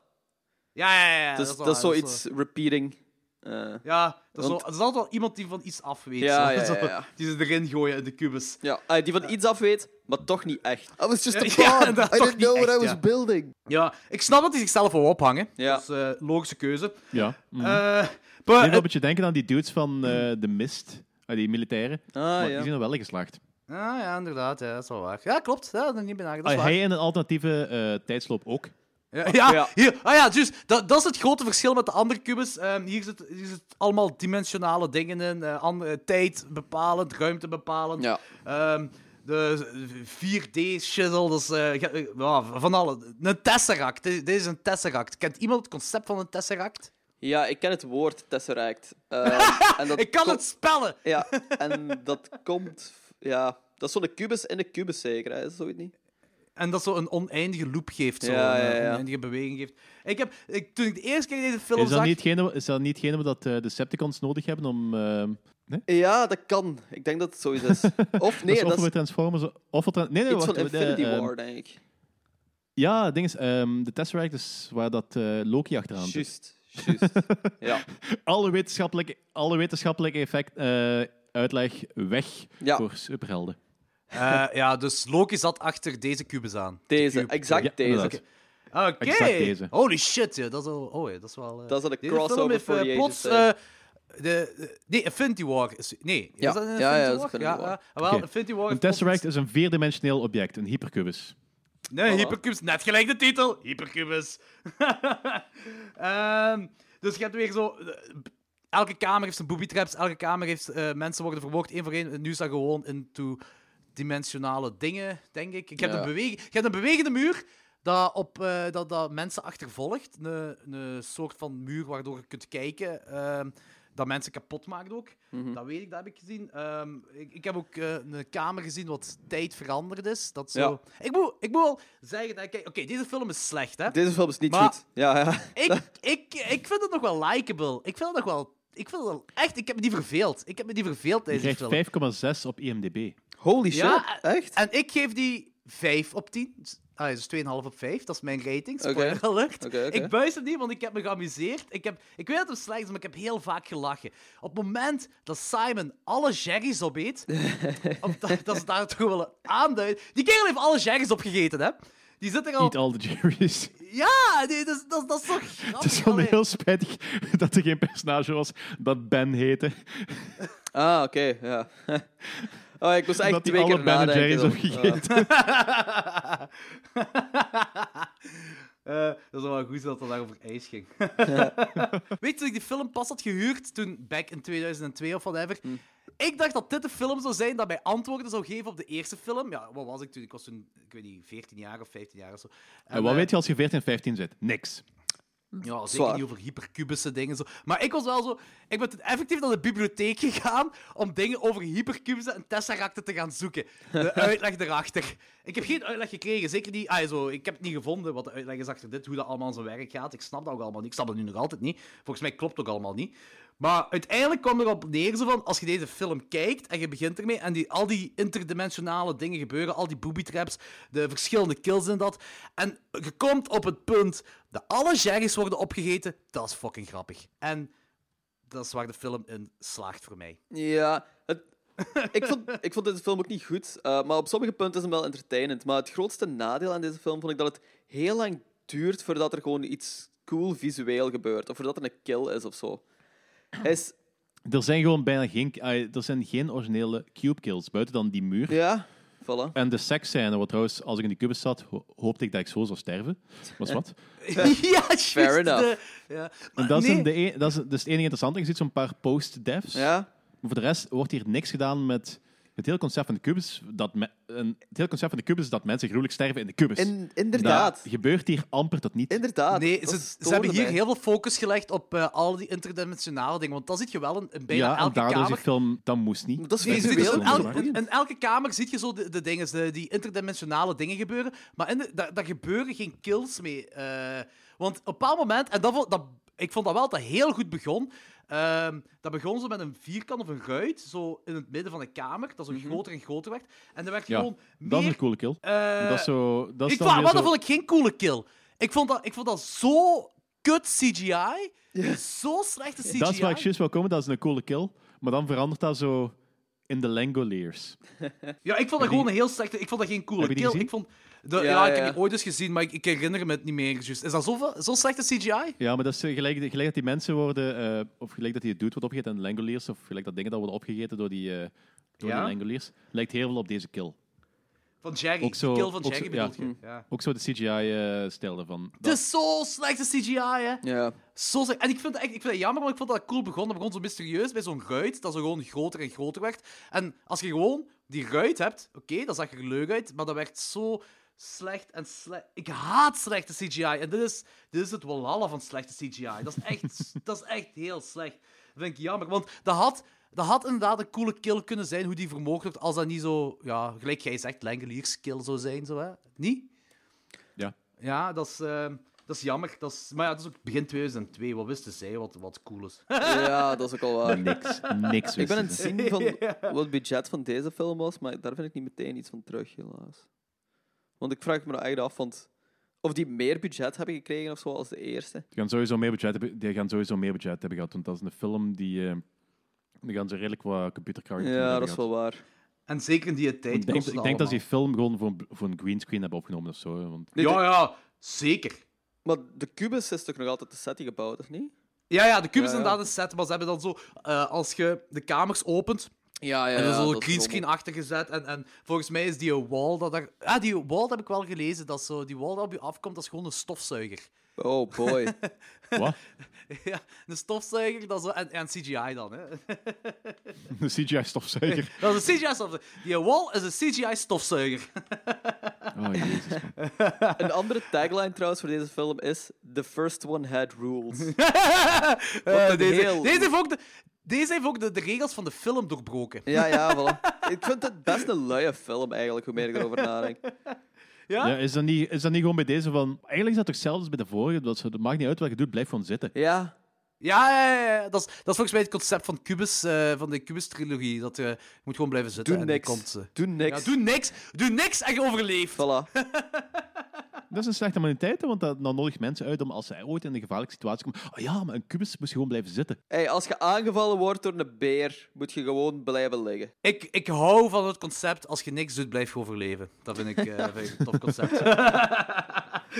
Speaker 7: ja, ja. ja,
Speaker 8: dus, dat
Speaker 7: dat is,
Speaker 8: is
Speaker 7: waar, dat
Speaker 8: zoiets repeating. Eh,
Speaker 7: Ja, dat
Speaker 8: Want-
Speaker 7: is, wel- dat is altijd wel iemand die van iets af weet.
Speaker 8: Ja,
Speaker 7: zo.
Speaker 8: ja,
Speaker 7: Zo,
Speaker 8: ja, ja.
Speaker 7: Die ze erin gooien in de kubus.
Speaker 8: ja, eh, die van iets af weet, maar toch niet echt. I was just
Speaker 7: Ja, ja, dat toch niet echt, ja.
Speaker 8: building.
Speaker 7: Ja, ik snap dat die zichzelf wil ophangen.
Speaker 8: Ja.
Speaker 7: Dat is eh, logische keuze.
Speaker 6: Ja. Mhm.
Speaker 7: Eh,
Speaker 6: Ik
Speaker 7: maar,
Speaker 6: denk wel een beetje denken aan die dudes van eh, de mist. Ah, die militairen.
Speaker 8: Ah,
Speaker 6: maar
Speaker 8: ja.
Speaker 6: Die zijn er wel in geslaagd.
Speaker 7: ah, ja, inderdaad, ja, dat is wel waar. Ja, klopt. Ja, dat heb ik niet benaderd. Dat is
Speaker 6: Ah,
Speaker 7: waar.
Speaker 6: hij en een alternatieve eh, tijdsloop ook.
Speaker 7: Ja, ja,
Speaker 8: Ja.
Speaker 7: Hier, ah ja, juist. Dat, dat is het grote verschil met de andere kubus. Ehm, hier zitten hier zit allemaal dimensionale dingen in. eh, andere, tijd bepalend, ruimte bepalend.
Speaker 8: Ja.
Speaker 7: Ehm, de 4D-shizzle, dat is eh, ge- eh, ja, van alle. Een tesseract, dit dit is een tesseract. Kent iemand het concept van een tesseract?
Speaker 8: ja, ik ken het woord Tesseract. Eh, en dat
Speaker 7: Ik kan
Speaker 8: kom-
Speaker 7: het spellen!
Speaker 8: Ja, en dat komt... Ja, dat is zo'n kubus in een kubus zeker, hè? Is zoiets niet?
Speaker 7: En dat zo een oneindige loop geeft, zo,
Speaker 8: Ja,
Speaker 7: een eh,
Speaker 8: ja, ja.
Speaker 7: oneindige beweging geeft. Ik heb, ik, toen ik de eerste keer deze film
Speaker 6: Is dat
Speaker 7: zag...
Speaker 6: niet hetgene, is dat niet hetgene wat eh, Decepticons nodig hebben om... eh,
Speaker 8: Ja, dat kan. Ik denk dat het zoiets is. Of
Speaker 6: dat is
Speaker 8: nee,
Speaker 6: ofwel
Speaker 8: dat is
Speaker 6: bij Transformers... Ofwel tra- nee, nee,
Speaker 8: iets
Speaker 6: wacht,
Speaker 8: van
Speaker 6: eh, de,
Speaker 8: Infinity
Speaker 6: ehm,
Speaker 8: War, denk ik.
Speaker 6: Ja, het ding is, ehm, de Tesseract is waar dat eh, Loki achteraan zit.
Speaker 8: Juist. Juist. Ja.
Speaker 6: Alle wetenschappelijke, alle wetenschappelijke effect, eh, uitleg weg
Speaker 8: Ja.
Speaker 6: voor superhelden.
Speaker 7: Eh, ja, dus Loki zat achter deze kubus aan.
Speaker 8: Deze,
Speaker 7: Cube.
Speaker 8: exact
Speaker 6: Ja,
Speaker 8: deze.
Speaker 6: inderdaad.
Speaker 8: Oké.
Speaker 7: Oké.
Speaker 6: Exact deze.
Speaker 7: Holy shit, ja, dat is wel. Oh, ja, dat is wel. eh,
Speaker 8: Dat is wel een
Speaker 7: deze
Speaker 8: crossover
Speaker 7: film heeft,
Speaker 8: voor
Speaker 7: eh,
Speaker 8: die
Speaker 7: plots.
Speaker 8: ages, hè.
Speaker 7: eh, de, de- nee, Infinity War is. Nee,
Speaker 8: Ja.
Speaker 7: is dat een
Speaker 8: Ja,
Speaker 7: Infinity
Speaker 8: ja, dat is
Speaker 7: War?
Speaker 8: Infinity
Speaker 7: ja,
Speaker 8: War.
Speaker 7: ja. wel,
Speaker 6: Oké.
Speaker 7: Infinity War.
Speaker 6: Een
Speaker 7: heeft plots
Speaker 6: Tesseract is
Speaker 7: iets-
Speaker 6: een vierdimensioneel object, een hypercubus.
Speaker 7: Nee,
Speaker 8: Voilà.
Speaker 7: Hypercubus, net gelijk de titel. Hypercubus. Ehm, dus je hebt weer zo. eh, Elke kamer heeft zijn booby traps, elke kamer heeft. eh, mensen worden vermoord één voor één. En Nu is dat gewoon into dimensionale dingen, denk ik. Je hebt,
Speaker 8: Ja.
Speaker 7: een, beweg- je hebt een bewegende muur dat, op, eh, dat, dat mensen achtervolgt. Een, een soort van muur waardoor je kunt kijken. ehm, dat mensen kapot maakt ook.
Speaker 8: Mhm.
Speaker 7: Dat weet ik, dat heb ik gezien. Ehm, ik, ik heb ook eh, een kamer gezien wat tijd veranderd is. Dat zo... ik, moet, ik moet wel zeggen, dat ik- oké, deze film is slecht, hè?
Speaker 8: Deze film is niet
Speaker 7: Maar-
Speaker 8: goed. Ja, ja.
Speaker 7: Ik, ik, ik vind het nog wel likable. Ik vind het nog wel... Ik vind het wel echt... Ik heb me die verveeld. Ik heb me die verveeld,
Speaker 6: Je
Speaker 7: deze
Speaker 6: krijgt
Speaker 7: film.
Speaker 6: 5,6 op IMDb.
Speaker 8: Holy shit.
Speaker 7: Ja,
Speaker 8: Echt?
Speaker 7: En ik geef die 5 op 10. Dus- Ah, dus 2,5 op 5. Dat is mijn rating. Spoiler
Speaker 8: Oké.
Speaker 7: alert.
Speaker 8: Oké, oké.
Speaker 7: Ik buis hem niet, want ik heb me geamuseerd. Ik, heb, ik weet dat het slecht is, maar ik heb heel vaak gelachen. Op het moment dat Simon alle Jerry's opeet, op dat, dat ze daar toch willen aanduiden... Die kerel heeft alle Jerry's opgegeten, hè? Die zit er
Speaker 8: Oh.
Speaker 7: al...
Speaker 6: Niet al de Jerry's.
Speaker 7: Ja, die- dat, is- dat, is- dat is toch grappig.
Speaker 6: Het is wel
Speaker 7: Allee.
Speaker 6: heel spijtig dat er geen personage was dat Ben heette.
Speaker 8: Ah, oké. ja. Oh, ik moest echt
Speaker 6: dat hij
Speaker 8: twee
Speaker 6: alle
Speaker 8: keer
Speaker 6: Ben en
Speaker 8: nadenken.
Speaker 6: Jerry's
Speaker 8: dan.
Speaker 6: opgegeten.
Speaker 7: Eh, dat is wel goed dat het daar over ijs ging. Weet je dat ik die film pas had gehuurd toen, back in 2002 of whatever?
Speaker 6: Hm.
Speaker 7: Ik dacht dat dit de film zou zijn dat mij antwoorden zou geven op de eerste film. Ja, wat was ik toen? Ik was toen, ik weet niet, 14 jaar of 15 jaar of zo.
Speaker 6: En wat
Speaker 7: eh,
Speaker 6: weet je als je 14 en 15 bent? Niks.
Speaker 7: ja,
Speaker 8: Zwaar.
Speaker 7: zeker niet over hypercubische dingen. Zo. Maar ik was wel zo... Ik ben toen effectief naar de bibliotheek gegaan om dingen over hypercubussen en tesseracten te gaan zoeken. De uitleg erachter. Ik heb geen uitleg gekregen. Zeker niet... Ah, zo, ik heb het niet gevonden, wat de uitleg is achter dit, hoe dat allemaal aan zijn werk gaat. Ik snap dat ook allemaal niet. Ik snap dat nu nog altijd niet. Volgens mij klopt het ook allemaal niet. Maar uiteindelijk kwam erop neer zo van, als je deze film kijkt en je begint ermee en die, al die interdimensionale dingen gebeuren, al die booby traps, de verschillende kills en dat. En je komt op het punt dat alle Jerry's worden opgegeten, dat is fucking grappig. En dat is waar de film in slaagt voor mij.
Speaker 8: Ja, het- ik, vond, ik vond deze film ook niet goed, eh, maar op sommige punten is hem wel entertainend. Maar het grootste nadeel aan deze film vond ik dat het heel lang duurt voordat er gewoon iets cool visueel gebeurt. Of voordat er een kill is of zo. Hij is,
Speaker 6: Er zijn gewoon bijna geen, ah, er zijn geen originele cube kills, buiten dan die muur.
Speaker 8: ja, Voilà.
Speaker 6: En de seksscène, wat trouwens, als ik in die kubus zat, ho- hoopte ik dat ik zo zou sterven. Was wat.
Speaker 7: ja, juist,
Speaker 8: Fair enough.
Speaker 7: de- ja.
Speaker 6: En dat, is
Speaker 7: nee.
Speaker 6: een- de e- dat, is, dat is het enige interessante. Je ziet zo'n paar post-devs.
Speaker 8: Ja.
Speaker 6: Maar voor de rest wordt hier niks gedaan met het hele concept van de kubus. Dat me- een- het hele concept van de kubus is dat mensen gruwelijk sterven in de kubus.
Speaker 8: In, inderdaad.
Speaker 6: Dat gebeurt hier amper tot niet.
Speaker 8: Inderdaad.
Speaker 7: Nee,
Speaker 8: Ah, Dat
Speaker 7: ze,
Speaker 8: is
Speaker 7: ze hebben hier
Speaker 8: stonende.
Speaker 7: heel veel focus gelegd op eh, al die interdimensionale dingen. Want dat zit je wel in, in bijna
Speaker 6: ja, en
Speaker 7: elke
Speaker 6: daardoor is
Speaker 7: kamer.
Speaker 6: die film, dat moest niet.
Speaker 8: Dat is
Speaker 7: Nee,
Speaker 6: Daar
Speaker 7: je
Speaker 8: visueel
Speaker 7: ziet dus
Speaker 6: film
Speaker 7: in,
Speaker 8: niet
Speaker 6: voor
Speaker 7: el-
Speaker 8: gemaakt.
Speaker 6: gemaakt.
Speaker 7: in elke kamer zie je zo de, de dingen, de- die interdimensionale dingen gebeuren. Maar in de- daar, daar gebeuren geen kills mee. Eh, want op een bepaald moment, en dat, vo- dat, ik vond dat wel dat heel goed begon. Ehm, dat begon zo met een vierkant of een ruit, zo in het midden van een kamer. Dat zo groter en groter werd. En er werd
Speaker 6: Mhm. Ja,
Speaker 7: gewoon
Speaker 6: Dat is
Speaker 7: meer...
Speaker 6: een coole kill.
Speaker 7: eh,
Speaker 6: dat is zo... Dat is
Speaker 7: ik
Speaker 6: dan
Speaker 7: vond,
Speaker 6: weer
Speaker 7: maar
Speaker 6: zo-
Speaker 7: dat vond ik geen coole kill. Ik vond dat, ik vond dat zo kut CGI. Zo slechte CGI.
Speaker 6: Dat is waar ik juist wil komen, dat is een coole kill. Maar dan verandert dat zo in de Langoliers.
Speaker 7: Ja, ik vond dat
Speaker 6: die-
Speaker 7: gewoon een heel slechte. Ik vond dat geen coole
Speaker 6: Heb je die
Speaker 7: kill.
Speaker 6: gezien?
Speaker 7: Ik vond. De, ja,
Speaker 8: Ja,
Speaker 7: ik heb
Speaker 8: ja.
Speaker 7: die ooit eens gezien, maar ik, ik herinner me het niet meer. Juist. Is dat zo, zo slechte CGI?
Speaker 6: Ja, maar dat is eh, gelijk, gelijk dat die mensen worden, eh, of gelijk dat die het doet wordt opgegeten aan de Langoliers, of gelijk dat dingen dat worden opgegeten door die, eh door
Speaker 7: Ja.
Speaker 6: die Langoliers, lijkt heel veel op deze kill.
Speaker 7: Van Jerry.
Speaker 6: Ook zo-
Speaker 7: de kill van
Speaker 6: ook zo-
Speaker 7: Jerry
Speaker 6: ja.
Speaker 7: bedoel je. Ja.
Speaker 6: Ook zo de CGI-stijl daarvan.
Speaker 7: Het is zo slechte CGI, hè?
Speaker 8: Ja.
Speaker 7: Zo slecht. En ik vind, dat echt, ik vind dat jammer, want ik vond dat cool begon. Dat begon zo mysterieus bij zo'n ruit, dat zo gewoon groter en groter werd. En als je gewoon die ruit hebt, oké, dat zag er leuk uit, maar dat werd zo slecht en slecht. Ik haat slechte CGI. En dit is, dit is het walhalla van slechte CGI. Dat is echt, dat is echt heel slecht. Dat vind ik jammer, want dat had... Dat had inderdaad een coole kill kunnen zijn, hoe die vermogen wordt, als dat niet zo, ja, gelijk jij zegt, Langeliers kill zou zijn, zo hè. Niet?
Speaker 6: Ja.
Speaker 7: Ja, dat is, ehm, dat is jammer. Dat is, maar ja, dat is ook begin 2002. Wat wisten zij wat, wat cool is?
Speaker 8: ja, dat is ook al waar.
Speaker 6: Niks, niks
Speaker 8: Ik ben aan het
Speaker 6: wisten ze.
Speaker 8: zien van wat het budget van deze film was, maar daar vind ik niet meteen iets van terug, helaas. Want ik vraag me nou echt af, want of die meer budget hebben gekregen of zo als de eerste.
Speaker 6: Die gaan sowieso meer budget hebben, die gaan sowieso meer budget hebben gehad, want dat is een film die... eh, die gaan ze redelijk wat computerkracht in
Speaker 8: Ja,
Speaker 6: hebben
Speaker 8: dat is wel
Speaker 6: gehad.
Speaker 8: waar.
Speaker 7: En zeker in die tijd.
Speaker 6: Ik denk,
Speaker 7: kostte
Speaker 6: ik denk dat ze die film
Speaker 7: allemaal.
Speaker 6: gewoon voor, een- voor een greenscreen hebben opgenomen of zo. hè, Want
Speaker 8: Nee, de-
Speaker 7: Ja, ja, zeker.
Speaker 8: Maar de Cubus is toch nog altijd de set die gebouwd is, niet?
Speaker 7: Ja, ja, de cube
Speaker 8: Ja,
Speaker 7: is
Speaker 8: ja.
Speaker 7: inderdaad een set, maar ze hebben dan zo, eh, als je de kamers opent,
Speaker 8: Ja, ja.
Speaker 7: en er
Speaker 8: ja,
Speaker 7: is zo
Speaker 8: dat
Speaker 7: een
Speaker 8: is
Speaker 7: greenscreen
Speaker 8: rommel.
Speaker 7: achter gezet. En, en volgens mij is die wall dat daar. Ah, die wall dat heb ik wel gelezen. Dat is zo, die wall dat op je afkomt, dat is gewoon een stofzuiger.
Speaker 8: Oh boy.
Speaker 6: wat?
Speaker 7: ja, een stofzuiger dat zo, en, en CGI dan. Hè.
Speaker 6: Een CGI-stofzuiger.
Speaker 7: dat is een CGI-stofzuiger. Die wall is een CGI-stofzuiger.
Speaker 6: Oh, jezus. man.
Speaker 8: een andere tagline trouwens voor deze film is The first one had rules.
Speaker 7: Eh,
Speaker 8: een
Speaker 7: deze,
Speaker 8: heel-
Speaker 7: deze heeft ook, de, deze heeft ook de, de regels van de film doorbroken.
Speaker 8: Ja, ja, voilà. Ik vind het best een luie film eigenlijk, hoe meer ik erover nadenk. Ah?
Speaker 6: Ja, is, dat niet, is dat niet gewoon bij deze van... Eigenlijk is dat toch zelfs bij de vorige. Dat ze, het maakt niet uit wat je doet, blijf gewoon zitten.
Speaker 8: Ja,
Speaker 7: Ja, ja, ja, ja. Dat, is, dat is volgens mij het concept van, Cubus, eh, van de Cubus-trilogie. Dat eh, je moet gewoon blijven zitten
Speaker 8: doe
Speaker 7: en dan
Speaker 8: niks.
Speaker 7: komt ze.
Speaker 8: Doe
Speaker 7: Ja,
Speaker 8: niks.
Speaker 7: doe niks, doe niks en je overleeft.
Speaker 8: Voilà.
Speaker 6: Dat is een slechte mentaliteit, hè, want dat, dan nodigt mensen uit om als zij ooit in een gevaarlijke situatie komen... Oh ja, maar een kubus moest gewoon blijven zitten.
Speaker 8: Hey, als je aangevallen wordt door een beer, moet je gewoon blijven liggen.
Speaker 7: Ik, ik hou van het concept, als je niks doet, blijf je overleven. Dat vind ik, eh, vind ik een tof concept.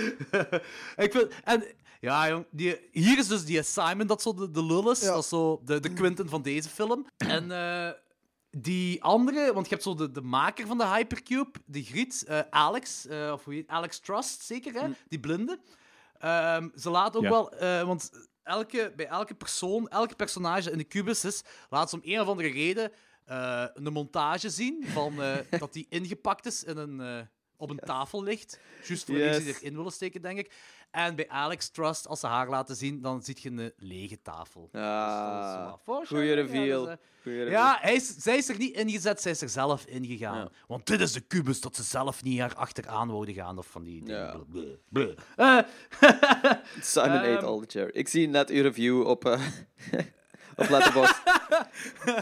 Speaker 7: ik vind, en, ja, jong, die, hier is dus die Simon dat zo de, de lul is. Dat is zo de, de Quinten van deze film. En eh, die andere, want je hebt zo de, de maker van de Hypercube, de Griet, eh, Alex, eh, of hoe heet Alex Trust zeker, hè? die blinde. Ehm, ze laat ook
Speaker 6: Ja.
Speaker 7: wel, eh, want elke, bij elke persoon, elke personage in de Cubus is, laat ze om een of andere reden eh, een montage zien van eh, dat die ingepakt is in een, eh, op een tafel ligt. Juist voor de mensen die
Speaker 8: Yes.
Speaker 7: erin willen steken, denk ik. En bij Alex Trust, als ze haar laten zien, dan zie je een lege tafel. Dus
Speaker 8: Ah,
Speaker 7: wat foreshadowing,
Speaker 8: goeie
Speaker 7: ja, dus,
Speaker 8: reveal.
Speaker 7: eh,
Speaker 8: Goeie reveal.
Speaker 7: ja, hij is, zij is er niet ingezet, zij is er zelf ingegaan.
Speaker 8: Ja.
Speaker 7: Want dit is de kubus dat ze zelf niet haar achteraan wouden gaan. Of van die dingen.
Speaker 8: Ja.
Speaker 7: Bleh, bleh, bleh. Eh,
Speaker 8: Simon
Speaker 7: Ehm.
Speaker 8: ate all the chair. Ik zie net uw review op, eh op Letterboxd.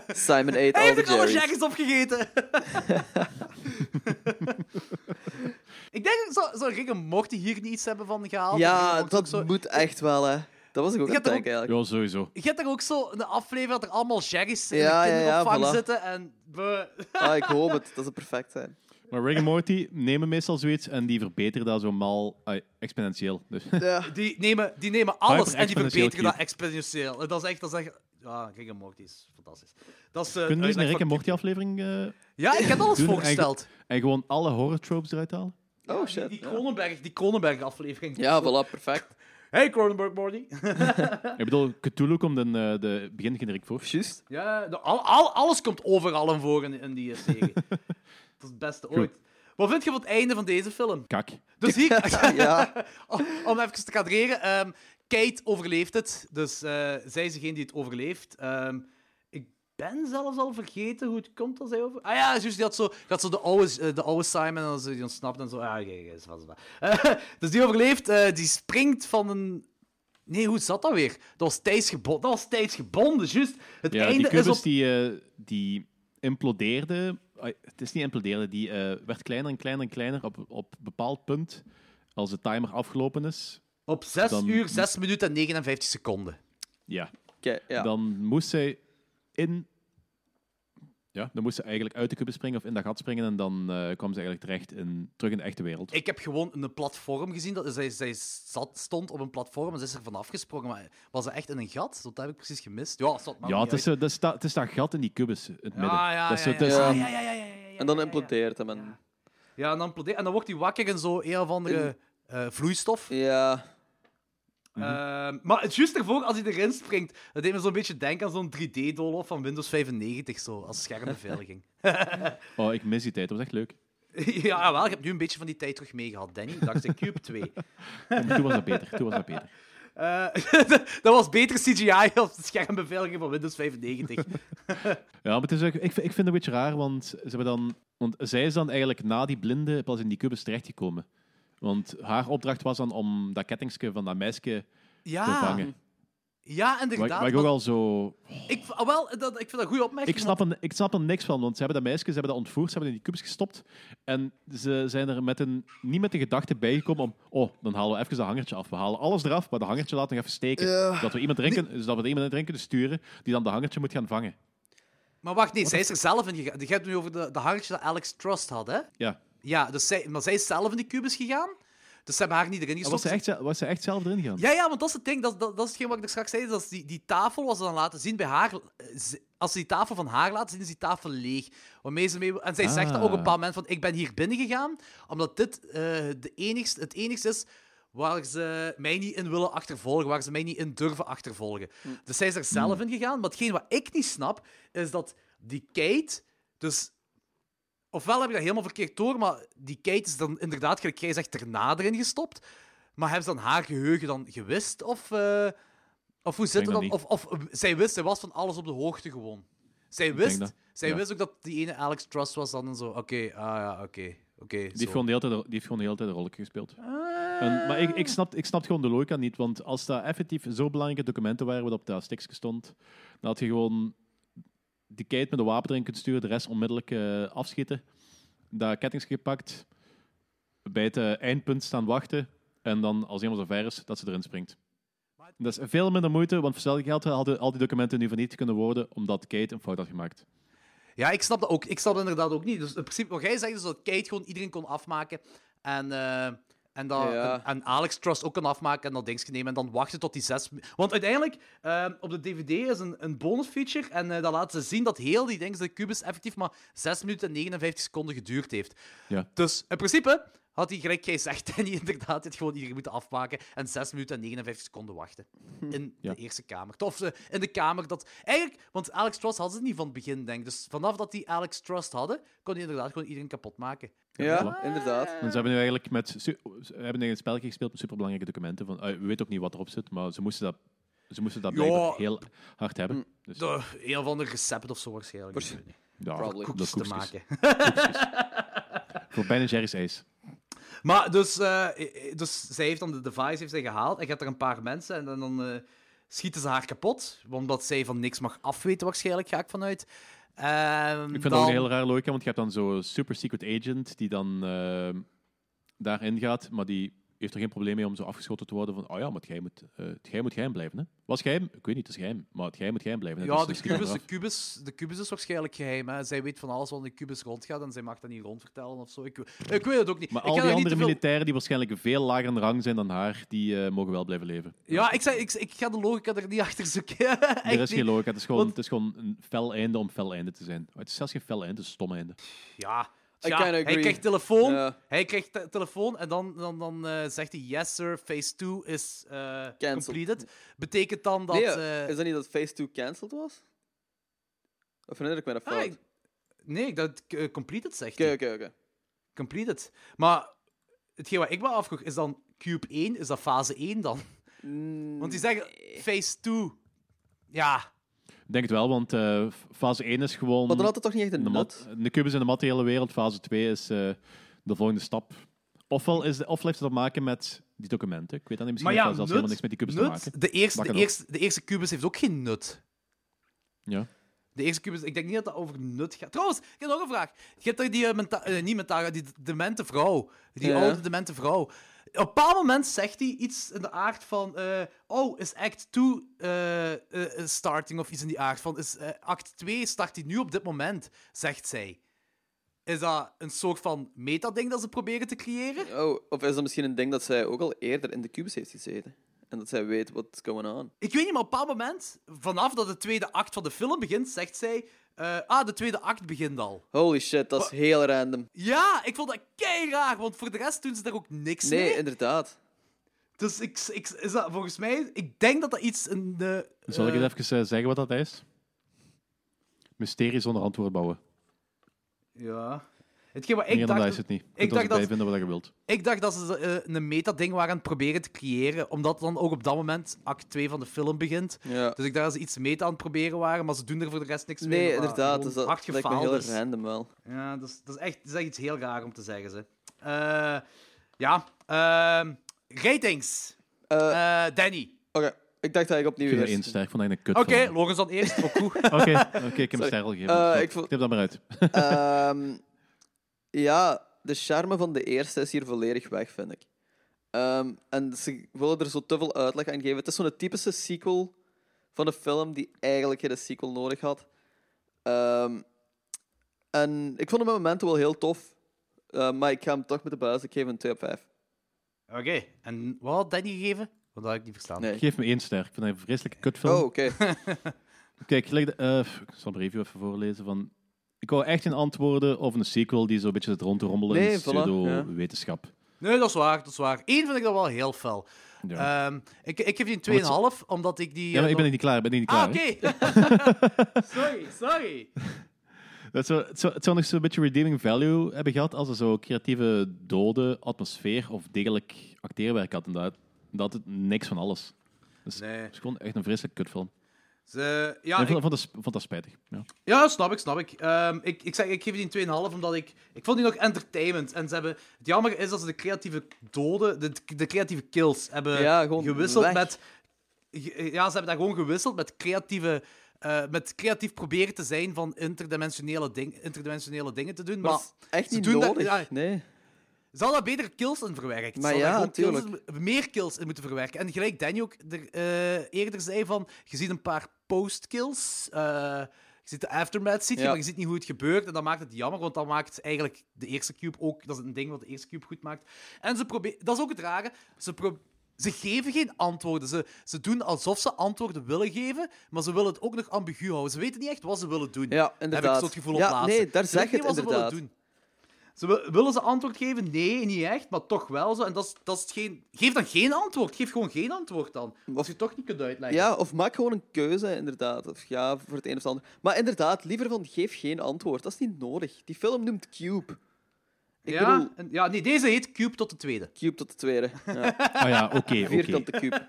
Speaker 8: Simon ate
Speaker 7: Hij
Speaker 8: all
Speaker 7: heeft
Speaker 8: the
Speaker 7: er alle
Speaker 8: cherries.
Speaker 7: jackets opgegeten. ik denk, zou, zou Rick en Morty hier niet iets hebben van gehaald? Rick en
Speaker 8: Ja,
Speaker 7: Morty ook
Speaker 8: dat
Speaker 7: zo...
Speaker 8: moet echt wel, hè. Dat was ik ook aan
Speaker 7: Je
Speaker 8: het
Speaker 7: hebt er ook-
Speaker 8: denken, eigenlijk.
Speaker 6: Ja, sowieso.
Speaker 7: Je hebt daar ook zo een aflevering dat er allemaal sherry's in
Speaker 8: Ja,
Speaker 7: de
Speaker 8: ja, ja,
Speaker 7: kinderopvang
Speaker 8: voilà.
Speaker 7: zitten. En we-
Speaker 8: Ah, ik hoop het. Dat ze perfect zijn.
Speaker 6: Maar Rick en Morty nemen meestal zoiets en die verbeteren dat zo mal ah, exponentieel. Dus,
Speaker 8: Ja.
Speaker 7: die, nemen, die nemen alles en die
Speaker 6: Hyper-exponentieel
Speaker 7: verbeteren dat
Speaker 6: cube.
Speaker 7: exponentieel. Dat is echt... Dat is echt Ja, Rick en Morty is fantastisch. Dat is, eh,
Speaker 6: Kunnen we eens
Speaker 7: uitleg
Speaker 6: een Rick
Speaker 7: van
Speaker 6: en Morty
Speaker 7: Kip.
Speaker 6: aflevering eh,
Speaker 7: Ja, ik heb alles
Speaker 6: doen en
Speaker 7: voorgesteld.
Speaker 6: ge- En gewoon alle horror tropes eruit halen?
Speaker 8: Oh shit.
Speaker 7: Die
Speaker 8: Ja,
Speaker 7: Kronenberg, die Kronenberg-aflevering.
Speaker 8: ja voilà, perfect.
Speaker 7: Hey, Cronenberg Morty.
Speaker 6: Ik bedoel, Cthulhu komt in eh, de begingeneriek voor.
Speaker 8: Juist.
Speaker 7: Ja, de- al, al- alles komt overal en voor in, in die eh, serie. dat is het beste ooit. Wat vind je van het einde van deze film?
Speaker 6: Kak.
Speaker 7: Dus hier,
Speaker 8: Ja.
Speaker 7: om, om even te kadreren, ehm, Kate overleeft het. Dus eh, zij is degene die het overleeft. Ehm, ik ben zelfs al vergeten hoe het komt dat zij over... Ah ja, juist, die had zo, dat zo de, oude, eh, de oude Simon en dan zo, die ontsnapt en zo. Ah, oké, oké, is wat, is wat. Eh, dus die overleeft, eh, die springt van een... Nee, hoe zat dat weer? Dat was tijds gebonden, dat was tijds gebonden, juist. Het
Speaker 6: Ja, die
Speaker 7: einde is
Speaker 6: kubus
Speaker 7: op...
Speaker 6: die, eh, die implodeerde... ai, het is niet implodeerde, die eh, werd kleiner en kleiner en kleiner op, op een bepaald punt. Als de timer afgelopen is,
Speaker 7: Op 6
Speaker 6: Dan-
Speaker 7: uur, 6 minuten en 59 seconden.
Speaker 6: ja,
Speaker 8: Oké, ja.
Speaker 6: dan moest zij in... Ja, dan moest ze eigenlijk uit de kubus springen of in dat gat springen en dan eh, kwam ze eigenlijk terecht in, terug in de echte wereld.
Speaker 7: Ik heb gewoon een platform gezien. Dat, zij, zij zat, stond op een platform en ze is er vanaf gesprongen. Maar was ze echt in een gat? Dat heb ik precies gemist. Ja, dat staat maar
Speaker 6: ja,
Speaker 7: niet
Speaker 6: het is, zo-
Speaker 7: uit. Ah,
Speaker 6: dat is, dat, het is dat gat in die kubus, in het midden.
Speaker 7: Ja, ja,
Speaker 6: dat is zo
Speaker 7: ja, ja,
Speaker 6: tussen-
Speaker 7: ja, ja, ja, ja, ja, ja,
Speaker 8: En dan
Speaker 7: ja,
Speaker 8: implodeert hem. En...
Speaker 7: Ja, Ja, en dan implodeert. En dan wordt hij wakker in zo een of andere eh, vloeistof.
Speaker 8: Ja.
Speaker 7: Ehm, maar het juist ervoor, als hij erin springt, dat deed me zo'n beetje denken aan zo'n 3D-doolhof van Windows 95, zo, als schermbeveiliging.
Speaker 6: Oh, ik mis die tijd, dat was echt leuk.
Speaker 7: ja, wel, ik heb nu een beetje van die tijd terug meegehad, Danny, dankzij Cube 2.
Speaker 6: Oh, maar toen was dat beter, toen was dat beter.
Speaker 7: Eh, dat was beter CGI op de schermbeveiliging van Windows 95.
Speaker 6: Ja, maar het is, ook- ik, ik vind het een beetje raar, want, ze hebben dan, want zij is dan eigenlijk na die blinde pas in die kubus terechtgekomen. Want haar opdracht was dan om dat kettingske van dat meisje te
Speaker 7: Ja,
Speaker 6: vangen.
Speaker 7: ja
Speaker 6: Maar,
Speaker 7: inderdaad.
Speaker 6: maar ik
Speaker 7: maar
Speaker 6: ook al zo...
Speaker 7: ik, ah, wel, dat, ik vind dat een goede opmerking.
Speaker 6: Ik snap, er, ik snap er niks van, want ze hebben dat meisje ze hebben dat ontvoerd, ze hebben het in die kubus gestopt. En ze zijn er met een, niet met de gedachte bijgekomen om... Oh, dan halen we even dat hangertje af. We halen alles eraf, maar dat hangertje laten we nog even steken. Zodat we iemand erin kunnen- zodat we er iemand in erin kunnen sturen die dan dat hangertje moet gaan vangen.
Speaker 7: Maar wacht, nee, zij is er zelf in gegaan. Je hebt het nu over de, de hangertje dat Alex Trust had, hè?
Speaker 6: Ja.
Speaker 7: Ja, dus zij, maar zij is zelf in die kubus gegaan. Dus ze hebben haar niet erin
Speaker 6: En
Speaker 7: gestopt.
Speaker 6: Was ze, echt, was ze echt zelf erin gegaan?
Speaker 7: Ja, ja, want dat is het ding. Dat, dat, dat is hetgeen wat ik er straks zei. Dat is die, die tafel was dan laten zien bij haar. eh, ze- Als ze die tafel van haar laten zien, is die tafel leeg. Waarmee ze mee, en zij zegt dan ook op
Speaker 6: Ah.
Speaker 7: een bepaald moment van... Ik ben hier binnen gegaan, omdat dit eh, de enigste, het enigste is waar ze mij niet in willen achtervolgen. Waar ze mij niet in durven achtervolgen. Dus zij is er zelf in gegaan. Maar hetgeen wat ik niet snap, is dat die Kate... Dus ofwel heb ik dat helemaal verkeerd door, maar die Kate is dan inderdaad, gelijk jij zegt, erna erin gestopt. Maar hebben ze dan haar geheugen dan gewist? Of, eh, of hoe zit
Speaker 6: denk
Speaker 7: het
Speaker 6: dat
Speaker 7: dan? Of,
Speaker 6: niet.
Speaker 7: of eh, zij wist, zij was van alles op de hoogte gewoon. Zij
Speaker 6: denk
Speaker 7: wist,
Speaker 6: dat,
Speaker 7: zij
Speaker 6: ja.
Speaker 7: wist ook dat die ene Alex Trust was dan en zo. Oké, ah ja, oké. oké,
Speaker 6: Die heeft,
Speaker 7: zo.
Speaker 6: gewoon de hele tijd, die heeft gewoon de hele tijd een rolletje gespeeld. En- maar ik, ik, snap, ik snap gewoon de logica niet, want als dat effectief zo belangrijke documenten waren wat op dat stiksje stond, dan had je gewoon die Kate met een wapen erin kunnen sturen, de rest onmiddellijk eh, afschieten, dat kettingje gepakt, bij het eh, eindpunt staan wachten en dan, als iemand zo ver is, dat ze erin springt. Dat is veel minder moeite, want voor hetzelfde geld hadden al die documenten nu vernietigd kunnen worden omdat Kate een fout had gemaakt.
Speaker 7: Ja, ik snap dat ook. Ik snap dat inderdaad ook niet. Dus in principe, wat jij zegt, is dat Kate gewoon iedereen kon afmaken. En, eh, en, dat,
Speaker 8: Ja.
Speaker 7: en, en Alex Trust ook kon afmaken en dat dingetje nemen. En dan wachten tot die zes... mi- Want uiteindelijk, eh, op de DVD is een, een bonus feature. En eh dat laten ze zien dat heel die ding, de kubus, effectief maar 6 minuten en 59 seconden geduurd heeft.
Speaker 6: Ja.
Speaker 7: Dus in principe had hij gelijk jij zegt, Danny, inderdaad, het gewoon iedereen moeten afmaken en 6 minuten en 59 seconden wachten. In
Speaker 6: Hm. Ja.
Speaker 7: de eerste kamer. Of eh, in de kamer dat... Eigenlijk, want Alex Trust hadden ze niet van het begin, denk ik. Dus vanaf dat die Alex Trust hadden, kon hij inderdaad gewoon iedereen kapot maken.
Speaker 8: Ja, inderdaad.
Speaker 6: En ze hebben nu eigenlijk met su- ze hebben nu een spelletje gespeeld met superbelangrijke documenten. Van, eh, we weten ook niet wat erop zit, maar ze moesten dat, ze moesten dat
Speaker 7: Ja. Mm.
Speaker 6: blijkbaar heel hard hebben. Dus, ja,
Speaker 7: De, Oh, een of ander recept of zo waarschijnlijk. Ik weet niet.
Speaker 8: probably.
Speaker 6: dat
Speaker 7: Koekjes te
Speaker 6: koekjes.
Speaker 7: maken.
Speaker 6: Voor bijna Jerry's ijs.
Speaker 7: Maar dus, eh, eh, dus zij heeft dan de device heeft zij gehaald. En je hebt er een paar mensen. En dan, dan eh, schieten ze haar kapot. Omdat zij van niks mag afweten, waarschijnlijk, ga ik vanuit. Ehm,
Speaker 6: Ik vind dat ook een heel raar logica, want je hebt dan zo'n super secret agent die dan eh, ehm, daarin gaat, maar die heeft er geen probleem mee om zo afgeschoten te worden van, oh ja, maar het geheim moet, eh, het geheim, moet geheim blijven. Hè? Was geheim? Ik weet niet, het is geheim. Maar het geheim moet geheim blijven. hè.
Speaker 7: Ja,
Speaker 6: Dus
Speaker 7: de
Speaker 6: dat schiet
Speaker 7: kubus, de,
Speaker 6: eraf.
Speaker 7: kubus, de kubus is waarschijnlijk geheim. Hè. Zij weet van alles wat in de kubus rondgaat en zij mag dat niet rondvertellen of zo. Ik, ik weet het ook niet.
Speaker 6: Maar
Speaker 7: ik
Speaker 6: al
Speaker 7: ga
Speaker 6: die
Speaker 7: daar niet
Speaker 6: andere
Speaker 7: te veel-
Speaker 6: militairen die waarschijnlijk veel lager in rang zijn dan haar, die eh, mogen wel blijven leven.
Speaker 7: Ja, ik, zei, ik, ik ga de logica er niet achter zoeken.
Speaker 6: Er is
Speaker 7: Echt
Speaker 6: geen
Speaker 7: niet.
Speaker 6: logica. Het is gewoon,
Speaker 7: Want-
Speaker 6: het is gewoon een fel einde om fel einde te zijn. Het is zelfs geen fel einde, het is een stom einde.
Speaker 7: Ja.
Speaker 8: I
Speaker 7: Tja,
Speaker 8: kinda
Speaker 7: hij
Speaker 8: agree.
Speaker 7: krijgt telefoon.
Speaker 8: Ja.
Speaker 7: Hij krijgt te- telefoon en dan, dan, dan eh, zegt hij yes sir, phase 2 is eh,
Speaker 8: Cancelled.
Speaker 7: completed. Betekent dan dat...
Speaker 8: nee,
Speaker 7: eh,
Speaker 8: is dat niet dat Phase 2 cancelled was? Of herinner ik me dat
Speaker 7: ah,
Speaker 8: fout?
Speaker 7: ik- nee, dat eh, completed zegt
Speaker 8: Oké,
Speaker 7: hij.
Speaker 8: oké, oké.
Speaker 7: Completed. Maar hetgeen wat ik me afvroeg, is dan Cube 1, is dat fase 1 dan? Want die zeggen phase 2. Ja.
Speaker 6: Ik denk het wel, want eh, f- fase 1 is gewoon...
Speaker 8: Maar dan had het toch niet echt een
Speaker 6: de,
Speaker 8: nut?
Speaker 6: mat, de kubus in de materiële wereld. Fase 2 is eh, de volgende stap. Ofwel, is de, ofwel heeft het te maken met die documenten. Ik weet dat niet, misschien
Speaker 7: Maar
Speaker 6: heeft
Speaker 7: ja,
Speaker 6: dat zelfs
Speaker 7: nut,
Speaker 6: helemaal niks met die kubus
Speaker 7: nut,
Speaker 6: te maken.
Speaker 7: De eerste,
Speaker 6: Maak
Speaker 7: de,
Speaker 6: het op.
Speaker 7: eerste, de eerste kubus heeft ook geen nut.
Speaker 6: Ja.
Speaker 7: De eerste kubus, ik denk niet dat dat over nut gaat. Trouwens, ik heb nog een vraag. Je hebt er die, eh, menta- eh, niet mentale, die d- demente vrouw. Die
Speaker 8: Ja.
Speaker 7: oude demente vrouw. Op een bepaald moment zegt hij iets in de aard van... eh, oh, is act 2 eh, eh, eh, starting of iets in die aard? Van, is, eh, act 2 start hij nu op dit moment, zegt zij. Is dat een soort van meta-ding dat ze proberen te creëren?
Speaker 8: Oh, of is dat misschien een ding dat zij ook al eerder in de kubus heeft gezeten? En dat zij weet what's going on?
Speaker 7: Ik weet niet, maar op een bepaald moment, vanaf dat de tweede act van de film begint, zegt zij... eh, ah, de tweede act begint al.
Speaker 8: Holy shit, dat is heel random.
Speaker 7: Ja, ik vond dat kei raar, want voor de rest doen ze daar ook niks
Speaker 8: Nee,
Speaker 7: mee.
Speaker 8: inderdaad.
Speaker 7: Dus ik, ik, is dat, volgens mij, ik denk dat dat iets in de.
Speaker 6: Zal ik
Speaker 7: eh,
Speaker 6: eens even eh, zeggen wat dat is? Mysterie zonder antwoord bouwen.
Speaker 7: Ja. Hetgeen wat
Speaker 6: Ik
Speaker 7: ik dacht,
Speaker 6: is het niet. Je
Speaker 7: ik
Speaker 6: kunt ons
Speaker 7: dacht
Speaker 6: erbij
Speaker 7: dat,
Speaker 6: vinden wat je wilt.
Speaker 7: ik dacht dat ze eh, een meta-ding waren aan het proberen te creëren, omdat dan ook op dat moment act 2 van de film begint.
Speaker 8: Ja.
Speaker 7: Dus ik dacht dat ze iets meta aan het proberen waren, maar ze doen er voor de rest niks mee.
Speaker 8: Nee,
Speaker 7: omdat
Speaker 8: inderdaad.
Speaker 7: gewoon
Speaker 8: Dus dat
Speaker 7: hard
Speaker 8: lijkt me
Speaker 7: gefaald
Speaker 8: heel
Speaker 7: is.
Speaker 8: random wel.
Speaker 7: Ja, dat is, dat is, echt, dat is echt iets heel raar om te zeggen. Ze. Eh, ja, ehm, ratings.
Speaker 8: Eh,
Speaker 7: Eh, Danny.
Speaker 8: Oké, ik dacht dat ik opnieuw
Speaker 6: Ik vind er
Speaker 8: eerst-
Speaker 6: één ster. Ik vond dat een kut
Speaker 7: Oké,
Speaker 6: film.
Speaker 7: Logans dan eerst. Ook goed.
Speaker 6: Oké, oké, ik heb een ster al gegeven.
Speaker 8: Eh,
Speaker 6: Fuck,
Speaker 8: ik vond-
Speaker 6: Knip dat maar uit.
Speaker 8: Ehm, ja, de charme van de eerste is hier volledig weg, vind ik. Ehm, en ze willen er zo te veel uitleg aan geven. Het is zo'n typische sequel van een film die eigenlijk geen sequel nodig had. Ehm, en ik vond hem in momenten wel heel tof. Eh, maar ik ga hem toch met de buis. Ik geef hem een 2 op 5.
Speaker 7: Oké, en wat had Danny gegeven? Want dat had ik niet verstaan.
Speaker 8: Nee.
Speaker 6: Geef me één ster. Ik vind dat een vreselijke kutfilm.
Speaker 8: Oh, oké.
Speaker 6: Kijk, gelijk de- eh, ik zal de review even voorlezen. Van, ik wou echt geen antwoorden of een sequel die zo'n beetje zit rond te rommelen
Speaker 8: Nee,
Speaker 6: in
Speaker 8: voilà,
Speaker 6: pseudo-wetenschap.
Speaker 7: Nee, dat is waar, dat is waar. Eén vind ik dat wel heel fel.
Speaker 6: Ja.
Speaker 7: Ehm, ik, ik geef die
Speaker 6: Omdat
Speaker 7: een 2,5, omdat ik die...
Speaker 6: ja, maar
Speaker 7: eh,
Speaker 6: ik ben er niet klaar. Ik ben er niet klaar.
Speaker 7: Ah,
Speaker 6: hè.
Speaker 7: oké. sorry, sorry.
Speaker 6: Dat zou, het, zou, het zou nog zo'n beetje redeeming value hebben gehad als er zo'n creatieve dode atmosfeer of degelijk acteerwerk had. Inderdaad. Dat het niks van alles. Dus
Speaker 7: Nee.
Speaker 6: Het is gewoon echt een vreselijke kutfilm.
Speaker 7: Ze-
Speaker 6: Ja,
Speaker 7: ja,
Speaker 6: ik
Speaker 7: ik,
Speaker 6: vond, vond dat, sp- vond dat spijtig. Ja.
Speaker 7: ja, snap ik, snap ik. Ehm, ik, ik, zeg, ik geef die een 2,5, omdat ik... Ik vond die nog entertainment. En ze hebben... Het jammer is dat ze de creatieve doden, de, de creatieve kills, hebben
Speaker 8: Ja, gewoon
Speaker 7: gewisseld
Speaker 8: weg.
Speaker 7: met... ge- Ja, ze hebben daar gewoon gewisseld met creatieve... eh, met creatief proberen te zijn van interdimensionele, ding, interdimensionele dingen te doen.
Speaker 8: Maar
Speaker 7: Maar,
Speaker 8: dat is echt
Speaker 7: ze
Speaker 8: niet
Speaker 7: doen dat-
Speaker 8: nodig.
Speaker 7: ja.
Speaker 8: Nee.
Speaker 7: Ze hadden daar betere kills in verwerkt. Ze
Speaker 8: Maar
Speaker 7: hadden
Speaker 8: ja,
Speaker 7: daar gewoon kills
Speaker 8: tuurlijk.
Speaker 7: in- meer kills in moeten verwerken. En gelijk Danny ook er, eh, eerder zei van... Je ziet een paar post-kills. eh, je ziet de aftermath, ziet je,
Speaker 8: Ja.
Speaker 7: maar je ziet niet hoe het gebeurt. En dat maakt het jammer, want dat maakt eigenlijk de eerste cube ook... Dat is een ding wat de eerste cube goed maakt. En ze proberen... Dat is ook het rare. Ze pro- Ze geven geen antwoorden. Ze, ze doen alsof ze antwoorden willen geven, maar ze willen het ook nog ambigu houden. Ze weten niet echt wat ze willen doen.
Speaker 8: Ja,
Speaker 7: Heb
Speaker 8: inderdaad.
Speaker 7: ik zo het gevoel op
Speaker 8: Ja,
Speaker 7: plaatsen.
Speaker 8: nee, daar
Speaker 7: Ze
Speaker 8: zeg
Speaker 7: weten
Speaker 8: je
Speaker 7: niet
Speaker 8: het
Speaker 7: wat Ze willen
Speaker 8: inderdaad.
Speaker 7: doen. Ze wil- willen ze antwoord geven? Nee, niet echt, maar toch wel zo. En dat is, dat is geen... Geef dan geen antwoord. Geef gewoon geen antwoord dan. Als je het toch niet kunt uitleggen.
Speaker 8: Ja, of maak gewoon een keuze, inderdaad. Of ja, voor het een of het ander. Maar inderdaad, liever van geef geen antwoord. Dat is niet nodig. Die film noemt Cube. Ik
Speaker 7: ja?
Speaker 8: bedoel,
Speaker 7: en- ja, nee, deze heet Cube tot de tweede.
Speaker 8: Cube tot de tweede. Ja,
Speaker 6: Ah ja, oké. oké.
Speaker 8: vierkant de Cube.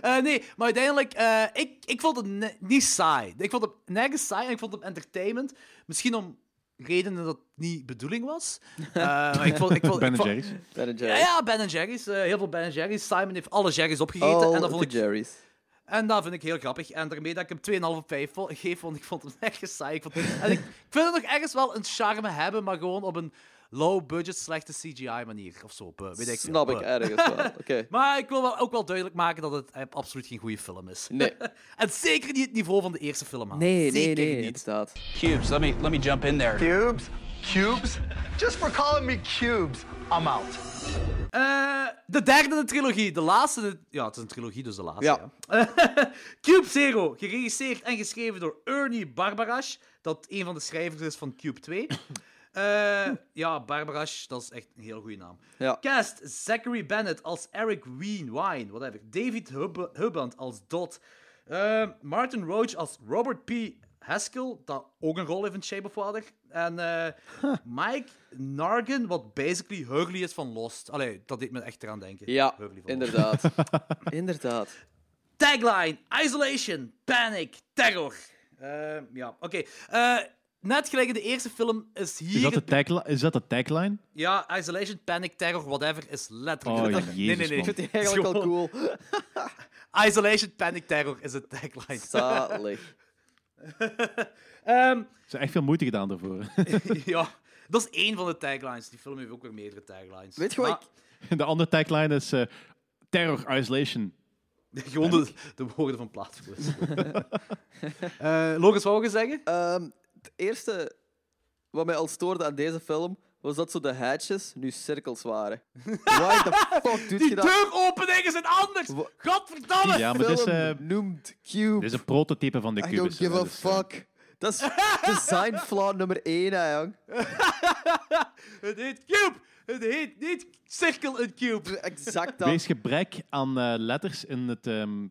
Speaker 7: Eh, nee, maar uiteindelijk, eh, ik, ik vond het ne- niet saai. Ik vond het nergens saai en ik vond het entertainment. Misschien om redenen dat het niet bedoeling was. Eh, maar ik vond, ik vond,
Speaker 6: Ben
Speaker 7: ik vond-
Speaker 6: Jerry's.
Speaker 8: Ben en Jerry.
Speaker 7: Ja, ja, Ben Jerry's. eh, heel veel Ben Jerry's. Simon heeft alle Jerry's opgegeten.
Speaker 8: All
Speaker 7: en dat vond
Speaker 8: the
Speaker 7: ik
Speaker 8: Jerry's.
Speaker 7: En dat vind ik heel grappig. En daarmee dat ik hem 2,5 op 5 vo- geef, want ik vond hem ergens saai. Ik, vond... en ik, ik vind het nog ergens wel een charme hebben, maar gewoon op een, low budget, slechte CGI manier of zo. Buh, weet ik veel.
Speaker 8: Snap ik
Speaker 7: Buh.
Speaker 8: ergens wel. Oké.
Speaker 7: Maar ik wil wel, ook wel duidelijk maken dat het eh, absoluut geen goede film is.
Speaker 8: Nee.
Speaker 7: en zeker niet het niveau van de eerste film aan.
Speaker 8: Nee, nee,
Speaker 7: zeker
Speaker 8: nee.
Speaker 7: Niet.
Speaker 8: Inderdaad.
Speaker 4: Cubes, let me let me jump in there.
Speaker 9: Cubes? Cubes? Just for calling me cubes, I'm out.
Speaker 7: Eh, de derde in de trilogie, de laatste. in- Ja, het is een trilogie, dus de laatste.
Speaker 8: Ja.
Speaker 7: ja. Cube Zero, geregisseerd en geschreven door Ernie Barbarash, dat een van de schrijvers is van Cube 2. Eh, ja, Barbarash, dat is echt een heel goede naam.
Speaker 8: Ja.
Speaker 7: Cast Zachary Bennett als Eric Wien, Wine, whatever. David Hub Hubband als Dot. Eh, Martin Roach als Robert P. Haskell, dat ook een rol heeft in Shape of Water. En eh, Mike Nargan, wat basically Hurley is van Lost. Allee, dat deed me echt eraan denken.
Speaker 8: Ja,
Speaker 7: Hurley van Lost.
Speaker 8: inderdaad. inderdaad.
Speaker 7: Tagline: Isolation, Panic, Terror. Eh, ja, oké. Eh, net gelijk in de eerste film is hier.
Speaker 6: Is dat, de
Speaker 7: het-
Speaker 6: tagli- is dat de tagline?
Speaker 7: Ja, Isolation, Panic, Terror, whatever is letterlijk.
Speaker 6: Oh,
Speaker 7: de tagline. nee,
Speaker 6: jezus,
Speaker 7: nee, nee.
Speaker 6: man.
Speaker 8: Ik vind die eigenlijk wel cool.
Speaker 7: Isolation, Panic, Terror is het tagline.
Speaker 8: Zalig.
Speaker 7: Ehm,
Speaker 6: Ze hebben echt veel moeite gedaan daarvoor.
Speaker 7: ja, dat is één van de taglines. Die film heeft ook weer meerdere taglines.
Speaker 8: Weet je wat
Speaker 7: Maar-
Speaker 8: ik-
Speaker 6: de andere tagline is eh, Terror Isolation.
Speaker 7: Gewoon de, de woorden van plaatsvoerders. Eh Loris, wat wou je zeggen?
Speaker 8: Ehm, het eerste wat mij al stoorde aan deze film was dat zo de hatches nu cirkels waren. Why the fuck doet je
Speaker 7: Die
Speaker 8: dat?
Speaker 7: deuropeningen zijn anders!
Speaker 8: Wa-
Speaker 7: Godverdamme!
Speaker 6: Ja, maar dit is, eh,
Speaker 8: Film noemt Cube.
Speaker 6: dit is een prototype van de
Speaker 8: I don't
Speaker 6: kubus. dus, eh,
Speaker 8: give a fuck. Dat is design flaw nummer 1, hè, jong.
Speaker 7: Het heet Cube! Het heet niet Cirkel en Cube!
Speaker 8: Exact dat.
Speaker 6: Wees gebrek aan eh, letters in, het, ehm,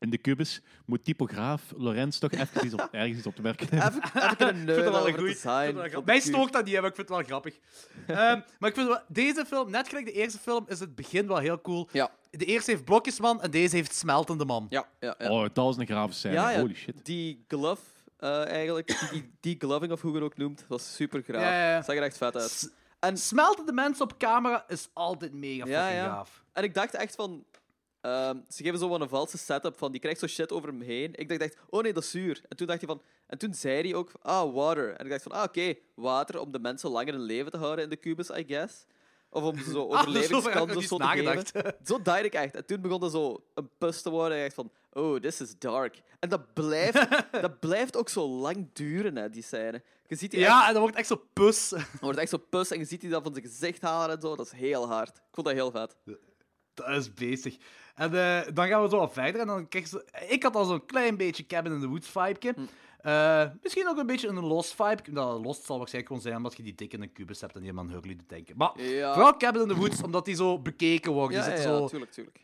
Speaker 6: in de kubus moet typograaf Lorenz toch even iets op, ergens iets op te merken hebben.
Speaker 8: Even, even een
Speaker 7: Ik
Speaker 8: neus
Speaker 7: vind dat wel
Speaker 8: over
Speaker 7: een goeie.
Speaker 8: het
Speaker 7: Ik
Speaker 8: design.
Speaker 7: vind dat wel grappig.
Speaker 8: van de
Speaker 7: Mij
Speaker 8: Cube.
Speaker 7: stoort dat niet, hè, maar ik vind het wel grappig. Ehm, maar ik vind wel, deze film, net gelijk de eerste film, is het begin wel heel cool.
Speaker 8: Ja,
Speaker 7: De eerste heeft Blokjesman en deze heeft Smeltende Man.
Speaker 8: ja, ja. ja.
Speaker 6: Oh, dat is een grave scène.
Speaker 8: Ja, ja,
Speaker 6: Holy shit.
Speaker 8: Die glove, eh, eigenlijk, die- die, die gloving of hoe je het ook noemt, was super graaf.
Speaker 7: Ja, ja, ja.
Speaker 8: Zag er echt vet uit.
Speaker 7: S- En smeltende mensen op camera is altijd mega
Speaker 8: Ja,
Speaker 7: fucking
Speaker 8: ja.
Speaker 7: gaaf.
Speaker 8: En ik dacht echt van. ehm, ze geven zo wel een valse setup van. Die krijgt zo shit over hem heen. Ik dacht, echt, oh nee, dat is zuur. En toen dacht hij van. En toen zei hij ook, ah, water. En ik dacht van, ah, oké, water om de mensen langer in leven te houden in de kubus, I guess. Of om ze zo
Speaker 7: Ah, dus over heb ik
Speaker 8: overlevingskans
Speaker 7: nog
Speaker 8: of zo te
Speaker 7: niet
Speaker 8: geven.
Speaker 7: nagedacht.
Speaker 8: Zo dacht ik echt. En toen begon dat zo een pus te worden. En ik dacht van, oh, this is dark. En dat blijft, dat blijft ook zo lang duren, hè, die scène. Je ziet die echt,
Speaker 7: Ja, en dan wordt echt zo pus.
Speaker 8: er wordt echt zo pus en je ziet die dat van zijn gezicht halen en zo. Dat is heel hard. Ik vond dat heel vet.
Speaker 7: Dat is bezig. En eh, dan gaan we zo wat verder. En dan krijg je, zo- ik had al zo'n klein beetje Cabin in the Woods vibe.
Speaker 8: Hm.
Speaker 7: misschien ook een beetje een Lost vibe. Nou, Lost zal waarschijnlijk gewoon zijn omdat je die dikke in een kubus hebt en die man Hurley doet denken. Maar
Speaker 8: Ja.
Speaker 7: vooral Cabin in the Woods, omdat die zo bekeken worden.
Speaker 8: Ja,
Speaker 7: die
Speaker 8: ja,
Speaker 7: zitten zo
Speaker 8: ja, tuurlijk, tuurlijk.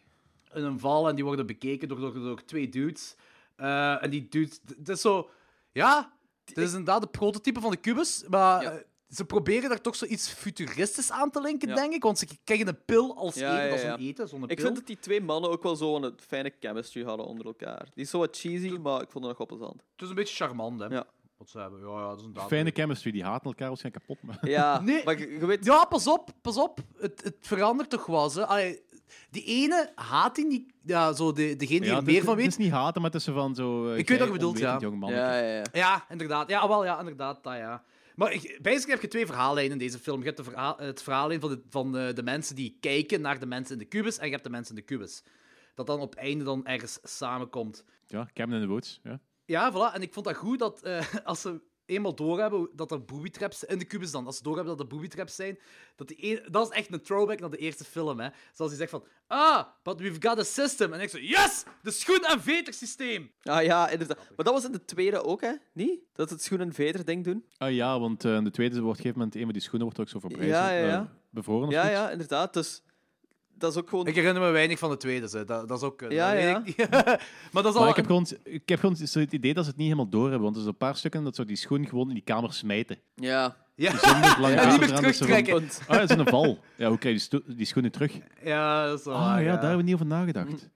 Speaker 7: in een val en die worden bekeken door, door, door twee dudes. Eh, en die dudes, d- het is zo, ja, het is inderdaad de prototype van de kubus, maar
Speaker 8: Ja.
Speaker 7: eh, ze proberen daar toch zoiets futuristisch aan te linken,
Speaker 8: Ja.
Speaker 7: denk ik. Want ze krijgen een pil als
Speaker 8: Ja,
Speaker 7: eten,
Speaker 8: ja,
Speaker 7: dat is
Speaker 8: ja.
Speaker 7: een eten, zo'n
Speaker 8: Ik
Speaker 7: pil.
Speaker 8: vind dat die twee mannen ook wel zo'n een fijne chemistry hadden onder elkaar. Die is zo wat cheesy, maar ik vond het nog wel plezant.
Speaker 7: Het is een beetje charmant, hè.
Speaker 8: Ja.
Speaker 7: Wat ze hebben, ja, ja, dat is inderdaad...
Speaker 6: Fijne chemistry, die haten elkaar waarschijnlijk kapot. Maar...
Speaker 8: Ja,
Speaker 7: Nee.
Speaker 8: maar je, je weet...
Speaker 7: Ja, pas op, pas op. Het, het verandert toch wel, eens, hè. Allee, die ene haat die niet, ja, zo de, degene die
Speaker 6: Ja,
Speaker 7: er
Speaker 6: het is-
Speaker 7: meer van
Speaker 6: Het
Speaker 7: weet.
Speaker 6: is niet haten, maar het is zo van zo... eh,
Speaker 7: Ik weet wat
Speaker 6: jij
Speaker 7: je bedoelt, ja.
Speaker 6: onwetend jong manneke.
Speaker 8: Ja, ja, ja.
Speaker 7: Ja, inderdaad. Ja, wel, ja, inderdaad. Dat, ja. Maar ik, basically heb je twee verhaallijnen in deze film. Je hebt de verhaal, het verhaallijn van, de, van eh, de mensen die kijken naar de mensen in de kubus en je hebt de mensen in de kubus. Dat dan op het einde dan ergens samenkomt.
Speaker 6: Ja, Cabin in the Woods. Ja.
Speaker 7: Ja, voilà. En ik vond dat goed dat eh, als ze eenmaal doorhebben dat er booby traps in de kubus dan, als ze doorhebben dat er booby traps zijn, dat, die een- dat is echt een throwback naar de eerste film, hè. Zoals hij zegt van, ah, but we've got a system. En ik zo, yes, de schoen- en vetersysteem.
Speaker 8: Ah, ja, inderdaad. Maar dat was in de tweede ook, hè? Niet? Dat ze het schoen- en veter-ding doen?
Speaker 6: Ah ja, want eh, in de tweede wordt op een gegeven moment een van die schoenen wordt ook zo verbreid.
Speaker 8: Ja, ja,
Speaker 6: eh,
Speaker 8: ja.
Speaker 6: bevroren of
Speaker 8: Ja,
Speaker 6: zoiets.
Speaker 8: ja, inderdaad. Dus dat is ook gewoon...
Speaker 7: Ik herinner me weinig van de tweede, hè. Dat, dat is ook... eh,
Speaker 8: Ja,
Speaker 7: dat weet
Speaker 8: ja.
Speaker 7: ik niet. maar dat is al
Speaker 6: Maar ik heb gewoon, ik heb gewoon zo het idee dat ze het niet helemaal door hebben. Want er zijn een paar stukken dat ze die schoen gewoon in die kamer smijten.
Speaker 8: Ja.
Speaker 7: Ja,
Speaker 6: Zonder lang
Speaker 7: en niet
Speaker 6: eraan dat ze
Speaker 7: meer
Speaker 6: van-
Speaker 7: terugtrekken.
Speaker 8: Punt.
Speaker 6: Ah, dat is een val. Ja, hoe krijg je die, sto- die schoenen terug?
Speaker 7: Ja, dat is wel
Speaker 6: Ah ja,
Speaker 7: waar,
Speaker 6: daar
Speaker 7: ja.
Speaker 6: hebben we niet over nagedacht.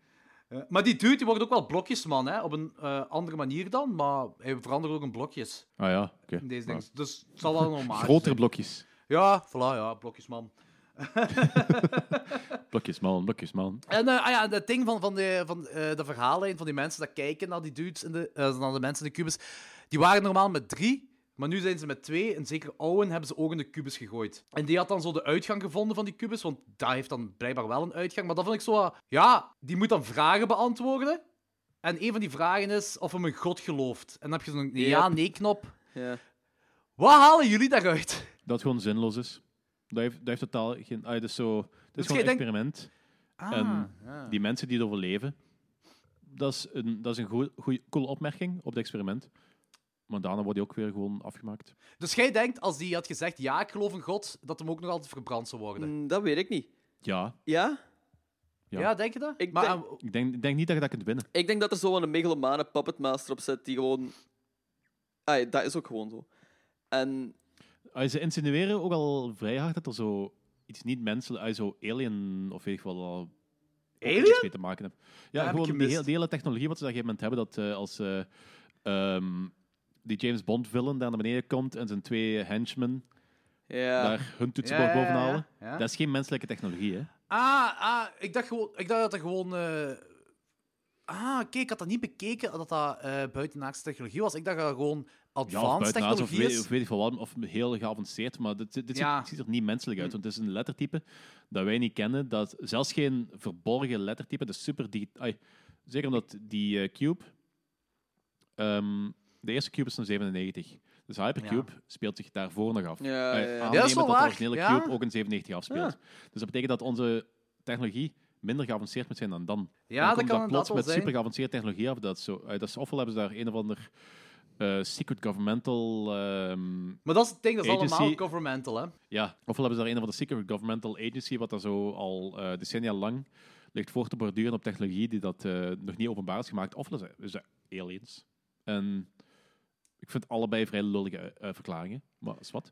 Speaker 7: Ja. Maar die dude die wordt ook wel blokjesman, hè? op een eh, andere manier dan, maar hij verandert ook in blokjes.
Speaker 6: Ah ja, oké.
Speaker 7: In Hm. deze
Speaker 6: Nou,
Speaker 7: dingen. Dus het zal wel normaal
Speaker 6: Grotere blokjes.
Speaker 7: Ja, voilà, ja, blokjesman.
Speaker 6: Blokjes, man, blokjes, man.
Speaker 7: En eh, ah ja, dat ding van, van, de, van eh, de verhaallijn van die mensen dat kijken naar die dudes, in de, eh, naar de mensen in de kubus, die waren normaal met drie, Maar nu zijn ze met twee en zeker Owen hebben ze ook in de kubus gegooid. En die had dan zo de uitgang gevonden van die kubus, want daar heeft dan blijkbaar wel een uitgang. Maar dat vond ik zo, wat- ja, die moet dan vragen beantwoorden. En een van die vragen is of hem een god gelooft. En dan heb je zo'n
Speaker 8: Yep.
Speaker 7: ja-nee-knop.
Speaker 8: Ja.
Speaker 7: Wat halen jullie daaruit?
Speaker 6: Dat gewoon zinloos is. Dat heeft, dat heeft totaal geen... Ah, dus zo, het is
Speaker 7: Dus
Speaker 6: gewoon
Speaker 7: jij
Speaker 6: een
Speaker 7: denkt-
Speaker 6: experiment.
Speaker 7: Ah,
Speaker 6: en die mensen die het overleven, dat is een, dat is een goe- goeie- coole opmerking op het experiment. Maar daarna wordt die ook weer gewoon afgemaakt.
Speaker 7: Dus jij denkt, als die had gezegd ja, ik geloof in god, dat hem ook nog altijd verbrand zou worden.
Speaker 8: Mm, dat weet ik niet.
Speaker 6: Ja,
Speaker 8: Ja?
Speaker 6: ja.
Speaker 7: Ja, denk je dat?
Speaker 8: Ik
Speaker 7: maar,
Speaker 8: denk-
Speaker 7: aan-
Speaker 6: ik denk, ik denk niet dat je dat kunt winnen.
Speaker 8: Ik denk dat er zo wel een megalomane puppetmaster op zit die gewoon... Ai, dat is ook gewoon zo. En
Speaker 6: Ah, ze insinueren ook al vrij hard dat er zo iets niet menselijk, ah, zo alien of weet ik wel, al ook iets
Speaker 7: Alien?
Speaker 6: mee te maken heeft.
Speaker 7: heb
Speaker 6: Ja,
Speaker 7: ik
Speaker 6: gewoon die,
Speaker 7: gemist.
Speaker 6: hele- die hele technologie wat ze op een gegeven moment hebben, dat eh, als eh, ehm, die James Bond villain daar naar beneden komt en zijn twee henchmen
Speaker 8: ja...
Speaker 6: daar hun
Speaker 7: Ja,
Speaker 6: toetsenbord
Speaker 7: ja, ja,
Speaker 6: boven halen,
Speaker 7: ja.
Speaker 6: dat is geen menselijke technologie, hè?
Speaker 7: Ah, ah ik, dacht gewoon, ik dacht dat er gewoon... eh, Ah, oké, ik had dat niet bekeken, dat dat eh buitenaardse technologie was. Ik dacht dat dat gewoon
Speaker 6: Ja, of
Speaker 7: advanced
Speaker 6: buitenaards, of
Speaker 7: technologie
Speaker 6: weet,
Speaker 7: is.
Speaker 6: of weet ik veel wat, of heel geavanceerd, maar dit, dit ziet-
Speaker 7: Ja.
Speaker 6: ziet, er niet menselijk uit, want het is een lettertype dat wij niet kennen, dat zelfs geen verborgen lettertype, dat is super digitaal. Zeker omdat die eh, Cube, ehm, de eerste Cube is van 97, dus Hypercube speelt zich daarvoor nog af.
Speaker 8: Ja, ja, ja.
Speaker 6: Wij
Speaker 8: Ja, dat is
Speaker 6: aannemen
Speaker 7: wel waar,
Speaker 6: de originele
Speaker 7: ja.
Speaker 6: Cube ook in 97 afspeelt. Dus dat betekent dat onze technologie minder geavanceerd moet zijn dan dan.
Speaker 7: Ja,
Speaker 6: dan
Speaker 7: dat
Speaker 6: komt
Speaker 7: kan inderdaad
Speaker 6: plots
Speaker 7: wel
Speaker 6: met
Speaker 7: zijn.
Speaker 6: super geavanceerde technologie af. Dat is zo, eh, dat is, ofwel hebben ze daar een of ander eh, secret governmental. ehm,
Speaker 7: Maar dat is het ding, dat is allemaal
Speaker 6: Agency-
Speaker 7: governmental, hè.
Speaker 6: ja, ofwel hebben ze daar een of andere secret governmental agency, wat daar zo al eh, decennia lang ligt voor te borduren op technologie die dat eh, nog niet openbaar is gemaakt. Ofwel zijn- is dat aliens. En ik vind allebei vrij lullige eh, verklaringen. Maar is wat.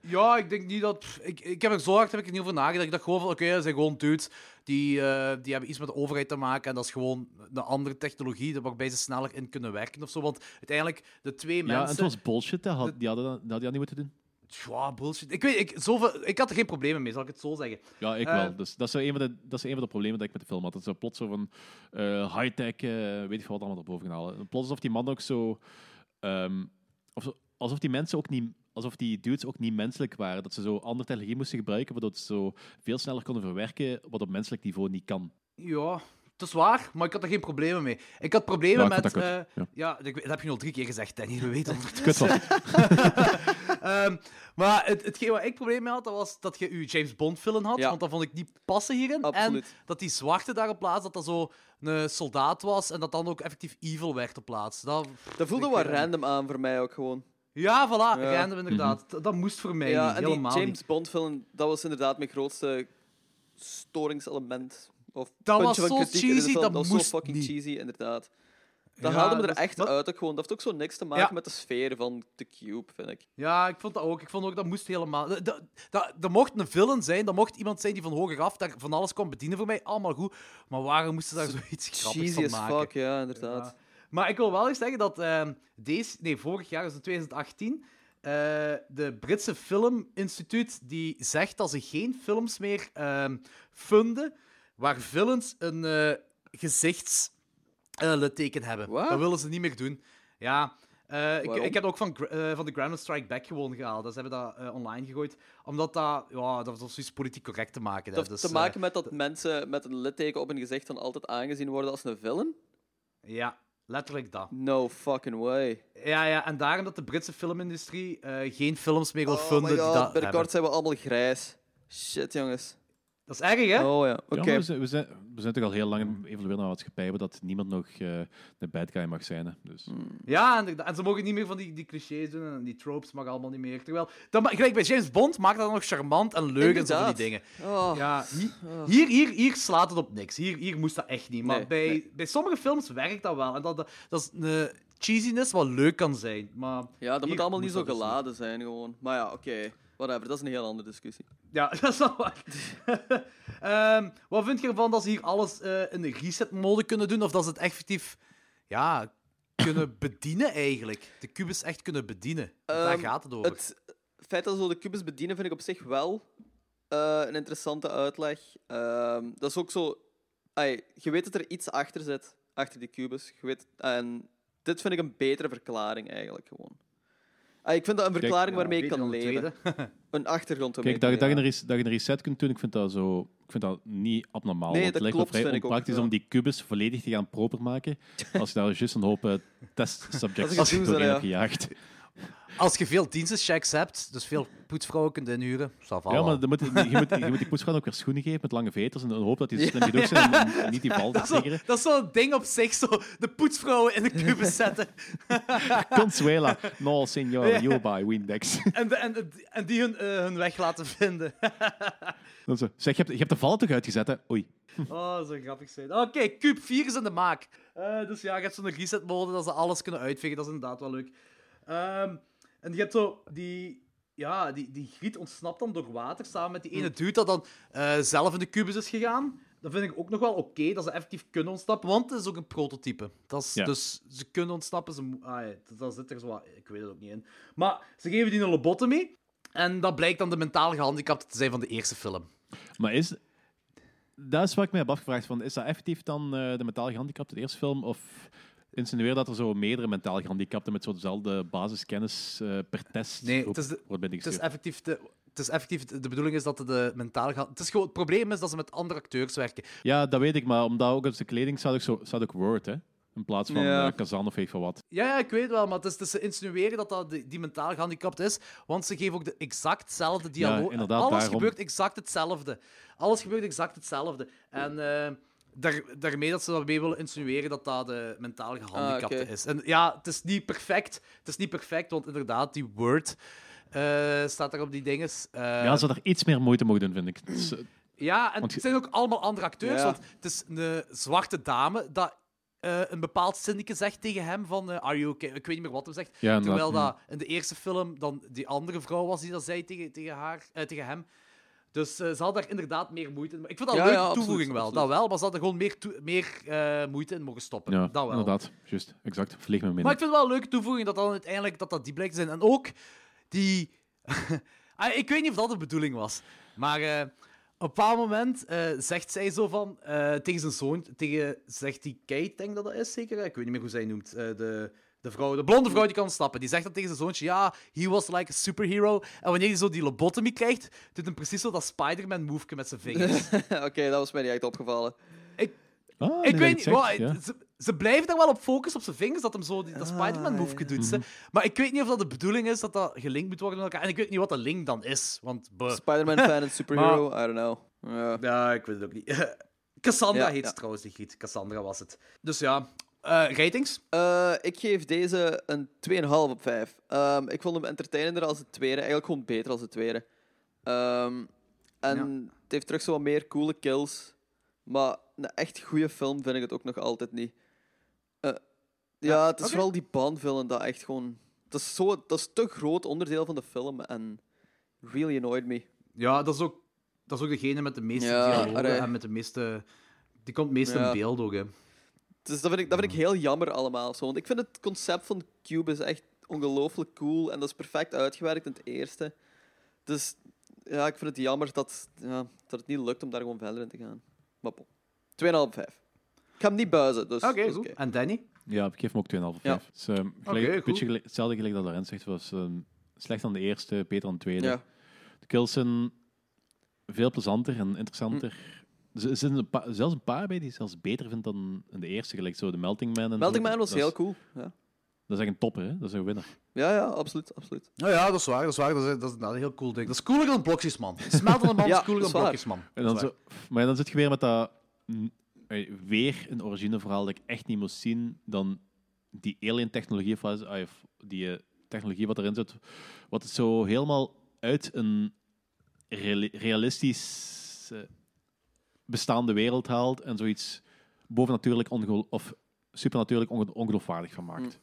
Speaker 7: Ja, ik denk niet dat... pff, ik, ik heb er zo hard heb ik er niet over nagedacht. Ik dacht gewoon van, oké, dat zijn gewoon dudes die, eh, die hebben iets met de overheid te maken en dat is gewoon een andere technologie waarbij ze sneller in kunnen werken of zo. Want uiteindelijk, de twee
Speaker 6: Ja, en het
Speaker 7: mensen...
Speaker 6: was bullshit. Dat had, die hadden dat, dat had die niet moeten doen.
Speaker 7: Ja, bullshit. Ik weet, ik, zoveel, ik had er geen problemen mee, zal ik het zo zeggen.
Speaker 6: Ja, ik
Speaker 7: Eh.
Speaker 6: wel. Dus dat is, zo een van de, dat is een van de problemen dat ik met de film had. Dat ze plots zo van eh, high-tech, eh, weet ik veel wat allemaal erboven gaan halen. En plots alsof die man ook zo... ehm, of, zo- alsof die mensen ook niet... Alsof die dudes ook niet menselijk waren. Dat ze zo andere technologie moesten gebruiken, waardoor ze zo veel sneller konden verwerken wat op menselijk niveau niet kan.
Speaker 7: Ja, dat is waar, maar ik had er geen problemen mee. Ik had problemen
Speaker 6: Ja, ik
Speaker 7: met...
Speaker 6: vond dat
Speaker 7: eh,
Speaker 6: kut,
Speaker 7: ja, ik weet- dat heb je al drie keer gezegd, Danny. We weten het.
Speaker 6: Kut was het.
Speaker 7: Ehm, maar het, hetgeen waar ik problemen mee had, dat was dat je uw James Bond film had,
Speaker 8: Ja.
Speaker 7: want dat vond ik niet plassen hierin.
Speaker 8: Absoluut.
Speaker 7: En dat die zwarte daar op plaats, dat dat zo een soldaat was en dat dan ook effectief evil werd op plaats. Dat,
Speaker 8: Dat voelde
Speaker 7: ik
Speaker 8: wel
Speaker 7: weet het
Speaker 8: random aan voor mij ook gewoon.
Speaker 7: Ja, voilà,
Speaker 8: Ja.
Speaker 7: random inderdaad. Dat, dat moest voor mij
Speaker 8: ja,
Speaker 7: niet,
Speaker 8: en die
Speaker 7: helemaal
Speaker 8: James
Speaker 7: niet.
Speaker 8: Bond film, dat was inderdaad mijn grootste storingselement. Of
Speaker 7: Dat
Speaker 8: puntje
Speaker 7: was
Speaker 8: van
Speaker 7: zo
Speaker 8: kritiek in de
Speaker 7: cheesy,
Speaker 8: film.
Speaker 7: dat
Speaker 8: was
Speaker 7: moest
Speaker 8: zo fucking
Speaker 7: niet.
Speaker 8: cheesy, inderdaad. Dat
Speaker 7: Ja,
Speaker 8: haalde me er
Speaker 7: dat-
Speaker 8: echt
Speaker 7: dat-
Speaker 8: uit ook gewoon. Dat heeft ook zo niks te maken
Speaker 7: Ja.
Speaker 8: met de sfeer van The Cube, vind ik.
Speaker 7: Ja, ik vond dat ook. Ik vond ook dat moest helemaal. Dat, dat, dat, dat mocht een villain zijn, dat mocht iemand zijn die van hoger af daar van alles kon bedienen voor mij. Allemaal goed. Maar waarom moesten ze daar zoiets grappigs
Speaker 8: Cheesy
Speaker 7: van
Speaker 8: as
Speaker 7: maken?
Speaker 8: fuck, ja, inderdaad.
Speaker 7: Ja. Maar ik wil wel eens zeggen dat ehm, deze, nee, vorig jaar, dus in 2018, eh, de Britse Filminstituut die zegt dat ze geen films meer ehm, funden waar villains een eh, gezichtsteken hebben.
Speaker 8: Wat?
Speaker 7: Dat willen ze niet meer doen. Ja. eh, ik,
Speaker 8: Waarom?
Speaker 7: ik heb dat ook van, Gr- eh, van de Gremlin Strike Back gewoon gehaald. Dus ze hebben dat eh, online gegooid. Omdat dat, ja, dat was zoiets politiek correct te maken.
Speaker 8: Dat
Speaker 7: heeft.
Speaker 8: heeft
Speaker 7: dus,
Speaker 8: te
Speaker 7: eh,
Speaker 8: maken met dat mensen met een litteken op hun gezicht dan altijd aangezien worden als een villain?
Speaker 7: ja, letterlijk dat.
Speaker 8: No fucking way.
Speaker 7: Ja, ja, en daarom dat de Britse filmindustrie eh, geen films meer wil
Speaker 8: Oh my
Speaker 7: funden. die
Speaker 8: god,
Speaker 7: dat,
Speaker 8: binnenkort
Speaker 7: hebben.
Speaker 8: zijn we allemaal grijs. Shit, jongens.
Speaker 7: dat is erg, hè?
Speaker 8: Oh ja, oké.
Speaker 6: Ja, maar we, zijn, we, zijn, we zijn toch al heel lang een evoluerende maatschappij waar dat niemand nog eh, de bad guy mag zijn. Hè. Dus.
Speaker 7: Ja, inderdaad. En ze mogen niet meer van die, die clichés doen en die tropes mag allemaal niet meer. Terwijl, dat, ma- gelijk bij James Bond maakt dat nog charmant en leuk en zo van die
Speaker 8: Inderdaad.
Speaker 7: dingen.
Speaker 8: Oh.
Speaker 7: Ja, hi- hier, hier, hier slaat het op niks. Hier, hier moest dat echt niet. Maar
Speaker 8: Nee,
Speaker 7: bij,
Speaker 8: nee.
Speaker 7: bij sommige films werkt dat wel. En dat, dat, dat is een cheesiness wat leuk kan zijn. Maar
Speaker 8: Ja, dat
Speaker 7: hier
Speaker 8: moet allemaal niet
Speaker 7: moest
Speaker 8: zo
Speaker 7: dat dus
Speaker 8: geladen zijn, gewoon. Maar ja, oké. Whatever, dat is een heel andere discussie.
Speaker 7: Ja, dat is wel waar. Ehm, wat vind je ervan dat ze hier alles eh, in de reset-mode kunnen doen? Of dat ze het effectief ja, kunnen bedienen, eigenlijk? De kubus echt kunnen bedienen. Want daar
Speaker 8: Ehm,
Speaker 7: gaat het over.
Speaker 8: Het feit dat ze zo de kubus bedienen vind ik op zich wel eh, een interessante uitleg. Ehm, dat is ook zo. ai, je weet dat er iets achter zit, achter die kubus. Je weet, en dit vind ik een betere verklaring eigenlijk gewoon. Ah, ik vind dat een verklaring waarmee ik kan
Speaker 7: Tweede,
Speaker 8: leven.
Speaker 7: tweede.
Speaker 8: Een achtergrond waarmee
Speaker 6: Kijk, dat,
Speaker 8: ik kan
Speaker 6: je- dat, je een
Speaker 8: leven.
Speaker 6: res- dat je een reset kunt doen, ik vind dat, zo, ik vind dat niet abnormaal.
Speaker 8: Nee,
Speaker 6: want
Speaker 8: dat
Speaker 6: het lijkt me
Speaker 8: klopt,
Speaker 6: vrij
Speaker 8: vind ik ook,
Speaker 6: onpraktisch
Speaker 8: ja.
Speaker 6: om die kubus volledig te gaan proper maken, als je daar juist een hoop eh, testsubjects
Speaker 8: Dat is een
Speaker 6: doorheen
Speaker 8: gedoe,
Speaker 6: hebt gejaagd.
Speaker 7: Als je veel dienstenchecks hebt, dus veel poetsvrouwen kunt inhuren, ça va
Speaker 6: Ja,
Speaker 7: wel.
Speaker 6: maar dan moet, je, je moet, je moet die poetsvrouw ook weer schoenen geven met lange veters en dan hoop dat die zo slim genoeg zijn om om niet die bal te
Speaker 7: dat, is wel-
Speaker 6: triggeren.
Speaker 7: dat is wel een ding op zich, zo de poetsvrouwen in de kubus zetten.
Speaker 6: Consuela, no senor, you buy Windex.
Speaker 7: en, de- en, de- en die hun, eh, hun weg laten vinden.
Speaker 6: Dan zo, zeg, je hebt, je hebt de valtuig uitgezet, hè? Oei.
Speaker 7: Oh, dat zou grappig zijn. Oké, Cube 4 is in de maak. Eh, dus ja, je hebt zo'n reset mode dat ze alles kunnen uitvegen. Dat is inderdaad wel leuk. Ehm, en je hebt zo die. Ja, die, die griet ontsnapt dan door water samen met die ene dude dat dan eh, zelf in de kubus is gegaan. Dat vind ik ook nog wel oké dat ze effectief kunnen ontsnappen, want het is ook een prototype. Dat is,
Speaker 6: Ja.
Speaker 7: Dus ze kunnen ontsnappen, ze, mo- ah, ja, dat- dat zit er zo wat, ik weet het ook niet in. Maar ze geven die een lobotomie en dat blijkt dan de mentaal gehandicapte te zijn van de eerste film.
Speaker 6: Maar is... Dat is wat ik me heb afgevraagd. Van, is dat effectief dan eh, de mentaal gehandicapte, de eerste film? Of insinueer dat er zo meerdere mentaal gehandicapten met zo dezelfde basiskennis eh, per test
Speaker 7: Nee,
Speaker 6: groep
Speaker 7: het is de-
Speaker 6: wordt
Speaker 7: Het is
Speaker 6: binnengestuurd?
Speaker 7: effectief de, het is effectief de de bedoeling is dat het de mentaal gaat. Het, is gewoon, het probleem is dat ze met andere acteurs werken.
Speaker 6: Ja, dat weet ik, maar omdat ook op zijn kleding staat ook, zo, staat ook Word, hè? In plaats van
Speaker 8: Ja.
Speaker 6: eh, Kazan of weet ik veel wat.
Speaker 7: Ja, ja, ik weet wel, maar het is, het is ze insinueren dat dat die, die mentaal gehandicapt is, want ze geven ook de exactzelfde dialoog.
Speaker 6: inderdaad,
Speaker 7: Alles
Speaker 6: daarom.
Speaker 7: gebeurt exact hetzelfde. Alles gebeurt exact hetzelfde. En eh, daar, daarmee dat ze daarmee willen insinueren dat dat de mentaal gehandicapte
Speaker 8: Ah, oké.
Speaker 7: is. En ja, het is niet perfect. Het is niet perfect, want inderdaad, die word eh, staat er op die dinges. Eh,
Speaker 6: ja, ze hadden er iets meer moeite mogen doen, vind ik. Dus, eh,
Speaker 7: Ja, en
Speaker 6: Want
Speaker 7: het zijn ook allemaal andere acteurs.
Speaker 8: Ja.
Speaker 7: Want het is een eh, zwarte dame dat eh, een bepaald zinnetje zegt tegen hem van eh, Are you okay? Ik weet niet meer wat hem zegt.
Speaker 6: Ja,
Speaker 7: Terwijl dat
Speaker 6: inderdaad,
Speaker 7: in de eerste film dan die andere vrouw was die dat zei tegen, tegen, haar, eh, tegen hem. Dus eh, ze had daar inderdaad meer moeite in. Maar Ik vond dat
Speaker 8: Ja,
Speaker 7: een leuke
Speaker 8: ja, absoluut,
Speaker 7: toevoeging wel.
Speaker 8: absoluut.
Speaker 7: Dat wel, maar ze hadden gewoon meer, toe- meer eh, moeite in mogen stoppen.
Speaker 6: ja,
Speaker 7: dat wel.
Speaker 6: inderdaad. Juist, exact. Vlieg me mee.
Speaker 7: Maar ik vind het wel een leuke toevoeging dat dan uiteindelijk dat dat die blijkt te zijn. En ook die. Ah, ik weet niet of dat de bedoeling was. Maar eh, op een bepaald moment eh, zegt zij zo van. eh, tegen zijn zoon. Tegen, zegt die Kate, denk ik dat dat is zeker. Ik weet niet meer hoe zij noemt. eh, de, de, vrouw, de blonde vrouw die kan stappen. Die zegt dat tegen zijn zoontje. Ja, he was like a superhero. En wanneer hij zo die lobotomie krijgt. doet hem precies zo dat Spider-Man move met zijn vingers.
Speaker 8: Oké, dat was mij niet echt opgevallen.
Speaker 6: Ah, nu dat
Speaker 7: Ik
Speaker 6: je
Speaker 7: weet
Speaker 6: het
Speaker 7: niet.
Speaker 6: zegt,
Speaker 7: wel,
Speaker 6: ja.
Speaker 7: ze, ze blijven daar wel op focussen op zijn vingers dat hem zo die, dat Spider-Man move doet. ze. Maar ik weet niet of dat de bedoeling is dat dat gelinkt moet worden met elkaar. En ik weet niet wat de link dan is. Want. buh.
Speaker 8: Spider-Man fan en superhero, I don't know. Ja.
Speaker 7: Ja, ik weet het ook niet. Cassandra
Speaker 8: Ja,
Speaker 7: heet
Speaker 8: ja.
Speaker 7: ze trouwens, die griet. Cassandra was het. Dus ja, eh, ratings.
Speaker 8: Eh, ik geef deze een 2,5 op 5. Ehm, ik vond hem entertainender als de tweede. Eigenlijk gewoon beter als de tweede. Ehm, en het heeft terug zo wat meer coole kills. Maar een echt goede film vind ik het ook nog altijd niet. Eh, ja, het is
Speaker 7: oké.
Speaker 8: vooral die baanfilm en dat echt gewoon... Dat is, zo, dat is te groot onderdeel van de film en really annoyed me.
Speaker 7: Ja, dat is ook, dat is ook degene met de meeste
Speaker 8: Ja,
Speaker 7: dialogen
Speaker 8: allee.
Speaker 7: en met de meeste. Die komt het meest
Speaker 8: Ja.
Speaker 7: in beeld ook. Hè.
Speaker 8: Dus dat vind ik, dat vind ik heel jammer allemaal. Zo. Want ik vind het concept van Cube is echt ongelooflijk cool. En dat is perfect uitgewerkt in het eerste. Dus ja, ik vind het jammer dat, ja, dat het niet lukt om daar gewoon verder in te gaan. Maar bon. 2,5 op 5. Ik ga hem niet buizen, dus...
Speaker 7: Oké,
Speaker 8: dus
Speaker 7: goed. En Danny?
Speaker 6: Ja, ik geef hem ook 2,5 op
Speaker 8: Ja.
Speaker 6: 5. Het is, ehm, gelijk-
Speaker 7: Oké,
Speaker 6: een beetje
Speaker 7: goed.
Speaker 6: gelijk- hetzelfde gelijk dat Lorenz zegt. was ehm, slecht aan de eerste, beter aan de tweede.
Speaker 8: Ja.
Speaker 6: De kills zijn veel plezanter en interessanter. Er er zijn een paar- zelfs een paar bij die ik zelfs beter vind dan in de eerste. Gelijk zo de Melting Man. En
Speaker 8: Melting
Speaker 6: zo.
Speaker 8: Man was
Speaker 6: Dat is-
Speaker 8: heel cool. Ja,
Speaker 6: Dat is echt een topper, hè? Dat is een winnaar.
Speaker 8: ja, ja absoluut, absoluut.
Speaker 7: Nou ja, dat is waar. Dat is, waar. Dat is, dat is een heel cool ding. Dat is cooler dan blokjes, man. Smeltende man
Speaker 8: Ja,
Speaker 7: is cooler
Speaker 8: dat
Speaker 7: dan
Speaker 8: is waar.
Speaker 7: blokjes, man.
Speaker 6: En
Speaker 7: Dat
Speaker 6: dan
Speaker 7: is
Speaker 6: zo, maar dan zit je weer met dat... mm, eh, Weer een origineverhaal dat ik echt niet moest zien dan die alien-technologie, of wat is- ah, of die eh, technologie wat erin zit, wat het zo helemaal uit een reali- realistisch eh, bestaande wereld haalt en zoiets bovennatuurlijk ongel- of supernatuurlijk onge- ongeloofwaardig van maakt.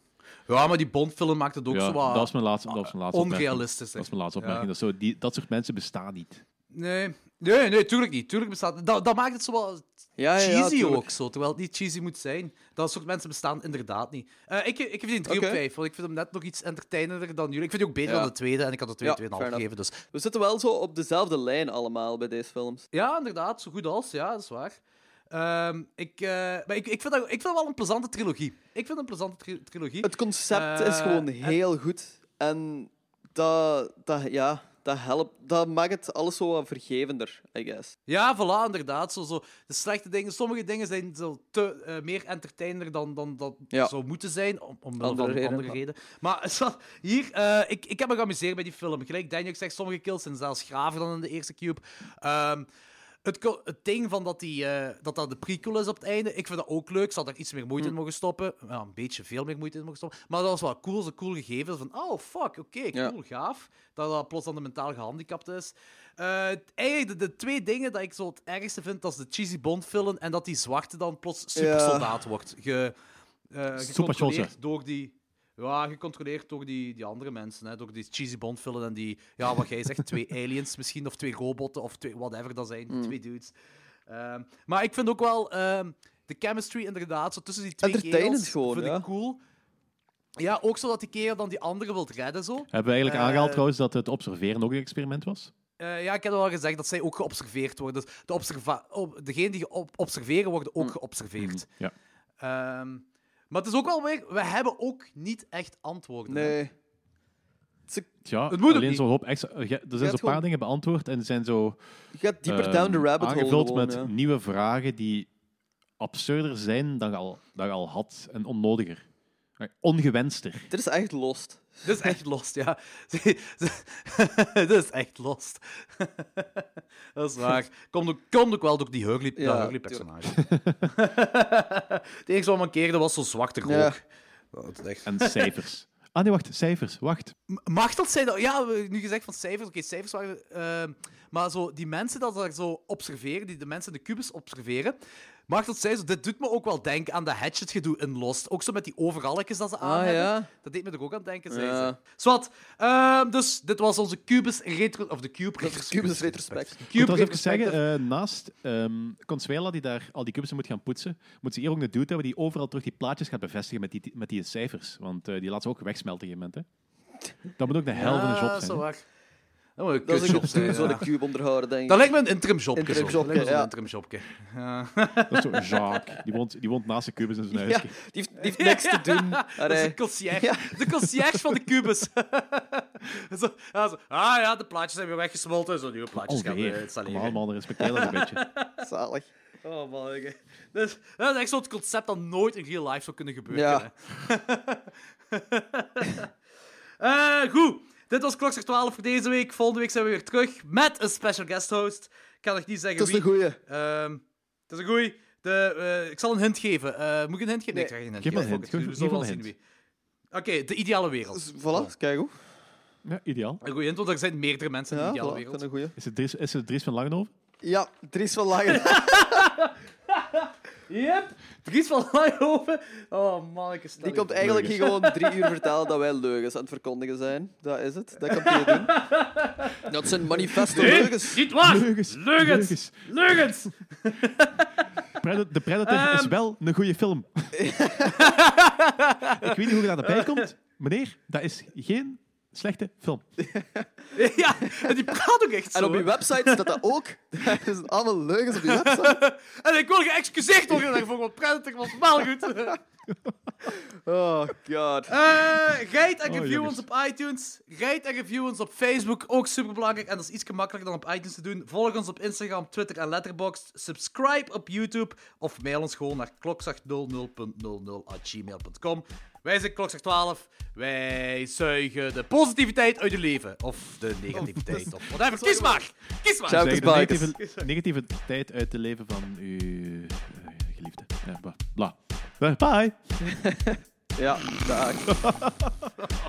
Speaker 7: Ja, maar die Bondfilm maakt het Mm. ook
Speaker 6: Ja,
Speaker 7: zo wat... ah,
Speaker 6: dat is mijn laatste, dat is mijn laatste opmerking.
Speaker 7: onrealistisch.
Speaker 6: Dat is mijn laatste opmerking. Dat, is zo, die, dat soort mensen bestaan niet.
Speaker 7: Nee. nee, nee, tuurlijk niet. Tuurlijk bestaat... dat, dat maakt het zo wel
Speaker 8: Ja, ja, ja,
Speaker 7: cheesy
Speaker 8: tuurlijk.
Speaker 7: ook, zo, terwijl het niet cheesy moet zijn. Dat soort mensen bestaan inderdaad niet. Eh, ik, ik vind die 3 op
Speaker 8: Oké.
Speaker 7: 5, want ik vind hem net nog iets entertainender dan jullie. Ik vind die ook beter
Speaker 8: Ja.
Speaker 7: dan de tweede, en ik had de
Speaker 8: Ja,
Speaker 7: tweede 2,5
Speaker 8: fair
Speaker 7: gegeven. Dus.
Speaker 8: We zitten wel zo op dezelfde lijn allemaal bij deze films.
Speaker 7: Ja, inderdaad, zo goed als. Ja, dat is waar. Ehm, ik, eh, maar ik, ik, vind dat, ik vind dat wel een plezante trilogie. Ik vind het een plezante tri- trilogie.
Speaker 8: Het concept
Speaker 7: Eh,
Speaker 8: is gewoon
Speaker 7: en-
Speaker 8: heel goed. En dat, dat, ja, dat helpt. Dat maakt het alles zo wat vergevender, I guess.
Speaker 7: Ja, voilà, inderdaad. Zo, zo, de slechte dingen, sommige dingen zijn zo te, eh, meer entertainer dan, dan dat
Speaker 8: Ja.
Speaker 7: zou moeten zijn, om, omwille
Speaker 8: Andere
Speaker 7: van
Speaker 8: reden,
Speaker 7: andere
Speaker 8: ja.
Speaker 7: reden. Maar is dat- hier, eh, ik, ik heb me geamuseerd bij die film. Gelijk Daniel zegt, sommige kills zijn zelfs graver dan in de eerste Cube. Ehm, het, ko- het ding van dat, die, eh, dat dat de prequel is op het einde, ik vind dat ook leuk. Ze hadden er iets meer moeite in mogen stoppen. Ja, een beetje veel meer moeite in mogen stoppen. Maar dat was wel cool. Dat was een cool gegeven. Van, oh, fuck, oké,
Speaker 8: Ja.
Speaker 7: cool, gaaf. Dat dat plots dan de mentaal gehandicapt is. Eh, eigenlijk de, de twee dingen dat ik zo het ergste vind, dat is de cheesy Bond film en dat die zwarte dan plots supersoldaat wordt. Ge, eh, gecontroleerd
Speaker 6: Supersoldaat.
Speaker 7: door die... Ja, gecontroleerd door die, die andere mensen. Hè? Door die cheesy Bond film en die... Ja, wat jij zegt, twee aliens misschien, of twee robotten, of twee, whatever dat zijn, die
Speaker 8: Mm.
Speaker 7: twee dudes. Ehm, maar ik vind ook wel ehm, de chemistry inderdaad, zo tussen die twee
Speaker 8: Entertainend
Speaker 7: kerels,
Speaker 8: gewoon,
Speaker 7: vind
Speaker 8: ja.
Speaker 7: ik cool. Ja, ook zo dat die kerel dan die andere wilt redden, zo.
Speaker 6: Hebben we eigenlijk
Speaker 7: Eh,
Speaker 6: aangehaald trouwens dat het observeren ook een experiment was?
Speaker 7: Eh, ja, ik heb al gezegd dat zij ook geobserveerd worden. Dus de observa- op, degene die geop- observeren, worden
Speaker 8: Mm.
Speaker 7: ook geobserveerd.
Speaker 6: Ja.
Speaker 8: Mm-hmm.
Speaker 7: Ehm, maar het is ook wel weer... We hebben ook niet echt antwoorden. hè.
Speaker 8: Nee.
Speaker 6: Tja,
Speaker 7: Het moet ook
Speaker 6: alleen
Speaker 7: niet.
Speaker 6: zo'n hoop extra... eh, ja, Er zijn zo'n
Speaker 8: gewoon-
Speaker 6: paar dingen beantwoord en er zijn zo...
Speaker 8: Je gaat dieper
Speaker 6: ehm,
Speaker 8: down the rabbit hole.
Speaker 6: aangevuld
Speaker 8: gewoon,
Speaker 6: met
Speaker 8: ja.
Speaker 6: nieuwe vragen die absurder zijn dan je al, dan je al had en onnodiger. Eh, Ongewenster.
Speaker 8: Dit is echt lost.
Speaker 7: Dit is echt lost, ja. Dit is echt lost. dat is waar. Komt ook, komt ook wel door die Hurley,
Speaker 8: Ja,
Speaker 7: personage. Het enige wat mankeerde was zo'n zwarte rook.
Speaker 8: Ja.
Speaker 7: Dat is echt...
Speaker 6: En cijfers. ah nee, wacht. Cijfers. Wacht.
Speaker 7: M- Mag dat zijn? dat- Ja, we- nu gezegd van cijfers. Oké, cijfers waren. ehm, maar zo, die mensen dat daar zo observeren, die de mensen in de kubus observeren. Mag dat zijn? Zo, dit doet me ook wel denken aan de Hatchet-gedoe in Lost. Ook zo met die overalletjes dat ze aan hebben.
Speaker 8: Ah, ja.
Speaker 7: Dat deed me er ook aan denken, zei
Speaker 8: Ja.
Speaker 7: ze. Zwat, ehm, dus dit was onze Cubus retro... Of de Cube
Speaker 8: Dat is Cubus retrospect.
Speaker 6: Ik
Speaker 7: Cube
Speaker 6: moet trouwens even
Speaker 7: retrospective.
Speaker 6: zeggen, eh, naast ehm, Consuela, die daar al die kubussen moet gaan poetsen, moet ze hier ook een dude hebben die overal terug die plaatjes gaat bevestigen met die, met die cijfers. Want eh, die laat ze ook wegsmelten in een moment. Hè. Dat moet ook de hel van een
Speaker 7: Ja,
Speaker 6: job
Speaker 7: dat is wel
Speaker 6: zijn. hè.
Speaker 7: Ah, waar. Dat moet een
Speaker 8: Dat is een
Speaker 7: kutjob zijn,
Speaker 8: gedoe, zo'n
Speaker 7: ja.
Speaker 8: cube onderhouden, denk ik.
Speaker 7: Dat lijkt me een interim jobje. zo.
Speaker 8: Interim
Speaker 7: Dat lijkt me
Speaker 8: jobje,
Speaker 7: zo'n
Speaker 8: ja.
Speaker 7: interim jobje.
Speaker 6: Dat is zo Jacques. Die woont, die woont naast de kubus in zijn
Speaker 8: Ja,
Speaker 6: huisje.
Speaker 8: die heeft, die heeft niks te doen.
Speaker 7: Dat is
Speaker 8: Allee.
Speaker 7: de concierge. De concierge van de kubus. zo, ja, zo, ah ja, de plaatjes zijn weer weggesmolten. Zo nieuwe plaatjes gaan we eh,
Speaker 6: Alweer. Kom
Speaker 7: installeren.
Speaker 6: aan, man. Respecteer dat een beetje.
Speaker 8: Zalig.
Speaker 7: Oh man, oké. dat, is, dat is echt zo'n concept dat nooit in real life zou kunnen gebeuren.
Speaker 8: Ja.
Speaker 7: hè. Eh, goed, dit was Klokster 12 voor deze week. Volgende week zijn we weer terug met een special guest host. Ik kan nog niet zeggen
Speaker 8: Dat is
Speaker 7: wie.
Speaker 8: een goeie.
Speaker 7: Ehm, dat is een goeie. De, eh, ik zal een hint geven. Eh, moet ik een hint geven? Nee, ik
Speaker 8: Nee.
Speaker 7: krijg geen hint.
Speaker 6: Geef maar
Speaker 7: Fuck
Speaker 6: een hint.
Speaker 7: it.
Speaker 6: Geef-
Speaker 7: We zullen
Speaker 6: geef
Speaker 7: wel
Speaker 6: een
Speaker 7: zien
Speaker 6: hint.
Speaker 7: wie. Oké, de ideale wereld.
Speaker 8: Dus, voilà, kijk hoe.
Speaker 6: Ja, ideaal.
Speaker 7: Een goede hint, want er zijn meerdere mensen in
Speaker 8: Ja,
Speaker 7: de ideale
Speaker 8: voilà, ik vind
Speaker 7: wereld.
Speaker 8: een goeie.
Speaker 6: Is het Dries, is het Dries van Langenhoven?
Speaker 8: Ja, Dries van Lager.
Speaker 7: Yep, Dries van Laaihoven. Oh man, ik
Speaker 8: Die komt eigenlijk hier gewoon drie uur vertellen dat wij leugens aan het verkondigen zijn. Dat is het. Dat kan hij doen. Dat zijn manifesto leugens.
Speaker 7: Niet waar!
Speaker 6: Leugens.
Speaker 7: Ah, Leugens!
Speaker 6: Leugens.
Speaker 7: Leugens!
Speaker 6: Predat- de Predator is
Speaker 7: Ehm.
Speaker 6: wel een goede film. Ik weet niet hoe je daarbij komt. Meneer, dat is geen slechte film.
Speaker 7: Ja, en die praat ook echt zo.
Speaker 8: En op uw website staat dat ook. Dat zijn allemaal leugens op uw website.
Speaker 7: En ik wil geëxcuseerd worden daarvoor, want prettig was wel goed.
Speaker 8: Oh god.
Speaker 7: Eh rate en
Speaker 6: Oh,
Speaker 7: review
Speaker 6: jongens.
Speaker 7: ons op iTunes. Rate en review ons op Facebook, ook superbelangrijk. En dat is iets makkelijker dan op iTunes te doen. Volg ons op Instagram, Twitter en Letterboxd. Subscribe op YouTube. Of mail ons gewoon naar klokzacht00.00.gmail.com Wij zijn Klokzacht12. Wij zuigen de positiviteit uit je leven. Of de negativiteit, of whatever. Kies maar! Kies maar!
Speaker 8: Ciao.
Speaker 6: Zeg, de
Speaker 8: Bakers.
Speaker 6: negatieve, negatieve tijd uit het leven van uw eh, geliefde. Ja, bla. bla. Bye.
Speaker 8: Ja, dag.